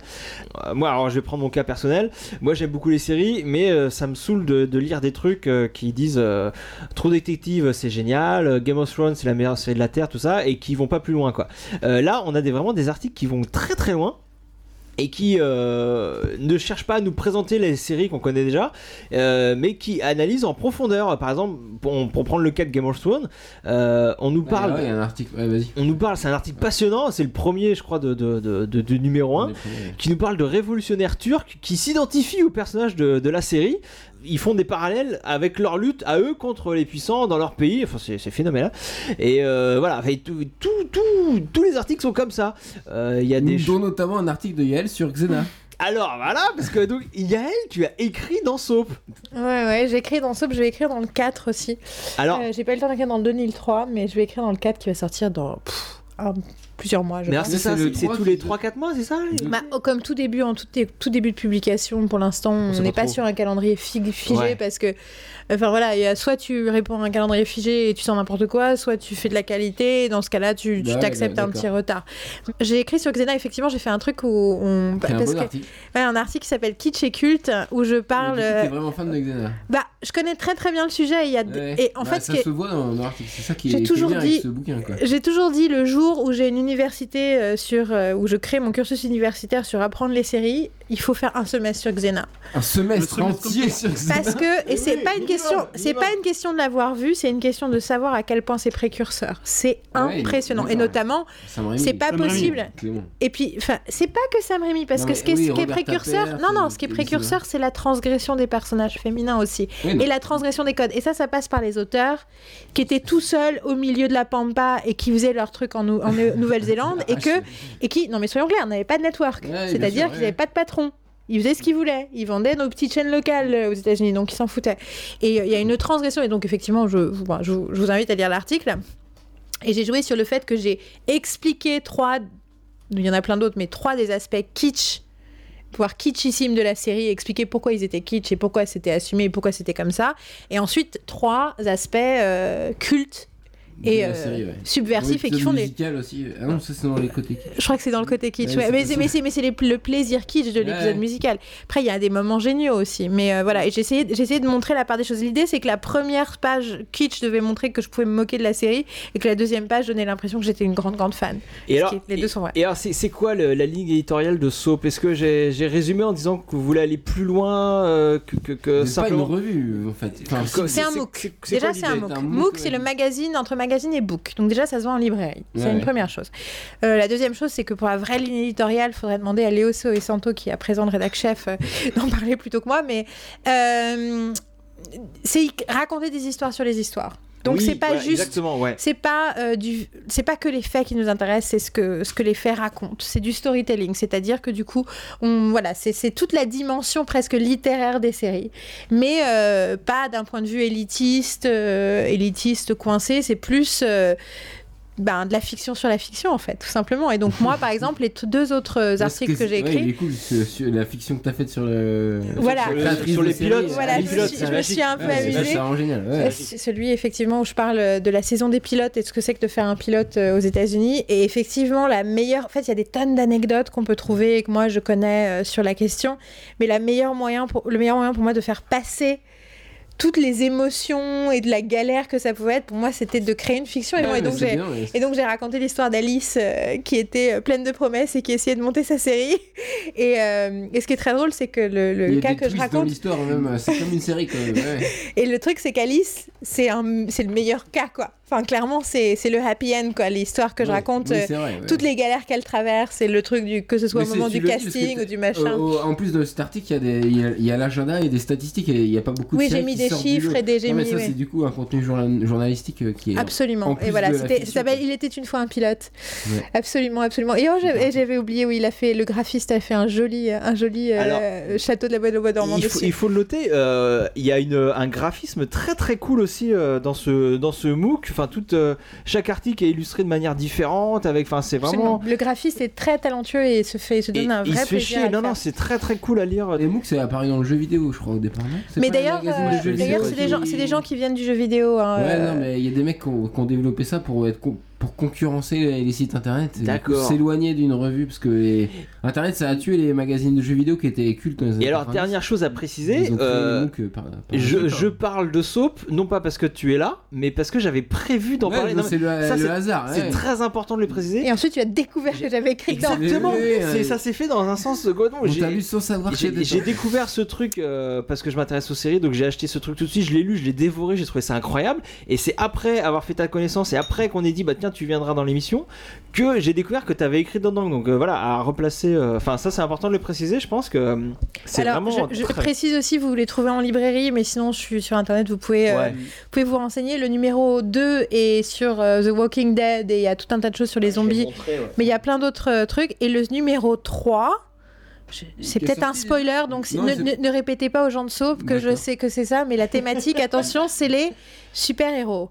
Speaker 1: Euh, moi, alors je vais prendre mon cas personnel. Moi, j'aime beaucoup les séries, mais euh, ça me saoule de, de lire des trucs euh, qui disent euh, trop détective, c'est génial, euh, Game of Thrones, c'est la meilleure série de la terre, tout ça, et qui vont pas plus loin, quoi. Euh, là, on a des, vraiment des articles qui vont très très loin. et qui euh, ne cherche pas à nous présenter les séries qu'on connaît déjà, euh, mais qui analyse en profondeur. Par exemple, pour, pour prendre le cas de Game of Thrones, euh, on nous parle.
Speaker 2: Ah, ouais, Il y a un article. Ouais, vas-y.
Speaker 1: On nous parle, c'est un article passionnant, c'est le premier, je crois, de, de, de- de- de numéro 1, qui nous parle de révolutionnaires turcs qui s'identifient aux personnages de, de la série. Ils font des parallèles avec leur lutte à eux contre les puissants dans leur pays. Enfin, c'est c'est phénoménal. Et euh, voilà, enfin, tout, tout- tout- tous les articles sont comme ça. Euh, Il y a des
Speaker 2: Dont notamment un article de Yael sur
Speaker 4: Bah,
Speaker 2: Xena.
Speaker 1: alors voilà, parce que donc, Yael, tu as écrit dans Soap.
Speaker 4: Ouais, ouais, j'ai écrit dans Soap, je vais écrire dans le 4 aussi.
Speaker 1: Alors,
Speaker 4: Euh, j'ai pas eu le temps d'écrire dans le 2 ni le 3, mais je vais écrire dans le 4 qui va sortir dans pff, un- plusieurs mois, je
Speaker 1: mais alors,
Speaker 4: pense.
Speaker 1: c'est ça,
Speaker 2: c'est le
Speaker 1: c'est c'est
Speaker 2: trois
Speaker 1: tous
Speaker 2: qui-
Speaker 1: les 3-4 mois, c'est ça les-
Speaker 4: Bah, oh, comme tout début, en tout, dé- tout début de publication, pour l'instant, on
Speaker 1: sait
Speaker 4: n'est
Speaker 1: pas
Speaker 4: pas,
Speaker 1: trop.
Speaker 4: sur un calendrier fi- figé
Speaker 1: Ouais.
Speaker 4: parce que, enfin voilà, il y a soit tu réponds à un calendrier figé et tu sens n'importe quoi, soit tu fais de la qualité et dans ce cas-là, tu
Speaker 2: Bah
Speaker 4: tu
Speaker 2: ouais,
Speaker 4: t'acceptes
Speaker 2: bah,
Speaker 4: un
Speaker 2: d'accord.
Speaker 4: petit retard. J'ai écrit sur Xena, effectivement, j'ai fait un truc où on.
Speaker 2: C'est un
Speaker 4: parce
Speaker 2: bon
Speaker 4: que-
Speaker 2: article.
Speaker 4: ouais, un article qui s'appelle Kitsch et culte où je
Speaker 2: Tu
Speaker 4: parle. euh,
Speaker 2: T'es vraiment fan de Xena.
Speaker 4: Bah, je connais très très bien le sujet. Il y a d-
Speaker 2: Ouais.
Speaker 4: et en
Speaker 2: Bah,
Speaker 4: fait, ce
Speaker 2: ça
Speaker 4: qui est-
Speaker 2: se voit dans dans l'article. C'est ça qui est,
Speaker 4: J'ai
Speaker 2: qui est
Speaker 4: toujours
Speaker 2: bien
Speaker 4: dit-
Speaker 2: avec ce bouquin. Quoi.
Speaker 4: J'ai toujours dit le jour où j'ai une université euh, sur euh, où je crée mon cursus universitaire sur apprendre les séries, il faut faire un semestre sur Xena
Speaker 2: Un semestre
Speaker 3: Le semestre
Speaker 2: entier sur Xena.
Speaker 4: parce
Speaker 2: [laughs]
Speaker 4: que et c'est
Speaker 2: oui,
Speaker 4: pas une
Speaker 2: minimum,
Speaker 4: question c'est
Speaker 2: minimum.
Speaker 4: pas une question de l'avoir vu, c'est une question de savoir à quel point c'est précurseur. C'est
Speaker 2: Ah ouais,
Speaker 4: impressionnant et
Speaker 2: d'accord.
Speaker 4: notamment
Speaker 2: Sam Raimi.
Speaker 4: c'est pas
Speaker 1: Ah
Speaker 3: Sam Raimi.
Speaker 4: possible.
Speaker 2: Clément.
Speaker 4: Et puis enfin, c'est pas que Sam Raimi parce
Speaker 2: Non,
Speaker 4: que
Speaker 2: mais
Speaker 4: ce qui est,
Speaker 2: oui,
Speaker 4: ce qui est
Speaker 2: Roberta
Speaker 4: précurseur
Speaker 2: Perth,
Speaker 4: non non, ce qui est
Speaker 2: Elizabeth.
Speaker 4: précurseur c'est la transgression des personnages féminins aussi
Speaker 2: Oui, non.
Speaker 4: et la transgression des codes. Et ça, ça passe par les auteurs qui étaient tout seuls au milieu de la pampa et qui faisaient leur truc en, Nou- en Nou- Nouvelle-Zélande et que et qui, non mais soyons clairs, n'avaient pas de network.
Speaker 2: Ah, Ouais, bien sûr,
Speaker 4: C'est-à-dire
Speaker 2: ouais.
Speaker 4: qu'ils n'avaient pas de patron. Ils faisaient ce qu'ils voulaient. Ils vendaient nos petites chaînes locales euh, aux États-Unis, donc ils s'en foutaient. Et euh, il y a une transgression. Et donc effectivement, je, vous- bon, je vous- je vous invite à lire l'article. Et j'ai joué sur le fait que j'ai expliqué trois, il y en a plein d'autres, mais trois des aspects kitsch, voire kitschissime de la série, expliquer pourquoi ils étaient kitsch et pourquoi c'était assumé et pourquoi c'était comme ça. Et ensuite, trois aspects euh, cultes et
Speaker 2: De la
Speaker 4: euh,
Speaker 2: série, ouais.
Speaker 4: subversifs et qui font des.
Speaker 2: musical aussi. Ah non, ça c'est dans les côtés.
Speaker 1: Euh,
Speaker 4: Je crois que c'est dans le côté kitsch,
Speaker 2: Ouais,
Speaker 4: ouais.
Speaker 2: c'est
Speaker 4: mais,
Speaker 2: pas
Speaker 4: c'est,
Speaker 2: ça.
Speaker 4: mais, c'est, mais c'est les- le plaisir kitsch de l'épisode
Speaker 2: Ouais.
Speaker 4: musical. Après, il y a des moments géniaux aussi. Mais euh, voilà, et j'ai essayé, j'ai essayé de montrer la part des choses. L'idée, c'est que la première page kitsch devait montrer que je pouvais me moquer de la série et que la deuxième page donnait l'impression que j'étais une grande, grande fan.
Speaker 1: Et
Speaker 4: Ce
Speaker 1: alors,
Speaker 4: qui est- les
Speaker 1: et-
Speaker 4: deux sont vrais.
Speaker 1: Et alors, c'est c'est quoi le- la ligne éditoriale de Soap Est-ce que j'ai j'ai résumé en disant que vous voulez aller plus loin euh, que, que, que
Speaker 2: C'est pas une
Speaker 1: simplement
Speaker 2: revue en fait. Enfin,
Speaker 1: Que-
Speaker 4: C'est un MOOC.
Speaker 1: c'est- c'est
Speaker 4: Déjà,
Speaker 1: quoi
Speaker 4: c'est un
Speaker 1: l'idée
Speaker 4: MOOC.
Speaker 2: T'as un MOOC,
Speaker 4: MOOC,
Speaker 2: ouais.
Speaker 4: c'est le magazine entre magazine et book. Donc, déjà, ça se vend en librairie. C'est
Speaker 2: Ouais,
Speaker 4: une
Speaker 2: ouais.
Speaker 4: première chose. Euh, la deuxième chose, c'est que pour la vraie ligne éditoriale, il faudrait demander à Léo So et Santo, qui est à présent le rédac chef, euh, [laughs] d'en parler plutôt que moi. Mais euh, c'est y- raconter des histoires sur les histoires. Donc,
Speaker 1: Oui,
Speaker 4: c'est pas
Speaker 1: voilà,
Speaker 4: juste.
Speaker 1: Exactement, ouais.
Speaker 4: C'est pas euh, du, c'est pas que les faits qui nous intéressent, c'est ce que ce que les faits racontent. C'est du storytelling, c'est-à-dire que du coup, on voilà, c'est c'est toute la dimension presque littéraire des séries, mais euh, pas d'un point de vue élitiste, euh, élitiste coincé. C'est plus euh, ben, de la fiction sur la fiction en fait, tout simplement. Et donc moi, par exemple, les t- deux autres
Speaker 2: Parce
Speaker 4: articles que, j'ai
Speaker 2: ouais,
Speaker 4: écrits.
Speaker 2: il est cool ce- sur la fiction que t'as faite sur le.
Speaker 4: Voilà.
Speaker 2: la créatrice
Speaker 1: Sur les
Speaker 2: de série,
Speaker 1: pilotes,
Speaker 2: euh,
Speaker 1: Ah,
Speaker 4: Voilà,
Speaker 1: les
Speaker 4: je, me
Speaker 1: pilotes,
Speaker 4: suis-
Speaker 1: c'est
Speaker 4: je me
Speaker 1: magique.
Speaker 4: suis un peu
Speaker 2: Ouais, c'est-
Speaker 4: amusée.
Speaker 2: ça rend génial. ouais.
Speaker 4: Euh, C'est celui effectivement où je parle euh, de la saison des pilotes et de ce que c'est que de faire un pilote euh, aux États-Unis. Et effectivement, la meilleure. En fait, il y a des tonnes d'anecdotes qu'on peut trouver et que moi je connais euh, sur la question. Mais la meilleure moyen pour... le meilleur moyen pour moi de faire passer toutes les émotions et de la galère que ça pouvait être, pour moi, c'était de créer une fiction. Et,
Speaker 2: Ouais,
Speaker 4: moi, et
Speaker 2: mais
Speaker 4: donc
Speaker 2: c'est
Speaker 4: j'ai
Speaker 2: bien, ouais.
Speaker 4: et donc j'ai raconté l'histoire d'Alice euh, qui était euh, pleine de promesses et qui essayait de monter sa série. [laughs] Et, euh, et ce qui est très drôle, c'est que le, le
Speaker 2: Il y a
Speaker 4: cas
Speaker 2: des
Speaker 4: que je
Speaker 2: twists dans
Speaker 4: raconte
Speaker 2: l'histoire même. C'est comme une série quoi. ouais.
Speaker 4: et le truc, c'est qu'Alice, c'est un- c'est le meilleur cas, quoi. Enfin, clairement, c'est c'est le happy end, quoi. L'histoire [laughs] que je
Speaker 2: Ouais.
Speaker 4: raconte,
Speaker 2: Oui,
Speaker 4: euh,
Speaker 2: c'est vrai, ouais.
Speaker 4: toutes les galères qu'elle traverse, et le truc du que ce soit
Speaker 2: Mais
Speaker 4: au
Speaker 2: c'est-
Speaker 4: moment
Speaker 2: tu
Speaker 4: du
Speaker 2: le dis parce que
Speaker 4: casting
Speaker 2: t'es-
Speaker 4: ou du machin.
Speaker 2: euh, euh, en plus de cet article, il y a des- il y a- il y a, l'agenda et des statistiques et il n'y a pas beaucoup de
Speaker 4: Oui, j'ai
Speaker 2: séries
Speaker 4: mis
Speaker 2: qui
Speaker 4: des
Speaker 2: sortent du
Speaker 4: chiffres
Speaker 2: lot.
Speaker 4: et des- j'ai
Speaker 2: Non, mais
Speaker 4: mis,
Speaker 2: ça,
Speaker 4: ouais.
Speaker 2: c'est du coup un contenu journal- journalistique euh, qui est. en
Speaker 4: Absolument.
Speaker 2: plus
Speaker 4: Et voilà,
Speaker 2: de la
Speaker 4: c'était, ça
Speaker 2: fiction,
Speaker 4: s'appelle
Speaker 2: quoi.
Speaker 4: Il était une fois un pilote.
Speaker 2: Ouais.
Speaker 4: Absolument, absolument. Et oh, j'avais, et j'avais oublié, oui, il a fait, le graphiste a fait un joli, un joli euh, château de la Bois de Bois dormant
Speaker 1: Il faut,
Speaker 4: dessus.
Speaker 1: il faut le noter, euh, il y a une, un graphisme très très cool aussi euh, dans, ce, dans ce MOOC. Enfin, tout, euh, chaque article est illustré de manière différente. Avec, enfin, c'est
Speaker 4: Absolument.
Speaker 1: vraiment.
Speaker 4: Le graphiste est très talentueux et se fait, se
Speaker 1: Et-
Speaker 4: donne un vrai
Speaker 1: il se fait
Speaker 4: plaisir. à
Speaker 1: chier.
Speaker 4: le
Speaker 1: Non, non,
Speaker 4: faire.
Speaker 1: c'est très très cool à lire. euh,
Speaker 2: Les MOOC, c'est apparu dans le jeu vidéo, je crois, au départ. non C'est
Speaker 4: Mais
Speaker 2: pas un
Speaker 4: d'ailleurs,
Speaker 2: magazine de
Speaker 4: euh,
Speaker 2: jeux
Speaker 4: d'ailleurs,
Speaker 2: vidéo
Speaker 4: c'est des gens,
Speaker 2: qui-
Speaker 4: c'est des gens qui viennent du jeu vidéo. hein,
Speaker 2: Ouais,
Speaker 4: euh,
Speaker 2: non, mais il y a des mecs qui ont, qui ont développé ça pour être com- pour concurrencer les, les sites internet et du coup
Speaker 1: D'accord.
Speaker 2: s'éloigner d'une revue parce que les- internet ça a tué les magazines de jeux vidéo qui étaient cultes dans les années
Speaker 1: Et alors,
Speaker 2: 90.
Speaker 1: dernière chose à préciser,
Speaker 2: Ils ont créé
Speaker 1: euh,
Speaker 2: les MOOC, euh, par- par-
Speaker 1: je, je parle de Soap, non pas parce que tu es là, mais parce que j'avais prévu d'en
Speaker 2: Ouais,
Speaker 1: parler.
Speaker 2: mais
Speaker 1: Non, mais
Speaker 2: c'est le,
Speaker 1: ça,
Speaker 2: le hasard
Speaker 1: c'est
Speaker 2: ouais.
Speaker 1: très important de le préciser.
Speaker 4: Et ensuite, tu as découvert que j'avais écrit dedans.
Speaker 1: Exactement,
Speaker 2: Oui, oui, oui,
Speaker 1: c'est-
Speaker 2: oui.
Speaker 1: ça s'est fait dans un sens complètement.
Speaker 2: on
Speaker 1: j'ai-
Speaker 2: t'a vu sans savoir chez
Speaker 1: J'ai
Speaker 2: des
Speaker 1: j'ai découvert ce truc euh, parce que je m'intéresse aux séries, donc j'ai acheté ce truc tout de suite, je l'ai lu, je l'ai dévoré, j'ai trouvé ça incroyable. Et c'est après avoir fait ta connaissance et après qu'on ait dit bah tiens tu viendras dans l'émission que j'ai découvert que t'avais écrit dedans. Donc euh, voilà, à replacer. euh, Enfin ça c'est important de le préciser, je pense que euh, c'est
Speaker 4: Alors,
Speaker 1: vraiment.
Speaker 4: je, je
Speaker 1: très-
Speaker 4: précise aussi, vous les trouvez en librairie, mais sinon, je suis sur internet, vous pouvez, euh,
Speaker 1: Ouais.
Speaker 4: vous pouvez vous renseigner. Le numéro 2 est sur euh, The Walking Dead et il y a tout un tas de choses sur les zombies, mais il y a plein d'autres euh, trucs. Et le numéro 3. je- C'est
Speaker 2: Qui est
Speaker 4: peut-être un
Speaker 2: sorti,
Speaker 4: spoiler, donc
Speaker 2: Non,
Speaker 4: ne,
Speaker 2: c'est-
Speaker 4: ne- ne répétez pas aux gens de Sauve que je
Speaker 2: D'accord.
Speaker 4: sais que c'est ça, mais
Speaker 2: [laughs]
Speaker 4: la thématique, attention, c'est les super-héros.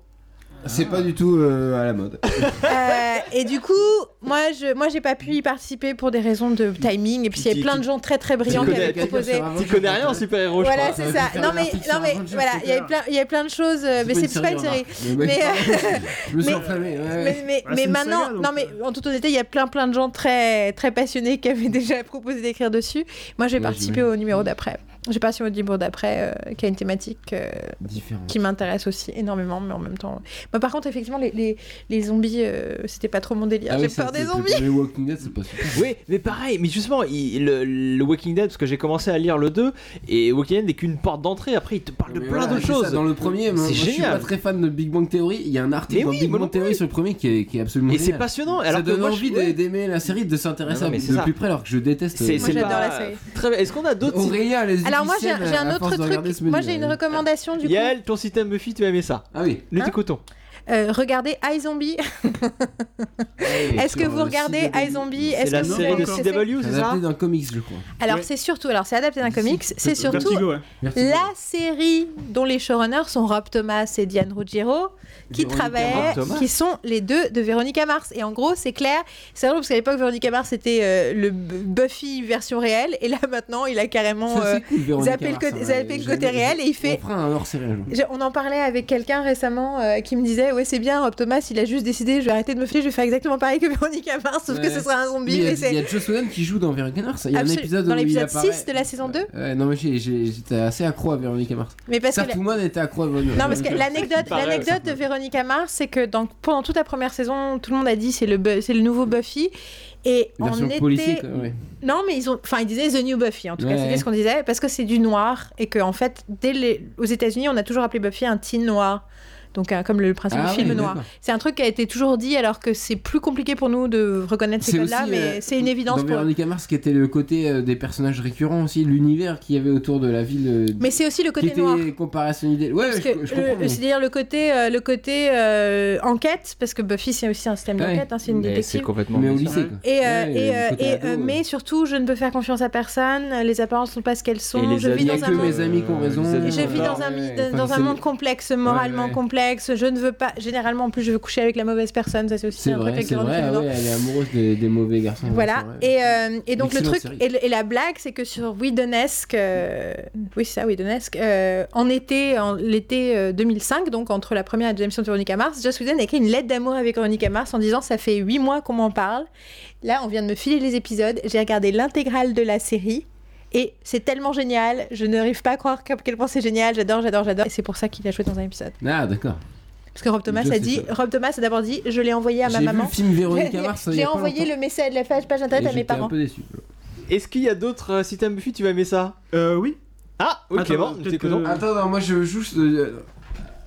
Speaker 2: c'est pas du tout euh, à la mode
Speaker 4: Euh, et du coup, moi, je, moi, j'ai pas pu y participer pour des raisons de timing. Et puis, il y avait
Speaker 1: Qui-
Speaker 4: plein
Speaker 1: qui-
Speaker 4: de gens très très
Speaker 1: Qui
Speaker 4: brillants qui
Speaker 1: connaît-
Speaker 4: avaient
Speaker 1: qui-
Speaker 4: proposé.
Speaker 1: T'y connais rien en super héros,
Speaker 4: Voilà,
Speaker 1: je
Speaker 2: Ça
Speaker 4: c'est ça.
Speaker 2: aurait pu faire
Speaker 4: Non
Speaker 2: Euh, un
Speaker 4: mais,
Speaker 2: article
Speaker 4: non
Speaker 2: sur
Speaker 4: mais
Speaker 2: Avengers,
Speaker 4: voilà,
Speaker 2: c'est
Speaker 4: il y avait plein, il y avait plein de choses.
Speaker 1: Ah,
Speaker 4: euh, Mais c'est pas une série. Mais, euh,
Speaker 2: je me suis
Speaker 4: mais-
Speaker 2: enflammé hein. ouais.
Speaker 4: Mais, mais,
Speaker 3: Bah,
Speaker 4: mais
Speaker 3: c'est une
Speaker 4: maintenant,
Speaker 3: saga, donc,
Speaker 4: non mais
Speaker 2: euh.
Speaker 4: en toute honnêteté, il y a plein plein de gens très très passionnés qui avaient [laughs] déjà proposé d'écrire dessus. Moi, j'ai
Speaker 2: Ouais,
Speaker 4: participé
Speaker 2: j'imagine.
Speaker 4: au numéro d'après. J'ai participé au numéro d'après euh, qui a une thématique euh,
Speaker 2: différent
Speaker 4: qui m'intéresse aussi énormément, mais en même temps. Bah, par contre, effectivement, les, les, les zombies, euh, c'était pas trop mon délire.
Speaker 2: Ah
Speaker 4: j'ai
Speaker 2: oui, ça,
Speaker 4: peur
Speaker 2: c'est-
Speaker 4: des zombies.
Speaker 2: le Walking Dead c'est pas super
Speaker 1: Oui, mais pareil, mais justement, il- le, le Walking Dead, parce que j'ai commencé à lire le 2, et Walking Dead n'est qu'une porte d'entrée, après il te parle de
Speaker 2: Mais
Speaker 1: plein
Speaker 2: voilà,
Speaker 1: d'autres
Speaker 2: c'est ça,
Speaker 1: choses.
Speaker 2: Dans le premier, moi,
Speaker 1: C'est
Speaker 2: moi, je suis
Speaker 1: génial.
Speaker 2: pas très fan de Big Bang Theory. Il y a un article
Speaker 1: Mais
Speaker 2: dans
Speaker 1: oui,
Speaker 2: Big
Speaker 1: moi
Speaker 2: Bang
Speaker 1: non plus.
Speaker 2: Theory sur le premier qui est, qui est absolument.
Speaker 1: Et c'est
Speaker 2: génial.
Speaker 1: passionnant,
Speaker 2: Ça
Speaker 1: alors que
Speaker 2: donne
Speaker 1: moi, je-
Speaker 2: envie
Speaker 1: ouais.
Speaker 2: de- d'aimer la série, de s'intéresser
Speaker 1: Non,
Speaker 2: à
Speaker 1: non, mais c'est
Speaker 2: de
Speaker 1: ça.
Speaker 2: plus près, alors que je déteste.
Speaker 1: C'est-
Speaker 2: euh,
Speaker 4: Moi,
Speaker 1: c'est
Speaker 4: j'adore
Speaker 1: pas-
Speaker 4: la série.
Speaker 1: Très bien. Est-ce qu'on a d'autres sites
Speaker 2: Aurélia, les
Speaker 4: Alors moi j'ai
Speaker 2: Égyptiennes,
Speaker 4: j'ai un
Speaker 2: euh, à
Speaker 4: autre
Speaker 2: force de regarder
Speaker 4: truc.
Speaker 2: ce menu,
Speaker 4: Moi j'ai une
Speaker 2: euh,
Speaker 4: recommandation du coup.
Speaker 1: Yael, ton site Buffy, tu aimais ça.
Speaker 2: Ah oui.
Speaker 1: Le
Speaker 4: Hein
Speaker 1: petit coton.
Speaker 4: Euh, regardez iZombie. Est-ce que vous regardez iZombie
Speaker 1: C'est
Speaker 4: Est-ce
Speaker 1: la
Speaker 4: que vous
Speaker 1: série de
Speaker 4: regardez ce que c'est
Speaker 1: CW, c'est ça
Speaker 2: Adapté d'un comics, je crois.
Speaker 4: Alors
Speaker 3: Ouais.
Speaker 4: c'est surtout alors c'est adapté d'un comics, c'est surtout
Speaker 3: Vertigo, ouais.
Speaker 2: Vertigo.
Speaker 4: la série dont les showrunners sont Rob Thomas et Diane Ruggiero qui
Speaker 2: Véronique
Speaker 4: travaillent,
Speaker 1: Rob Thomas.
Speaker 4: qui sont les deux de Véronica Mars. Et en gros, c'est clair, c'est drôle parce qu'à l'époque, Véronica Mars c'était euh, le B- Buffy version réelle, et là maintenant, il a carrément.
Speaker 2: Ça,
Speaker 4: euh,
Speaker 2: c'est cool, Véronique
Speaker 4: zappé le
Speaker 2: Mars,
Speaker 4: côté-
Speaker 2: hein,
Speaker 4: zappé le
Speaker 2: j'aime-
Speaker 4: côté réel et il fait-
Speaker 2: On fera un hors série. un jour.
Speaker 4: J'ai- On en parlait avec quelqu'un récemment euh, qui me disait Ouais, c'est bien, Rob Thomas, il a juste décidé, je vais arrêter de me filer, je vais faire exactement pareil que Véronica Mars, sauf que
Speaker 2: Ouais.
Speaker 4: ce sera un
Speaker 2: Mais
Speaker 4: zombie.
Speaker 2: Il y a-
Speaker 4: mais
Speaker 2: il
Speaker 4: c'est
Speaker 2: y a Joss Whedon qui joue dans Véronique Mars. Il y a un
Speaker 4: Absolu-
Speaker 2: épisode
Speaker 4: dans
Speaker 2: où il
Speaker 4: l'épisode
Speaker 2: apparaît.
Speaker 4: 6 de la saison 2.
Speaker 2: Ouais, Non, mais j'ai- j'ai- j'étais assez accro à Véronique Mars.
Speaker 4: mais parce que. la-
Speaker 2: Sartouman était accro à Véronique
Speaker 4: Non, parce que
Speaker 2: [laughs]
Speaker 4: l'anecdote,
Speaker 1: Pareil,
Speaker 4: l'anecdote de Véronica Mars, c'est que dans- pendant toute la première saison, tout le monde a dit c'est le, bu- c'est le nouveau Buffy. Et en
Speaker 2: Version
Speaker 4: été.
Speaker 2: policier, quoi, ouais.
Speaker 4: Non, mais ils ont. Enfin, ils disaient The New Buffy, en tout cas,
Speaker 2: Ouais.
Speaker 4: c'était ce qu'on disait, parce que c'est du noir, et que, en fait, dès les... aux États-Unis, on a toujours appelé Buffy un teen noir. Donc, euh, comme le principe
Speaker 2: Ah
Speaker 4: du film
Speaker 2: oui,
Speaker 4: noir.
Speaker 2: d'accord.
Speaker 4: C'est un truc qui a été toujours dit, alors que c'est plus compliqué pour nous de reconnaître ces
Speaker 2: C'est aussi,
Speaker 4: codes-là, mais
Speaker 2: euh,
Speaker 4: c'est une évidence
Speaker 2: Dans
Speaker 4: pour eux.
Speaker 2: Véronique Mars, qui était le côté euh, des personnages récurrents aussi, l'univers qu'il y avait autour de la ville. euh,
Speaker 4: Mais c'est aussi le
Speaker 2: qui
Speaker 4: côté
Speaker 2: était
Speaker 4: noir.
Speaker 2: comparé à son idée. Ouais,
Speaker 4: Parce
Speaker 2: je,
Speaker 4: que
Speaker 2: je
Speaker 4: le-
Speaker 2: comprends. mais-
Speaker 4: c'est-à-dire le côté, euh, le côté euh, enquête, parce que Buffy c'est aussi un système
Speaker 2: Ouais.
Speaker 4: d'enquête, hein, c'est une détective.
Speaker 1: complètement.
Speaker 2: Mais au lycée, quoi. Ouais,
Speaker 4: Et, euh, et, euh,
Speaker 2: le côté
Speaker 4: et,
Speaker 2: ado,
Speaker 4: euh,
Speaker 2: ouais.
Speaker 4: mais surtout, je ne peux faire confiance à personne. Les apparences sont pas ce qu'elles sont. Je vis
Speaker 2: Il y a
Speaker 4: dans un
Speaker 2: que
Speaker 4: monde
Speaker 2: mes amis qui ont raison.
Speaker 1: les amis
Speaker 4: Je
Speaker 1: Euh,
Speaker 4: vis dans un, mi-
Speaker 2: Ouais,
Speaker 4: dans
Speaker 2: enfin,
Speaker 4: un
Speaker 2: c'est-
Speaker 4: monde complexe, moralement
Speaker 2: ouais.
Speaker 4: complexe. Je ne veux pas. Généralement, en plus, je veux coucher avec la mauvaise personne. Ça, c'est aussi
Speaker 2: C'est
Speaker 4: un
Speaker 2: vrai,
Speaker 4: prétexte
Speaker 2: c'est
Speaker 4: de rendre
Speaker 2: vrai.
Speaker 4: film
Speaker 2: ah
Speaker 4: noir.
Speaker 2: ouais, elle est amoureuse des, des mauvais garçons. ouais,
Speaker 4: Voilà.
Speaker 2: c'est vrai.
Speaker 4: Et, euh, et donc, le
Speaker 2: Excellente
Speaker 4: truc.
Speaker 2: série.
Speaker 4: Et, le- et la blague, c'est que sur Widonesque. euh, oui, c'est ça, Widonesque. euh, en été, en l'été euh, 2005, donc entre la première et la deuxième saison de Veronica Mars, Joss Whedon a écrit une lettre d'amour avec Veronica Mars en disant Ça fait huit mois qu'on m'en parle. Là, on vient de me filer les épisodes. J'ai regardé l'intégrale de la série. Et c'est tellement génial, je n'arrive pas à croire qu'à quel point c'est génial, j'adore, j'adore, j'adore. Et c'est pour ça qu'il a joué dans un épisode.
Speaker 2: Ah, d'accord.
Speaker 4: Parce que Rob Thomas
Speaker 2: Je
Speaker 4: a
Speaker 2: sais
Speaker 4: dit,
Speaker 2: pas.
Speaker 4: Rob Thomas a d'abord dit, je l'ai envoyé à ma
Speaker 2: J'ai vu
Speaker 4: maman.
Speaker 2: le film Véronique
Speaker 4: [laughs] J'ai-
Speaker 2: Mars.
Speaker 4: J'ai envoyé le message, la page page internet à mes
Speaker 2: un
Speaker 4: parents.
Speaker 2: peu déçu.
Speaker 1: Est-ce qu'il y a d'autres euh, sites Buffy, tu vas aimer ça
Speaker 3: Euh, oui.
Speaker 1: Ah, oui,
Speaker 3: Attends,
Speaker 1: Clément,
Speaker 3: peut-être
Speaker 1: petit coton.
Speaker 3: que-
Speaker 2: Attends, non, moi je joue. euh,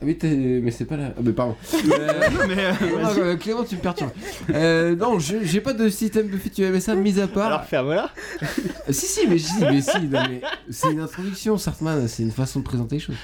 Speaker 2: Mais, t'es- mais c'est pas là. Ah, mais [laughs] pardon. Euh,
Speaker 3: Non, mais, euh,
Speaker 2: Ah, euh, Clément, tu me perturbes. Euh, non, je- j'ai pas de système Buffy, tu aimais ça, mis à part.
Speaker 1: Alors ferme-la.
Speaker 2: Euh, si, si, mais, si, mais, si, non, mais c'est une introduction, Sartman, c'est une façon de présenter les choses.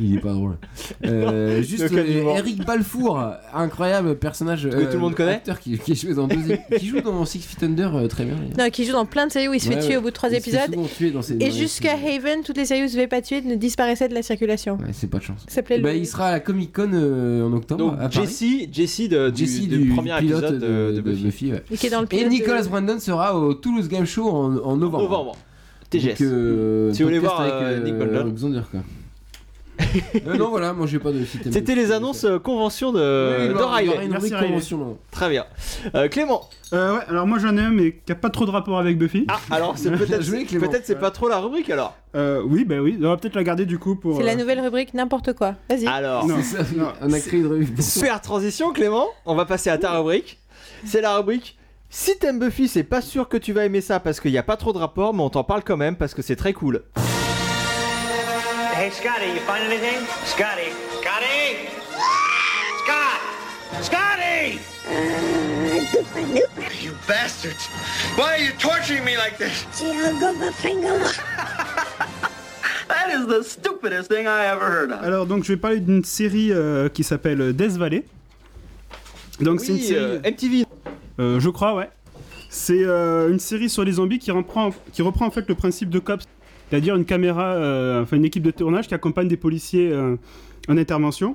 Speaker 2: Il est pas drôle. Euh, juste
Speaker 1: aucun
Speaker 2: euh,
Speaker 1: humour.
Speaker 2: Eric Balfour, incroyable personnage. euh,
Speaker 1: Que tout le monde connaît.
Speaker 2: Acteur qui, qui, joue dans deux, qui joue dans Six Feet Under euh, très bien. d'ailleurs.
Speaker 4: Non, qui joue dans plein de séries où il se fait
Speaker 2: Ouais,
Speaker 4: tuer
Speaker 2: ouais.
Speaker 4: au bout de trois
Speaker 2: Il se fait
Speaker 4: épisodes.
Speaker 2: souvent tuer dans ces- dans
Speaker 4: Et
Speaker 2: les-
Speaker 4: jusqu'à Haven, toutes les séries où il se fait pas tuer ne disparaissaient de la circulation.
Speaker 2: Ouais, c'est pas de chance.
Speaker 4: Ça s'appelait
Speaker 2: Bah,
Speaker 4: le-
Speaker 2: il sera à la Comic Con euh, en octobre. à
Speaker 1: Donc
Speaker 2: Paris.
Speaker 1: Jessie, Jessie de, du,
Speaker 2: Jessie
Speaker 1: du premier
Speaker 2: pilote
Speaker 1: épisode euh, de, de Buffy.
Speaker 2: ouais.
Speaker 4: Et qui est dans le
Speaker 2: Et
Speaker 4: pilote de-
Speaker 2: Nicolas Brandon sera au Toulouse Game Show en, en novembre.
Speaker 1: Novembre. TGS.
Speaker 2: Donc, euh,
Speaker 1: Si vous voulez
Speaker 2: podcast euh,
Speaker 1: [laughs] voir, euh, Nick Bolton.
Speaker 2: Alexander, quoi. Euh, non, non, voilà, moi j'ai pas de système.
Speaker 1: C'était les annonces euh, convention
Speaker 2: Oui,
Speaker 1: de,
Speaker 2: il
Speaker 1: de
Speaker 2: y aura- il y aura
Speaker 1: Riley.
Speaker 2: une
Speaker 3: Merci,
Speaker 2: rubrique
Speaker 3: Riley.
Speaker 2: convention, non.
Speaker 1: Très bien. Euh, Clément.
Speaker 3: Euh, ouais, alors moi j'en ai un, mais qui a pas trop de rapport avec Buffy.
Speaker 1: Ah, alors c'est [laughs]
Speaker 2: Bien
Speaker 1: peut-être
Speaker 2: joué,
Speaker 1: c'est-
Speaker 2: Clément.
Speaker 1: peut-être c'est pas trop la rubrique alors.
Speaker 3: Euh, oui, bah oui, on va peut-être la garder du coup pour.
Speaker 4: C'est la
Speaker 3: euh,
Speaker 4: nouvelle rubrique n'importe quoi. Vas-y.
Speaker 2: Ah.
Speaker 1: Alors,
Speaker 3: Non.
Speaker 2: C'est ça, on a créé une revue.
Speaker 1: super transition Clément, on va passer à ta rubrique. C'est la rubrique si t'aimes Buffy, c'est pas sûr que tu vas aimer ça parce qu'il n'y a pas trop de rapport, mais on t'en parle quand même parce que c'est très cool.
Speaker 6: Hey, Scotty, you find anything? Scotty. Scotty! Scott! Scotty!
Speaker 5: You bastards! Why are you torturing me like this? that is the stupidest thing I ever heard of.
Speaker 3: Alors donc je vais parler d'une série euh, qui s'appelle Death Valley. Donc c'est une
Speaker 1: Oui,
Speaker 3: série,
Speaker 1: euh, MTV.
Speaker 3: euh, je crois, ouais. C'est euh, une série sur les zombies qui reprend, qui reprend en fait le principe de cops, c'est-à-dire une caméra, euh, enfin une équipe de tournage qui accompagne des policiers euh, en intervention.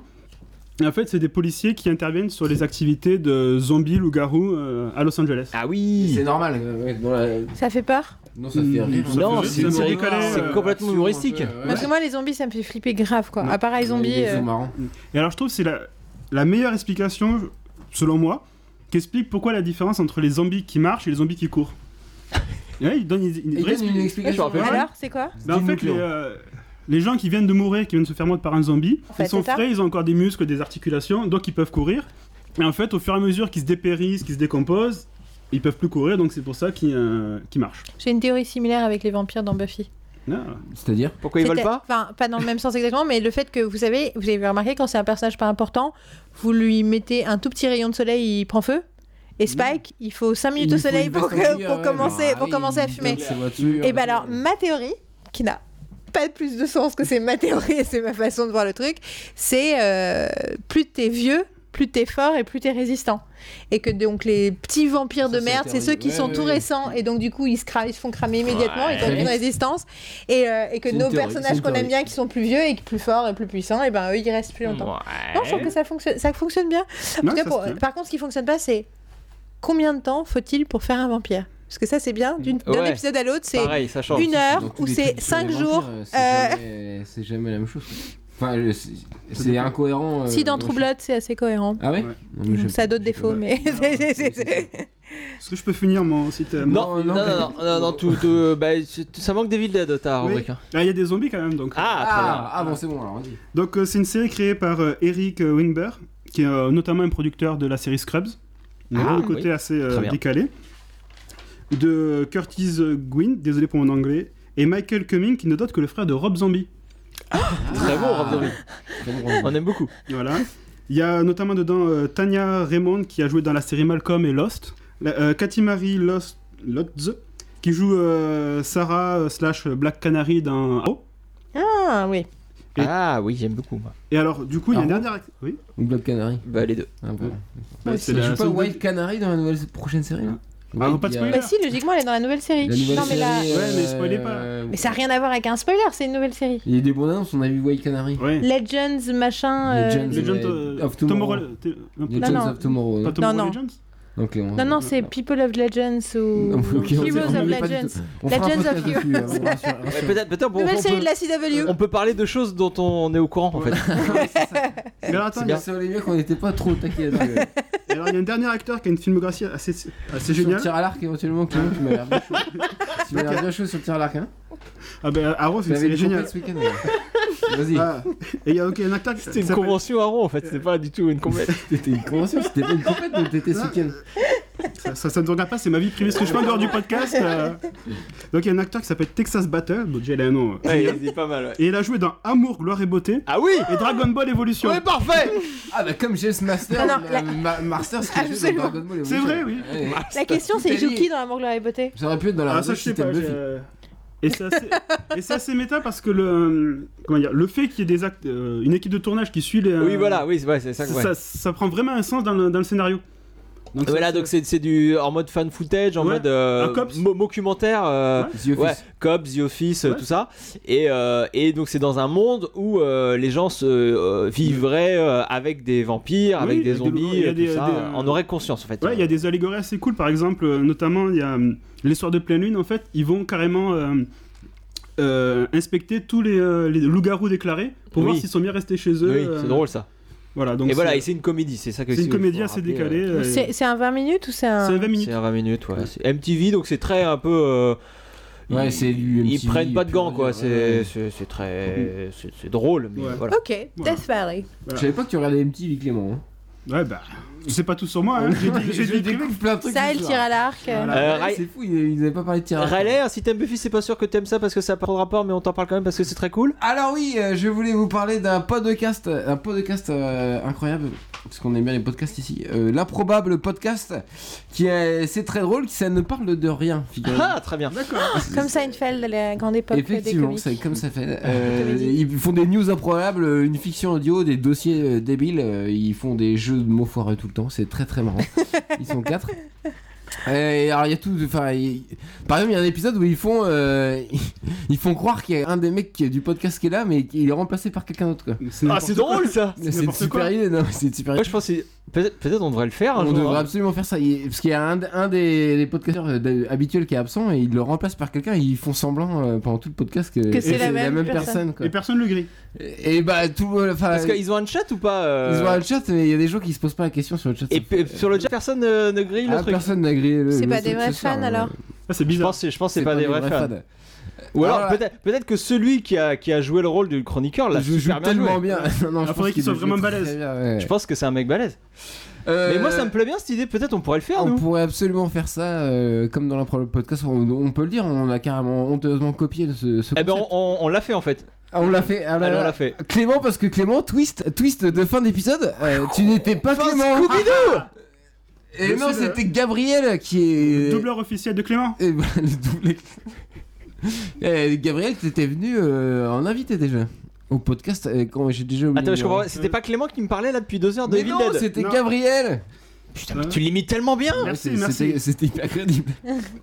Speaker 3: Et en fait, c'est des policiers qui interviennent sur les activités de zombies, loups-garous euh, à Los Angeles.
Speaker 1: Ah
Speaker 2: C'est
Speaker 1: oui.
Speaker 2: normal. euh, ouais, dans la-
Speaker 4: Ça fait peur
Speaker 2: Non, ça fait rire.
Speaker 3: Ça
Speaker 1: Non,
Speaker 3: fait-
Speaker 1: c'est
Speaker 3: ça fait
Speaker 1: humoristique.
Speaker 3: décoller,
Speaker 1: C'est
Speaker 3: euh,
Speaker 1: complètement humoristique.
Speaker 2: euh,
Speaker 4: Parce que moi, les zombies, ça me fait flipper grave quoi.
Speaker 2: Non.
Speaker 4: À part les zombies. euh,
Speaker 2: marrant.
Speaker 3: Et alors, je trouve que c'est la, la meilleure explication, selon moi, qui explique pourquoi la différence entre les zombies qui marchent et les zombies
Speaker 2: [laughs]
Speaker 3: qui courent. Et ouais, il donne une, une
Speaker 2: Il
Speaker 3: vraie
Speaker 2: donne une explication.
Speaker 1: rappelle.
Speaker 4: Alors, c'est quoi
Speaker 3: Ben, en fait, les, euh, les gens qui viennent de mourir, qui viennent de se faire mordre par un zombie,
Speaker 4: En fait,
Speaker 3: ils sont
Speaker 4: c'est ça.
Speaker 3: frais, ils ont encore des muscles, des articulations, donc ils peuvent courir. Et en fait, au fur et à mesure qu'ils se dépérissent, qu'ils se décomposent, ils peuvent plus courir, donc c'est pour ça qu'ils euh, qu'ils marchent.
Speaker 4: J'ai une théorie similaire avec les vampires dans Buffy.
Speaker 3: Ah.
Speaker 2: C'est-à-dire
Speaker 1: Pourquoi ils veulent
Speaker 4: C'était-
Speaker 1: pas
Speaker 4: Enfin, pas dans le même sens exactement, mais le fait que vous savez, vous avez remarqué quand c'est un personnage pas important, vous lui mettez un tout petit rayon de soleil, il prend feu. Et Spike, il faut 5 minutes au soleil pour, que- pour commencer, pour commencer à fumer. Et ben alors, ma théorie, qui n'a pas plus de sens que c'est ma théorie et c'est ma façon de voir le truc, c'est euh, plus t'es vieux, plus t'es fort et plus t'es résistant. Et que donc les petits vampires
Speaker 2: Ça,
Speaker 4: de
Speaker 2: c'est
Speaker 4: merde,
Speaker 2: la
Speaker 4: c'est
Speaker 2: théorie.
Speaker 4: ceux qui
Speaker 2: Ouais,
Speaker 4: sont
Speaker 2: ouais,
Speaker 4: tout
Speaker 2: ouais.
Speaker 4: récents et donc du coup ils se, cra- ils se font cramer immédiatement et
Speaker 2: Ouais.
Speaker 4: ils une résistance. Et, euh, et que
Speaker 2: C'est une
Speaker 4: nos
Speaker 2: théorie, c'est
Speaker 4: personnages
Speaker 2: une
Speaker 4: qu'on aime
Speaker 2: théorie.
Speaker 4: bien, qui sont plus vieux et qui plus forts et plus puissants, et ben eux ils restent plus longtemps. Non, je trouve que ça fonctionne, ça fonctionne bien. En
Speaker 3: Non,
Speaker 4: tout cas,
Speaker 3: ça
Speaker 4: pour-
Speaker 3: se tient.
Speaker 4: par contre, ce qui fonctionne pas, c'est combien de temps faut-il pour faire un vampire Parce que ça, c'est bien. d'une- D'un
Speaker 1: Ouais.
Speaker 4: épisode à l'autre, c'est
Speaker 1: Pareil, ça change.
Speaker 4: une heure ou c'est cinq jours. euh,
Speaker 2: C'est jamais la même chose. Enfin, le- c'est- c'est incohérent. euh,
Speaker 4: Si dans
Speaker 2: moi, je-
Speaker 4: True Blood, c'est assez cohérent.
Speaker 2: Ah ouais
Speaker 3: Ouais.
Speaker 2: Non, mais j'aime
Speaker 4: ça a d'autres
Speaker 2: pas, j'aime
Speaker 4: défauts,
Speaker 2: pas.
Speaker 4: mais. [laughs] c'est- c'est- c'est- c'est-
Speaker 3: Est-ce que je peux finir mon site euh, mon-
Speaker 1: Non, non, non, non, non, non, tout, tout- bah, c'est- ça manque des villes d'aide ta
Speaker 3: Oui.
Speaker 1: rubrique. hein.
Speaker 3: Ah, il y a des zombies quand même, donc.
Speaker 1: Ah,
Speaker 2: Ah, ah bon, c'est bon, alors on dit.
Speaker 3: Donc euh, c'est une série créée par euh, Eric euh, Winber, qui est euh, notamment un producteur de la série Scrubs. Il a
Speaker 1: Ah,
Speaker 3: un côté
Speaker 1: oui.
Speaker 3: assez euh,
Speaker 1: Très bien.
Speaker 3: décalé. De Curtis Gwynn, désolé pour mon anglais, et Michael Cumming, qui n'est d'autre que le frère de Rob Zombie.
Speaker 1: très bien. Très bon, Rob Zombie.
Speaker 2: Très bon, Rob Zombie.
Speaker 1: On aime beaucoup.
Speaker 3: Voilà. Il y a notamment dedans euh, Tanya Raymond, qui a joué dans la série Malcolm et Lost. La- euh, Cathy Marie Lost, Lotz, qui joue euh, Sarah euh, slash Black Canary dans Arrow.
Speaker 4: Ah oui.
Speaker 3: Et-
Speaker 1: Ah oui, j'aime beaucoup. moi.
Speaker 3: Et alors, du coup, il y a une
Speaker 2: Arrow
Speaker 3: dernière... Oui
Speaker 2: Ou Black Canary.
Speaker 1: Bah, les deux.
Speaker 2: Ah, bon.
Speaker 3: Bah, c'est
Speaker 2: Je
Speaker 3: la
Speaker 2: suis pas
Speaker 3: seule-
Speaker 2: White Canary dans la nouvelle prochaine série là
Speaker 3: Ah,
Speaker 2: White,
Speaker 3: pas de
Speaker 2: il y a-
Speaker 3: spoiler.
Speaker 4: Bah si, logiquement, elle est dans la nouvelle série.
Speaker 2: La nouvelle
Speaker 4: non, mais là.
Speaker 2: série,
Speaker 3: Ouais, mais spoilez pas.
Speaker 2: euh,
Speaker 4: Mais ça n'a rien à voir avec un spoiler, c'est une nouvelle série.
Speaker 2: Il y a eu des bonnes annonces, on a vu White Canary.
Speaker 3: Ouais.
Speaker 4: Legends, machin. euh,
Speaker 2: Legends.
Speaker 3: Legend
Speaker 2: Euh,
Speaker 3: euh,
Speaker 2: of Tomorrow.
Speaker 3: Tomorrow- t- non,
Speaker 2: Legends
Speaker 4: non.
Speaker 2: of Tomorrow.
Speaker 3: pas
Speaker 2: non
Speaker 3: Tomorrow
Speaker 4: non.
Speaker 2: [laughs]
Speaker 3: Legends
Speaker 2: Donc, on-
Speaker 4: Non, non, c'est People of Legends ou.
Speaker 2: Non, ok, on-
Speaker 4: Heroes
Speaker 2: on
Speaker 4: of
Speaker 2: l'avait pas
Speaker 4: Legends.
Speaker 2: du tout. On fera un
Speaker 4: Legends of
Speaker 2: podcast
Speaker 4: Heroes.
Speaker 2: dessus, euh, on rassure-
Speaker 1: Ouais,
Speaker 2: rassure.
Speaker 1: peut-être, peut-être, on, on
Speaker 4: Nouvelle série de
Speaker 1: peut, Ah,
Speaker 4: la CW.
Speaker 1: on peut parler de choses dont on est au courant en fait.
Speaker 3: Mais alors,
Speaker 2: C'est
Speaker 3: attends, il y a-
Speaker 2: bien ça, Olivier, qu'on n'était pas trop taqué là-dessus.
Speaker 3: Et alors, il y a un dernier acteur qui a une filmographie assez, assez
Speaker 2: Sur
Speaker 3: géniale.
Speaker 2: le tir à l'arc, éventuellement, Clément, tu m'as l'air
Speaker 3: [laughs]
Speaker 2: bien chaud. Tu m'as l'air bien chaud sur le tir à l'arc, hein.
Speaker 3: Ah ben, Arrow,
Speaker 2: Tu
Speaker 3: c'est
Speaker 2: l'avais
Speaker 3: c'est
Speaker 2: dit
Speaker 3: génial.
Speaker 2: ce week-end. ouais. Vas-y.
Speaker 3: [laughs] Ah, et il y a ok, un acteur qui
Speaker 1: C'était une
Speaker 3: s'appelle-
Speaker 1: convention à rond en fait, c'était pas du tout une compète.
Speaker 2: C'était une convention, c'était pas une compète, donc t'étais ce week-end.
Speaker 3: Ça, ça, ça ne te regarde pas, c'est ma vie privée, ce que je fais en dehors du podcast. euh. Donc, il y a un acteur qui s'appelle Texas Battle. Bon, déjà, il a un nom. euh.
Speaker 1: [laughs] Ouais, c'est pas mal, ouais.
Speaker 3: Et il a joué dans Amour, Gloire et Beauté
Speaker 1: Ah oui
Speaker 3: et Dragon Ball Evolution.
Speaker 2: bah,
Speaker 1: Ouais, parfait
Speaker 2: Ah bah comme James Master,
Speaker 4: Ah,
Speaker 2: euh,
Speaker 4: Non, non, la-
Speaker 2: Ma- Master ce qu'il fait
Speaker 4: Absolument.
Speaker 2: dans Dragon Ball
Speaker 3: C'est
Speaker 2: Evolution.
Speaker 3: vrai, oui.
Speaker 2: Ouais.
Speaker 4: La question, c'est
Speaker 2: Italie.
Speaker 4: Joe qui dans Amour, gloire et beauté
Speaker 2: Ça aurait pu être dans la
Speaker 3: Ah, ça,
Speaker 2: rubrique
Speaker 3: je sais
Speaker 2: bah, si t'aimes
Speaker 3: pas.
Speaker 2: Buffy.
Speaker 3: je- Et c'est assez... et c'est assez méta parce que le, euh, comment dire, le fait qu'il y ait des actes, euh, une équipe de tournage qui suit les. euh,
Speaker 1: Oui, voilà, oui, c'est- ouais, c'est ça
Speaker 3: Ça,
Speaker 1: que ouais.
Speaker 3: ça- ça prend vraiment un sens dans le, dans le scénario. Donc,
Speaker 1: Voilà, donc c'est c'est du en mode fan footage, en
Speaker 3: Ouais,
Speaker 1: mode euh,
Speaker 3: un cops.
Speaker 1: mo- documentaire, euh,
Speaker 3: Ouais.
Speaker 2: The Office.
Speaker 1: Ouais, Cops, The Office, euh,
Speaker 3: Ouais.
Speaker 1: tout ça. Et, euh, et donc c'est dans un monde où euh, les gens se euh, vivraient euh, avec des vampires,
Speaker 3: Oui,
Speaker 1: avec des
Speaker 3: avec des loups-garous,
Speaker 1: zombies,
Speaker 3: il y a
Speaker 1: tout
Speaker 3: des-
Speaker 1: ça.
Speaker 3: des,
Speaker 1: euh,
Speaker 3: euh,
Speaker 1: On aurait conscience en fait.
Speaker 3: Ouais, il y a des allégories assez cool, par exemple, euh, notamment il y a euh, les soirs de pleine lune, en fait, ils vont carrément euh, euh, inspecter tous les, euh, les loups-garous déclarés pour voir
Speaker 1: Oui.
Speaker 3: s'ils sont bien restés chez eux.
Speaker 1: Oui,
Speaker 3: euh,
Speaker 1: c'est drôle ça.
Speaker 3: Voilà, donc
Speaker 1: et voilà,
Speaker 3: c'est-
Speaker 1: et c'est une comédie, c'est ça que si
Speaker 3: c'est une
Speaker 1: vous-
Speaker 3: comédie
Speaker 1: faut
Speaker 3: assez
Speaker 1: rappeler,
Speaker 3: décalée.
Speaker 1: euh,
Speaker 3: euh,
Speaker 4: C'est c'est un 20 minutes ou c'est
Speaker 3: C'est
Speaker 4: un.
Speaker 3: 20 minutes.
Speaker 1: C'est un 20 minutes, ouais. C'est MTV, donc c'est très un peu. euh,
Speaker 2: Ouais,
Speaker 1: ils-
Speaker 2: c'est du
Speaker 1: Ils
Speaker 2: MTV,
Speaker 1: prennent pas de
Speaker 2: pur
Speaker 1: gants, quoi.
Speaker 2: dire,
Speaker 1: C'est
Speaker 2: ouais.
Speaker 1: c'est- c'est très. C'est c'est drôle, mais
Speaker 3: Ouais.
Speaker 1: voilà.
Speaker 4: Ok,
Speaker 3: Voilà.
Speaker 4: Death Valley.
Speaker 2: Je savais pas que tu regardais MTV, Clément. hein.
Speaker 3: Ouais, bah, c'est pas tout sur moi.
Speaker 1: [laughs]
Speaker 3: hein.
Speaker 2: [laughs]
Speaker 3: J'ai dit- j'ai
Speaker 2: Je
Speaker 3: dit-
Speaker 2: découvre plein de trucs.
Speaker 4: Ça,
Speaker 2: ce
Speaker 4: elle
Speaker 2: soir.
Speaker 4: tire à l'arc. euh,
Speaker 3: Voilà.
Speaker 1: Euh,
Speaker 2: Ah, Ouais,
Speaker 1: Ray-
Speaker 2: c'est fou, ils ils avaient pas parlé de tir à l'arc.
Speaker 1: Rayler, si t'aimes Buffy, c'est pas sûr que t'aimes ça parce que ça a pas trop de rapport, mais on t'en parle quand même parce que c'est très cool.
Speaker 2: Alors oui, euh, je voulais vous parler d'un podcast, un podcast euh, incroyable, parce qu'on aime bien les podcasts ici. Euh, L'improbable podcast, qui est, c'est très drôle, qui ça ne parle de rien. figurez-vous.
Speaker 1: Ah, très bien.
Speaker 4: Comme Seinfeld, la grande époque des
Speaker 2: Effectivement,
Speaker 4: comics.
Speaker 2: c'est comme ça fait. Euh,
Speaker 4: Comédie.
Speaker 2: ils font des news improbables, euh, une fiction audio, des dossiers euh, débiles. euh, ils font des jeux de mots foireux tout le temps. C'est très très
Speaker 4: [laughs]
Speaker 2: marrant. ils sont quatre. Euh, Et alors il y a tout, enfin, il- par exemple il y a un épisode où ils font, euh, [laughs] ils font croire qu'il y a un des mecs qui est du podcast qui est là, mais qu'il est remplacé par quelqu'un d'autre quoi.
Speaker 1: Ah,
Speaker 3: n'importe
Speaker 1: c'est
Speaker 3: quoi.
Speaker 1: drôle ça!
Speaker 2: C'est une
Speaker 3: n'importe
Speaker 2: super
Speaker 3: quoi.
Speaker 2: idée, non mais C'est une super
Speaker 1: Moi,
Speaker 2: idée.
Speaker 1: je pense que peut-être peut-être on devrait le faire. un
Speaker 2: On
Speaker 1: jour,
Speaker 2: devrait
Speaker 1: hein.
Speaker 2: absolument faire ça. Il- Parce qu'il y a un, un des, des podcasteurs euh, d- habituels qui est absent et ils le remplacent par quelqu'un et ils font semblant euh, pendant tout le podcast que,
Speaker 4: Que c'est la même
Speaker 2: personne.
Speaker 4: personne.
Speaker 2: quoi.
Speaker 3: Et personne le grille.
Speaker 2: Et, et bah tout le monde. enfin,
Speaker 1: Parce
Speaker 2: ils
Speaker 1: qu'ils ont un chat ou pas? euh,
Speaker 2: ont le chat, mais il y a des gens qui se posent pas la question sur le chat.
Speaker 1: Et
Speaker 2: ça fait-
Speaker 1: p- euh, sur le chat, personne ne, ne grille le
Speaker 2: Ah,
Speaker 1: truc.
Speaker 2: personne n'a grillé le.
Speaker 4: C'est
Speaker 2: le
Speaker 4: pas
Speaker 2: truc
Speaker 4: des
Speaker 2: ce
Speaker 4: vrais
Speaker 2: soir,
Speaker 4: fans,
Speaker 2: euh,
Speaker 4: alors
Speaker 3: Ah, c'est
Speaker 1: Je
Speaker 3: bizarre.
Speaker 1: pense, je pense que c'est pas, des vrais fans. Ou alors,
Speaker 2: Alors,
Speaker 1: peut-être peut-être que celui qui a, qui a joué le rôle du chroniqueur l'a
Speaker 2: Je joue
Speaker 1: super bien joué.
Speaker 2: tellement bien. [laughs] non, non, je
Speaker 3: faudrait
Speaker 2: pense
Speaker 3: qu'ils
Speaker 2: qu'il
Speaker 3: soient
Speaker 2: le joue
Speaker 3: vraiment
Speaker 2: très,
Speaker 3: balèzes.
Speaker 2: très bien, ouais.
Speaker 1: Je pense que c'est un mec balèze.
Speaker 2: Euh,
Speaker 1: Mais moi, ça me plaît bien cette idée. Peut-être on pourrait le faire,
Speaker 2: On
Speaker 1: nous.
Speaker 2: pourrait absolument faire ça, euh, comme dans l'improbable podcast, on, on peut le dire, on a carrément honteusement copié ce, ce
Speaker 1: Eh ben,
Speaker 2: concept.
Speaker 1: on, on- on l'a fait en fait.
Speaker 2: Ah, on l'a fait, ah là
Speaker 1: Allez, on
Speaker 2: là.
Speaker 1: l'a fait.
Speaker 2: Clément, parce que Clément, twist, twist de fin d'épisode, euh, tu n'étais pas
Speaker 1: Enfin,
Speaker 2: Clément
Speaker 1: Scooby-Doo
Speaker 2: Et
Speaker 3: Je
Speaker 2: non,
Speaker 3: suis le-
Speaker 2: c'était Gabriel qui est...
Speaker 3: Le doubleur officiel de Clément.
Speaker 2: [laughs] Eh ben, le double- [laughs] Eh, Gabriel, t'étais venu euh, en invité déjà, au podcast, euh, quand j'ai déjà oublié.
Speaker 1: Attends,
Speaker 2: le
Speaker 1: je
Speaker 2: nom.
Speaker 1: comprends. pas. C'était pas Clément qui me parlait là depuis deux heures de
Speaker 2: Mais
Speaker 1: Evil
Speaker 2: non,
Speaker 1: Dead.
Speaker 2: c'était
Speaker 3: Non.
Speaker 2: Gabriel
Speaker 1: Putain, mais tu l'imites tellement bien.
Speaker 3: Merci,
Speaker 2: Ouais, c'est-
Speaker 3: merci.
Speaker 2: c'était- C'était hyper crédible.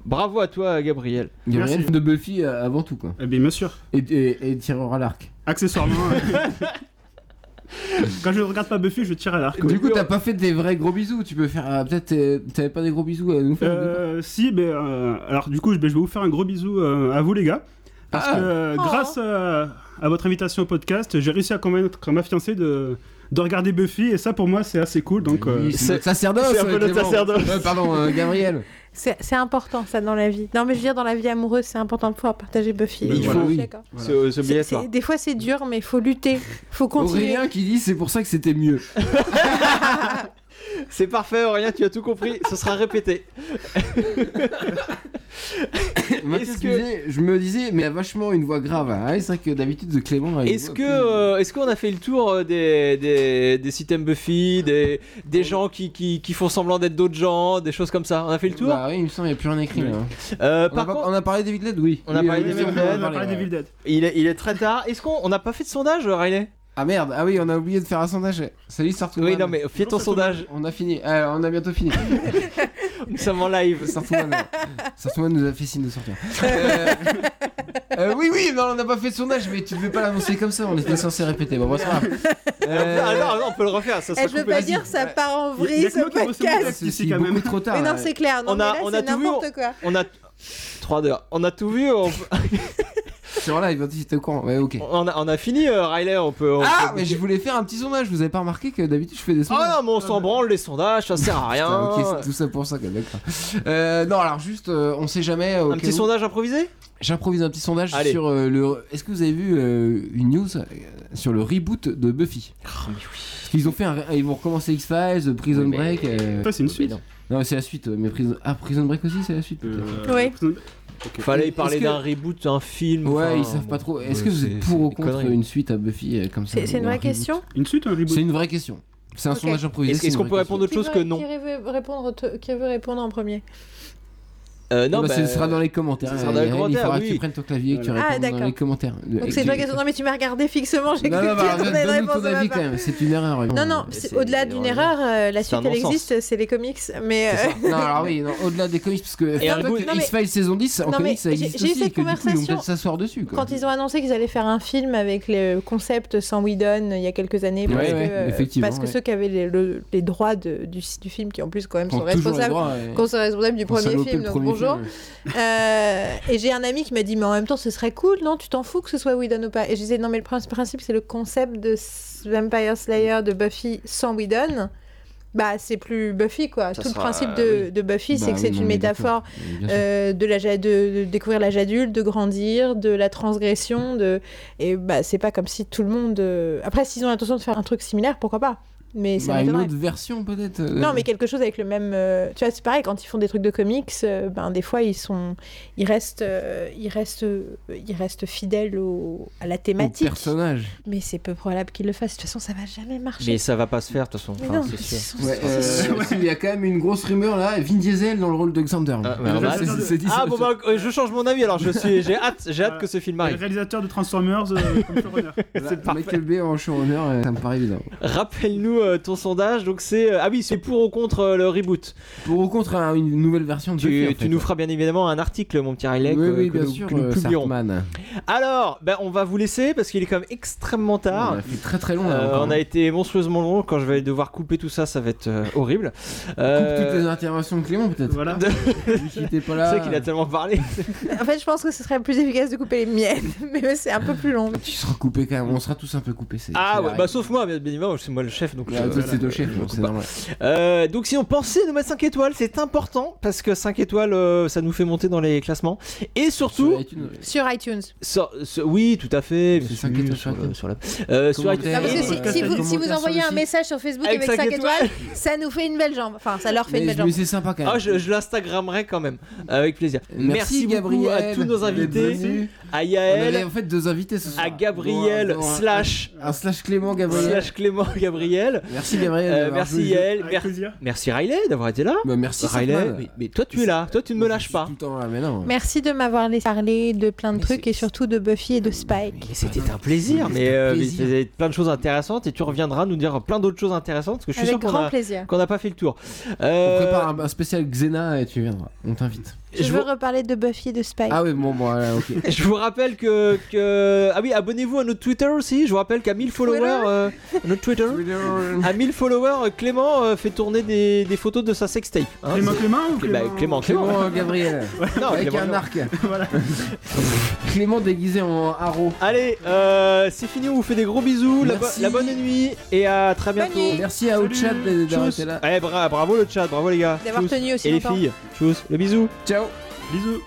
Speaker 1: Bravo à toi, Gabriel.
Speaker 2: Gabriel
Speaker 3: Merci.
Speaker 2: de Buffy euh, avant tout, quoi.
Speaker 3: Eh bien, bien sûr.
Speaker 2: Et, et, et tireur à l'arc.
Speaker 1: [laughs]
Speaker 3: Accessoirement. euh, Quand je regarde pas Buffy, je tire à l'arc.
Speaker 2: Du coup, t'as pas fait des vrais gros bisous. Tu peux faire. euh, Peut-être euh, t'avais pas des gros bisous à nous faire.
Speaker 3: Euh, si, ben, euh, alors du coup, je ben, je vais vous faire un gros bisou euh, à vous les gars. Parce
Speaker 2: Ah.
Speaker 3: que euh,
Speaker 4: Oh.
Speaker 3: grâce euh, à votre invitation au podcast, j'ai réussi à convaincre ma fiancée de, de regarder Buffy et ça pour moi c'est assez cool. Donc, euh,
Speaker 2: Oui,
Speaker 1: c'est-
Speaker 2: c'est notre sacerdoce.
Speaker 1: c'est un peu
Speaker 2: euh,
Speaker 1: notre
Speaker 2: Clément.
Speaker 1: sacerdoce.
Speaker 2: Euh, pardon, euh, Gabriel.
Speaker 4: C'est c'est important ça dans la vie. Non mais je veux dire dans la vie amoureuse c'est important de pouvoir partager Buffy.
Speaker 2: Mais
Speaker 1: il
Speaker 4: Je
Speaker 1: faut-
Speaker 4: suis
Speaker 2: oui.
Speaker 4: d'accord.
Speaker 3: Voilà.
Speaker 1: C'est c'est
Speaker 4: C'est-
Speaker 1: obligatoire.
Speaker 4: c'est- Des fois c'est dur mais il faut lutter, faut continuer.
Speaker 2: Aurélien qui dit c'est pour ça que c'était mieux.
Speaker 1: C'est parfait, Aurélien, tu as tout compris. Ce sera
Speaker 2: [laughs]
Speaker 1: répété.
Speaker 2: Mathieu
Speaker 1: Est-ce que-
Speaker 2: Suzet, je me disais, mais il a vachement une voix grave. hein. Ouais, c'est vrai que d'habitude, de Clément. Ah, il a une
Speaker 1: Est-ce
Speaker 2: voix
Speaker 1: que
Speaker 2: plus-
Speaker 1: euh, est-ce qu'on a fait le tour euh, des des, des systèmes Buffy, des, des gens qui, qui, qui font semblant d'être d'autres gens, des choses comme ça On a fait le tour.
Speaker 2: Bah oui, il me semble, il n'y a plus rien écrit.
Speaker 3: Oui.
Speaker 2: là. hein.
Speaker 1: Euh,
Speaker 2: On, a
Speaker 1: par
Speaker 2: pas-
Speaker 1: contre,
Speaker 2: on a parlé d'Evil Dead, oui.
Speaker 1: On a
Speaker 2: Oui,
Speaker 1: parlé
Speaker 2: oui,
Speaker 1: d'Evil
Speaker 2: oui,
Speaker 1: Dead,
Speaker 2: on a parlé d'Evil Dead.
Speaker 3: Dead.
Speaker 1: il est, il est très tard. Est-ce qu'on on n'a pas fait de sondage, Riley
Speaker 2: Ah merde, ah oui, on a oublié de faire un sondage. Salut, Sartouman.
Speaker 1: Oui, non, mais fais ton
Speaker 3: Toujours ce
Speaker 1: sondage.
Speaker 2: On a fini, Ah, on a bientôt fini.
Speaker 1: [laughs] Nous sommes en live.
Speaker 2: Sartouman, euh, Sartouman nous a fait signe de
Speaker 1: [laughs]
Speaker 2: sortir. Euh, euh, oui, oui, non, on n'a pas fait de sondage, mais tu devais pas l'annoncer comme ça, on était censé répéter. Bon, bon, c'est pas grave. Euh,
Speaker 1: Ah non, non, on peut le refaire. Ça sera
Speaker 4: Eh, je veux
Speaker 1: coupé.
Speaker 4: pas
Speaker 1: Vas-y.
Speaker 4: dire ça part en
Speaker 3: Il y
Speaker 4: vrille
Speaker 3: a que
Speaker 4: ce
Speaker 3: moi qui reçois mon
Speaker 4: podcast.
Speaker 3: texte.
Speaker 2: c'est-
Speaker 3: ici,
Speaker 2: c'est
Speaker 3: quand même.
Speaker 2: beaucoup trop tard.
Speaker 4: Mais non
Speaker 2: là.
Speaker 4: c'est clair, non
Speaker 1: On
Speaker 4: mais
Speaker 1: a-
Speaker 4: là
Speaker 1: on a
Speaker 4: c'est
Speaker 1: tout vu,
Speaker 4: n'importe quoi.
Speaker 1: On a 3 heures. On a tout vu. On,
Speaker 2: C'est en live, si t'es au courant. Ouais, ok.
Speaker 1: [laughs] on a, on a fini, euh, Riley. On peut. on
Speaker 2: Ah,
Speaker 1: peut-
Speaker 2: mais je voulais faire un petit sondage, vous avez pas remarqué que d'habitude je fais des
Speaker 1: Oh
Speaker 2: sondages
Speaker 1: non, mais on s'en branle les sondages, ça sert à rien.
Speaker 2: Putain, Ah, ok, c'est tout ça pour ça, quoi, d'accord. Euh, non, alors juste, euh, on sait jamais. au
Speaker 1: Un
Speaker 2: cas
Speaker 1: petit
Speaker 2: où.
Speaker 1: sondage improvisé
Speaker 2: J'improvise un petit sondage
Speaker 1: Allez.
Speaker 2: sur euh, le. Est-ce que vous avez vu euh, une news euh, sur le reboot de Buffy Parce qu'ils ont fait un... ils vont recommencer X Files, Prison
Speaker 1: Ah, Oui, mais-
Speaker 2: Break. euh,
Speaker 3: Ça, c'est une suite.
Speaker 1: non.
Speaker 2: Non, c'est la suite, mais Prison. Ah, Prison Break aussi, c'est la suite. peut-être.
Speaker 3: Euh,
Speaker 1: Fallait
Speaker 2: Est-ce
Speaker 1: parler
Speaker 2: que-
Speaker 1: d'un reboot, d'un film.
Speaker 2: Ouais,
Speaker 1: enfin,
Speaker 2: ils savent pas
Speaker 1: bon,
Speaker 2: trop. Est-ce
Speaker 1: euh,
Speaker 2: que vous
Speaker 1: c'est-
Speaker 2: êtes pour
Speaker 1: c'est
Speaker 2: ou
Speaker 1: des
Speaker 2: contre
Speaker 1: conneries.
Speaker 2: une suite à Buffy euh, comme ça
Speaker 4: C'est c'est
Speaker 2: un
Speaker 4: une vraie
Speaker 2: reboot
Speaker 4: question.
Speaker 3: Une suite, un
Speaker 2: C'est
Speaker 3: reboot.
Speaker 2: une vraie question. C'est un
Speaker 4: Ok.
Speaker 2: sondage improvisé.
Speaker 1: Est-ce
Speaker 2: c'est une
Speaker 1: est-ce qu'on
Speaker 2: vraie
Speaker 1: peut
Speaker 2: question.
Speaker 1: répondre autre
Speaker 4: Qui
Speaker 1: chose
Speaker 4: veut-
Speaker 1: que non
Speaker 4: Qui veut répondre, au t- qui veut répondre en premier
Speaker 1: Euh,
Speaker 2: Non,
Speaker 1: Non, bah,
Speaker 2: ce sera dans les commentaires.
Speaker 1: ce sera dans les
Speaker 2: Yael, Il
Speaker 1: commentaires,
Speaker 2: faudra que
Speaker 1: oui.
Speaker 2: tu prennes ton clavier et que tu
Speaker 4: Ah,
Speaker 2: répondes dans
Speaker 4: d'accord.
Speaker 2: les commentaires.
Speaker 4: Donc c'est toi qui Non mais tu m'as regardé fixement, j'ai
Speaker 2: Non,
Speaker 4: cru
Speaker 2: non,
Speaker 4: que tu
Speaker 2: bah,
Speaker 4: attendais une
Speaker 2: donne
Speaker 4: réponse
Speaker 2: ton
Speaker 4: de ma
Speaker 2: avis
Speaker 4: part.
Speaker 2: quand même. C'est une erreur.
Speaker 4: Non, non,
Speaker 1: Mais
Speaker 4: c'est-
Speaker 1: c'est-
Speaker 4: au-delà d'une erreur, euh, la
Speaker 1: C'est un
Speaker 4: suite elle
Speaker 1: non-sens.
Speaker 4: existe, c'est les comics, mais. euh,
Speaker 2: Non, alors oui, non, au-delà des comics, parce que
Speaker 1: Et un
Speaker 2: figure-toi
Speaker 1: reboot-
Speaker 2: que
Speaker 4: Non, mais-
Speaker 2: X-Files saison 10, en
Speaker 4: Non, mais
Speaker 2: comics, ça
Speaker 4: j'ai-
Speaker 2: existe
Speaker 4: j'ai eu
Speaker 2: aussi,
Speaker 4: cette
Speaker 2: et que du coup, ils vont
Speaker 4: conversation
Speaker 2: peut-être s'asseoir dessus. Quoi.
Speaker 4: Quand ils ont annoncé qu'ils allaient faire un film avec le concept sans Whedon euh, il y a quelques années, parce
Speaker 2: Ouais,
Speaker 4: que,
Speaker 2: ouais,
Speaker 4: euh,
Speaker 2: effectivement,
Speaker 4: parce que
Speaker 2: ouais.
Speaker 4: ceux qui avaient les, le- les droits de- du, du film, qui en plus quand même sont
Speaker 2: Prends toujours les
Speaker 4: responsables,
Speaker 2: droits, ouais.
Speaker 4: quand sont responsables du
Speaker 2: Pour
Speaker 4: premier
Speaker 2: saloper
Speaker 4: film,
Speaker 2: le
Speaker 4: donc
Speaker 2: premier
Speaker 4: bon, bonjour. Euh, et j'ai un ami qui m'a dit, mais en même temps, ce serait cool, non Tu t'en fous que ce soit Whedon ou pas Et je disais, non, mais le prin- principe, c'est le concept de s- Vampire Slayer de Buffy sans Whedon. Bah, c'est plus Buffy, quoi.
Speaker 11: Ça
Speaker 4: Tout
Speaker 11: sera-
Speaker 4: le principe de, de
Speaker 2: Bah
Speaker 4: Buffy, c'est que c'est une métaphore euh, de, l'âge à- de, de découvrir l'âge adulte, de grandir, de la transgression, de et bah c'est pas comme si tout le monde. euh, Après, s'ils ont l'intention de faire un truc similaire, pourquoi pas Mais ça
Speaker 2: Bah, une
Speaker 4: m'étonnerait.
Speaker 2: autre version peut-être. euh,
Speaker 4: Non, mais quelque chose avec le même. euh, Tu vois, c'est pareil quand ils font des trucs de comics. euh, ben des fois, ils sont, ils restent, euh, ils restent, euh, ils restent fidèles au... à la
Speaker 2: au
Speaker 4: thématique.
Speaker 2: personnage.
Speaker 4: Mais c'est peu probable qu'ils le fassent. De toute façon, ça va jamais marcher.
Speaker 11: Mais ça va pas se faire, de toute façon.
Speaker 4: Mais
Speaker 11: Enfin,
Speaker 4: non,
Speaker 11: c'est
Speaker 2: [laughs]
Speaker 4: c'est
Speaker 11: sûr.
Speaker 2: Ouais, euh, Il y a quand même une grosse rumeur là, Vin Diesel dans le rôle de Xander.
Speaker 11: Ah, bah, normal.
Speaker 2: C'est- c'est dit,
Speaker 1: Ah
Speaker 2: ça-
Speaker 1: bon bah euh, je change mon avis alors je suis j'ai hâte j'ai hâte que ce film
Speaker 2: [laughs]
Speaker 3: Le
Speaker 1: arrive.
Speaker 3: réalisateur de Transformers euh, comme showrunner.
Speaker 1: C'est parfait.
Speaker 2: Michael Bay en showrunner, euh, ça me paraît évident.
Speaker 1: Rappelle-nous euh, ton sondage donc c'est euh, ah oui c'est pour ou contre euh, le reboot.
Speaker 2: Pour au contraire, une nouvelle version de
Speaker 1: Tu,
Speaker 2: Buffy, en
Speaker 1: tu
Speaker 2: fait.
Speaker 1: nous feras bien évidemment un article mon petit Riley
Speaker 2: Oui,
Speaker 1: que,
Speaker 2: oui,
Speaker 1: que
Speaker 2: bien
Speaker 1: nous,
Speaker 2: sûr,
Speaker 1: que nous
Speaker 2: euh,
Speaker 1: publierons.
Speaker 2: Sartman.
Speaker 1: Alors ben on va vous laisser parce qu'il est quand même extrêmement tard.
Speaker 2: On a fait très très long. là,
Speaker 1: Euh,
Speaker 2: encore.
Speaker 1: on a été monstrueusement long. Quand je vais devoir couper tout ça, ça va être euh,
Speaker 2: [laughs]
Speaker 1: horrible. Euh,
Speaker 2: Coupe toutes les interventions de Clément peut-être.
Speaker 3: Voilà.
Speaker 2: Vu qu'il était pas
Speaker 1: Tu
Speaker 2: là.
Speaker 1: sais qu'il a tellement
Speaker 2: [laughs]
Speaker 1: parlé.
Speaker 4: En fait, je pense que ce serait plus efficace de couper les miennes, [laughs] mais c'est un peu plus long.
Speaker 2: Tu seras coupé quand même. On sera tous un peu coupés. c'est-
Speaker 1: Ah
Speaker 2: c'est
Speaker 1: ouais,
Speaker 2: la
Speaker 1: bah
Speaker 2: règle.
Speaker 1: sauf moi, bien bien évidemment, c'est moi le chef donc.
Speaker 2: Ouais,
Speaker 1: je-
Speaker 2: toi,
Speaker 1: voilà.
Speaker 2: c'est ton chef, donc c'est normal.
Speaker 1: Euh, donc si on pensait nous mettre 5 étoiles, c'est important parce que 5 étoiles, euh, ça nous fait monter dans les classements et surtout.
Speaker 2: Sur iTunes,
Speaker 4: Sur iTunes.
Speaker 1: sur- sur- oui, tout à fait.
Speaker 2: C'est
Speaker 1: bien
Speaker 2: cinq
Speaker 1: sûr,
Speaker 2: étoiles
Speaker 1: sur,
Speaker 2: sur
Speaker 1: le-
Speaker 2: iTunes.
Speaker 1: sur la. euh, sur
Speaker 2: Commentaire.
Speaker 1: iTunes.
Speaker 4: Non, parce que
Speaker 2: Et
Speaker 4: si,
Speaker 2: voilà.
Speaker 4: si vous, si vous
Speaker 2: Commentaire sur
Speaker 4: envoyez
Speaker 2: le
Speaker 4: un
Speaker 2: site.
Speaker 4: message sur Facebook
Speaker 1: Avec
Speaker 4: avec,
Speaker 1: cinq
Speaker 4: 5
Speaker 1: étoiles.
Speaker 4: étoiles, ça nous fait une belle jambe. Enfin, ça leur fait une
Speaker 2: Mais,
Speaker 4: belle jambe.
Speaker 2: mais c'est sympa quand même.
Speaker 1: Ah, je, je l'installerai quand même, avec plaisir. Merci, beaucoup à tous nos
Speaker 2: d'être
Speaker 1: invités,
Speaker 2: venus.
Speaker 1: à
Speaker 2: On avait
Speaker 1: Yael,
Speaker 2: en fait deux invités ce soir.
Speaker 1: à Gabriel,
Speaker 2: Dont un- dont un-
Speaker 1: slash,
Speaker 2: un slash Clément Gabriel.
Speaker 1: slash Clément Gabriel.
Speaker 2: Merci Gabriel.
Speaker 1: Euh,
Speaker 2: d'avoir joué
Speaker 1: merci
Speaker 2: le jeu.
Speaker 1: Yael,
Speaker 3: Avec
Speaker 1: mer-
Speaker 3: plaisir.
Speaker 1: merci Riley d'avoir été là.
Speaker 2: Bah, merci
Speaker 1: Riley,
Speaker 2: Sartman.
Speaker 1: mais, mais toi tu es là, toi tu ne me
Speaker 2: Moi, je
Speaker 1: lâches
Speaker 2: suis
Speaker 1: pas.
Speaker 2: Tout le temps là, mais non.
Speaker 4: Merci de m'avoir laissé parler de plein de
Speaker 2: Mais
Speaker 4: trucs
Speaker 2: c'est-
Speaker 4: et surtout de Buffy et de Spike.
Speaker 1: Mais C'était un plaisir, mais
Speaker 2: C'était un
Speaker 1: euh, mais
Speaker 2: plaisir.
Speaker 1: c'était plein de choses intéressantes et tu reviendras nous dire plein d'autres choses intéressantes parce que je suis
Speaker 4: Avec
Speaker 1: sûr qu'on
Speaker 4: grand
Speaker 1: a-
Speaker 4: plaisir.
Speaker 1: qu'on n'a pas fait le tour.
Speaker 2: On
Speaker 1: Euh,
Speaker 2: prépare un, un spécial Xena et tu viendras. On t'invite.
Speaker 4: Je,
Speaker 1: je
Speaker 4: veux
Speaker 1: vous-
Speaker 4: reparler de Buffy et de Spike.
Speaker 2: Ah oui, bon, bon, voilà,
Speaker 4: [laughs]
Speaker 2: ok.
Speaker 1: Je vous rappelle que, que- ah oui abonnez-vous à notre Twitter aussi. Je vous rappelle qu'à 1000 followers
Speaker 4: Twitter
Speaker 1: euh, notre Twitter à 1000 followers euh, Clément euh, fait tourner des, des photos de sa sextape. hein.
Speaker 3: Clément Clément ou
Speaker 1: Clé- bah, Clément, Clément.
Speaker 2: Clément euh, Gabriel.
Speaker 1: Non,
Speaker 2: avec
Speaker 1: Clément,
Speaker 2: un
Speaker 1: non.
Speaker 2: arc.
Speaker 3: Voilà.
Speaker 2: [laughs] Clément déguisé en haro.
Speaker 1: Allez, euh, c'est fini. On vous fait des gros bisous. La, bo-
Speaker 2: Merci.
Speaker 1: la bonne nuit et à très bientôt.
Speaker 2: Merci à Outchat
Speaker 1: Tchuss.
Speaker 2: d'arrêter là.
Speaker 1: Eh, bra- bravo le chat, bravo les gars.
Speaker 4: D'avoir
Speaker 1: Tchuss.
Speaker 4: tenu aussi
Speaker 1: Et les
Speaker 4: longtemps.
Speaker 1: filles. Tchuss. Le bisou.
Speaker 2: Ciao.
Speaker 3: Bisous.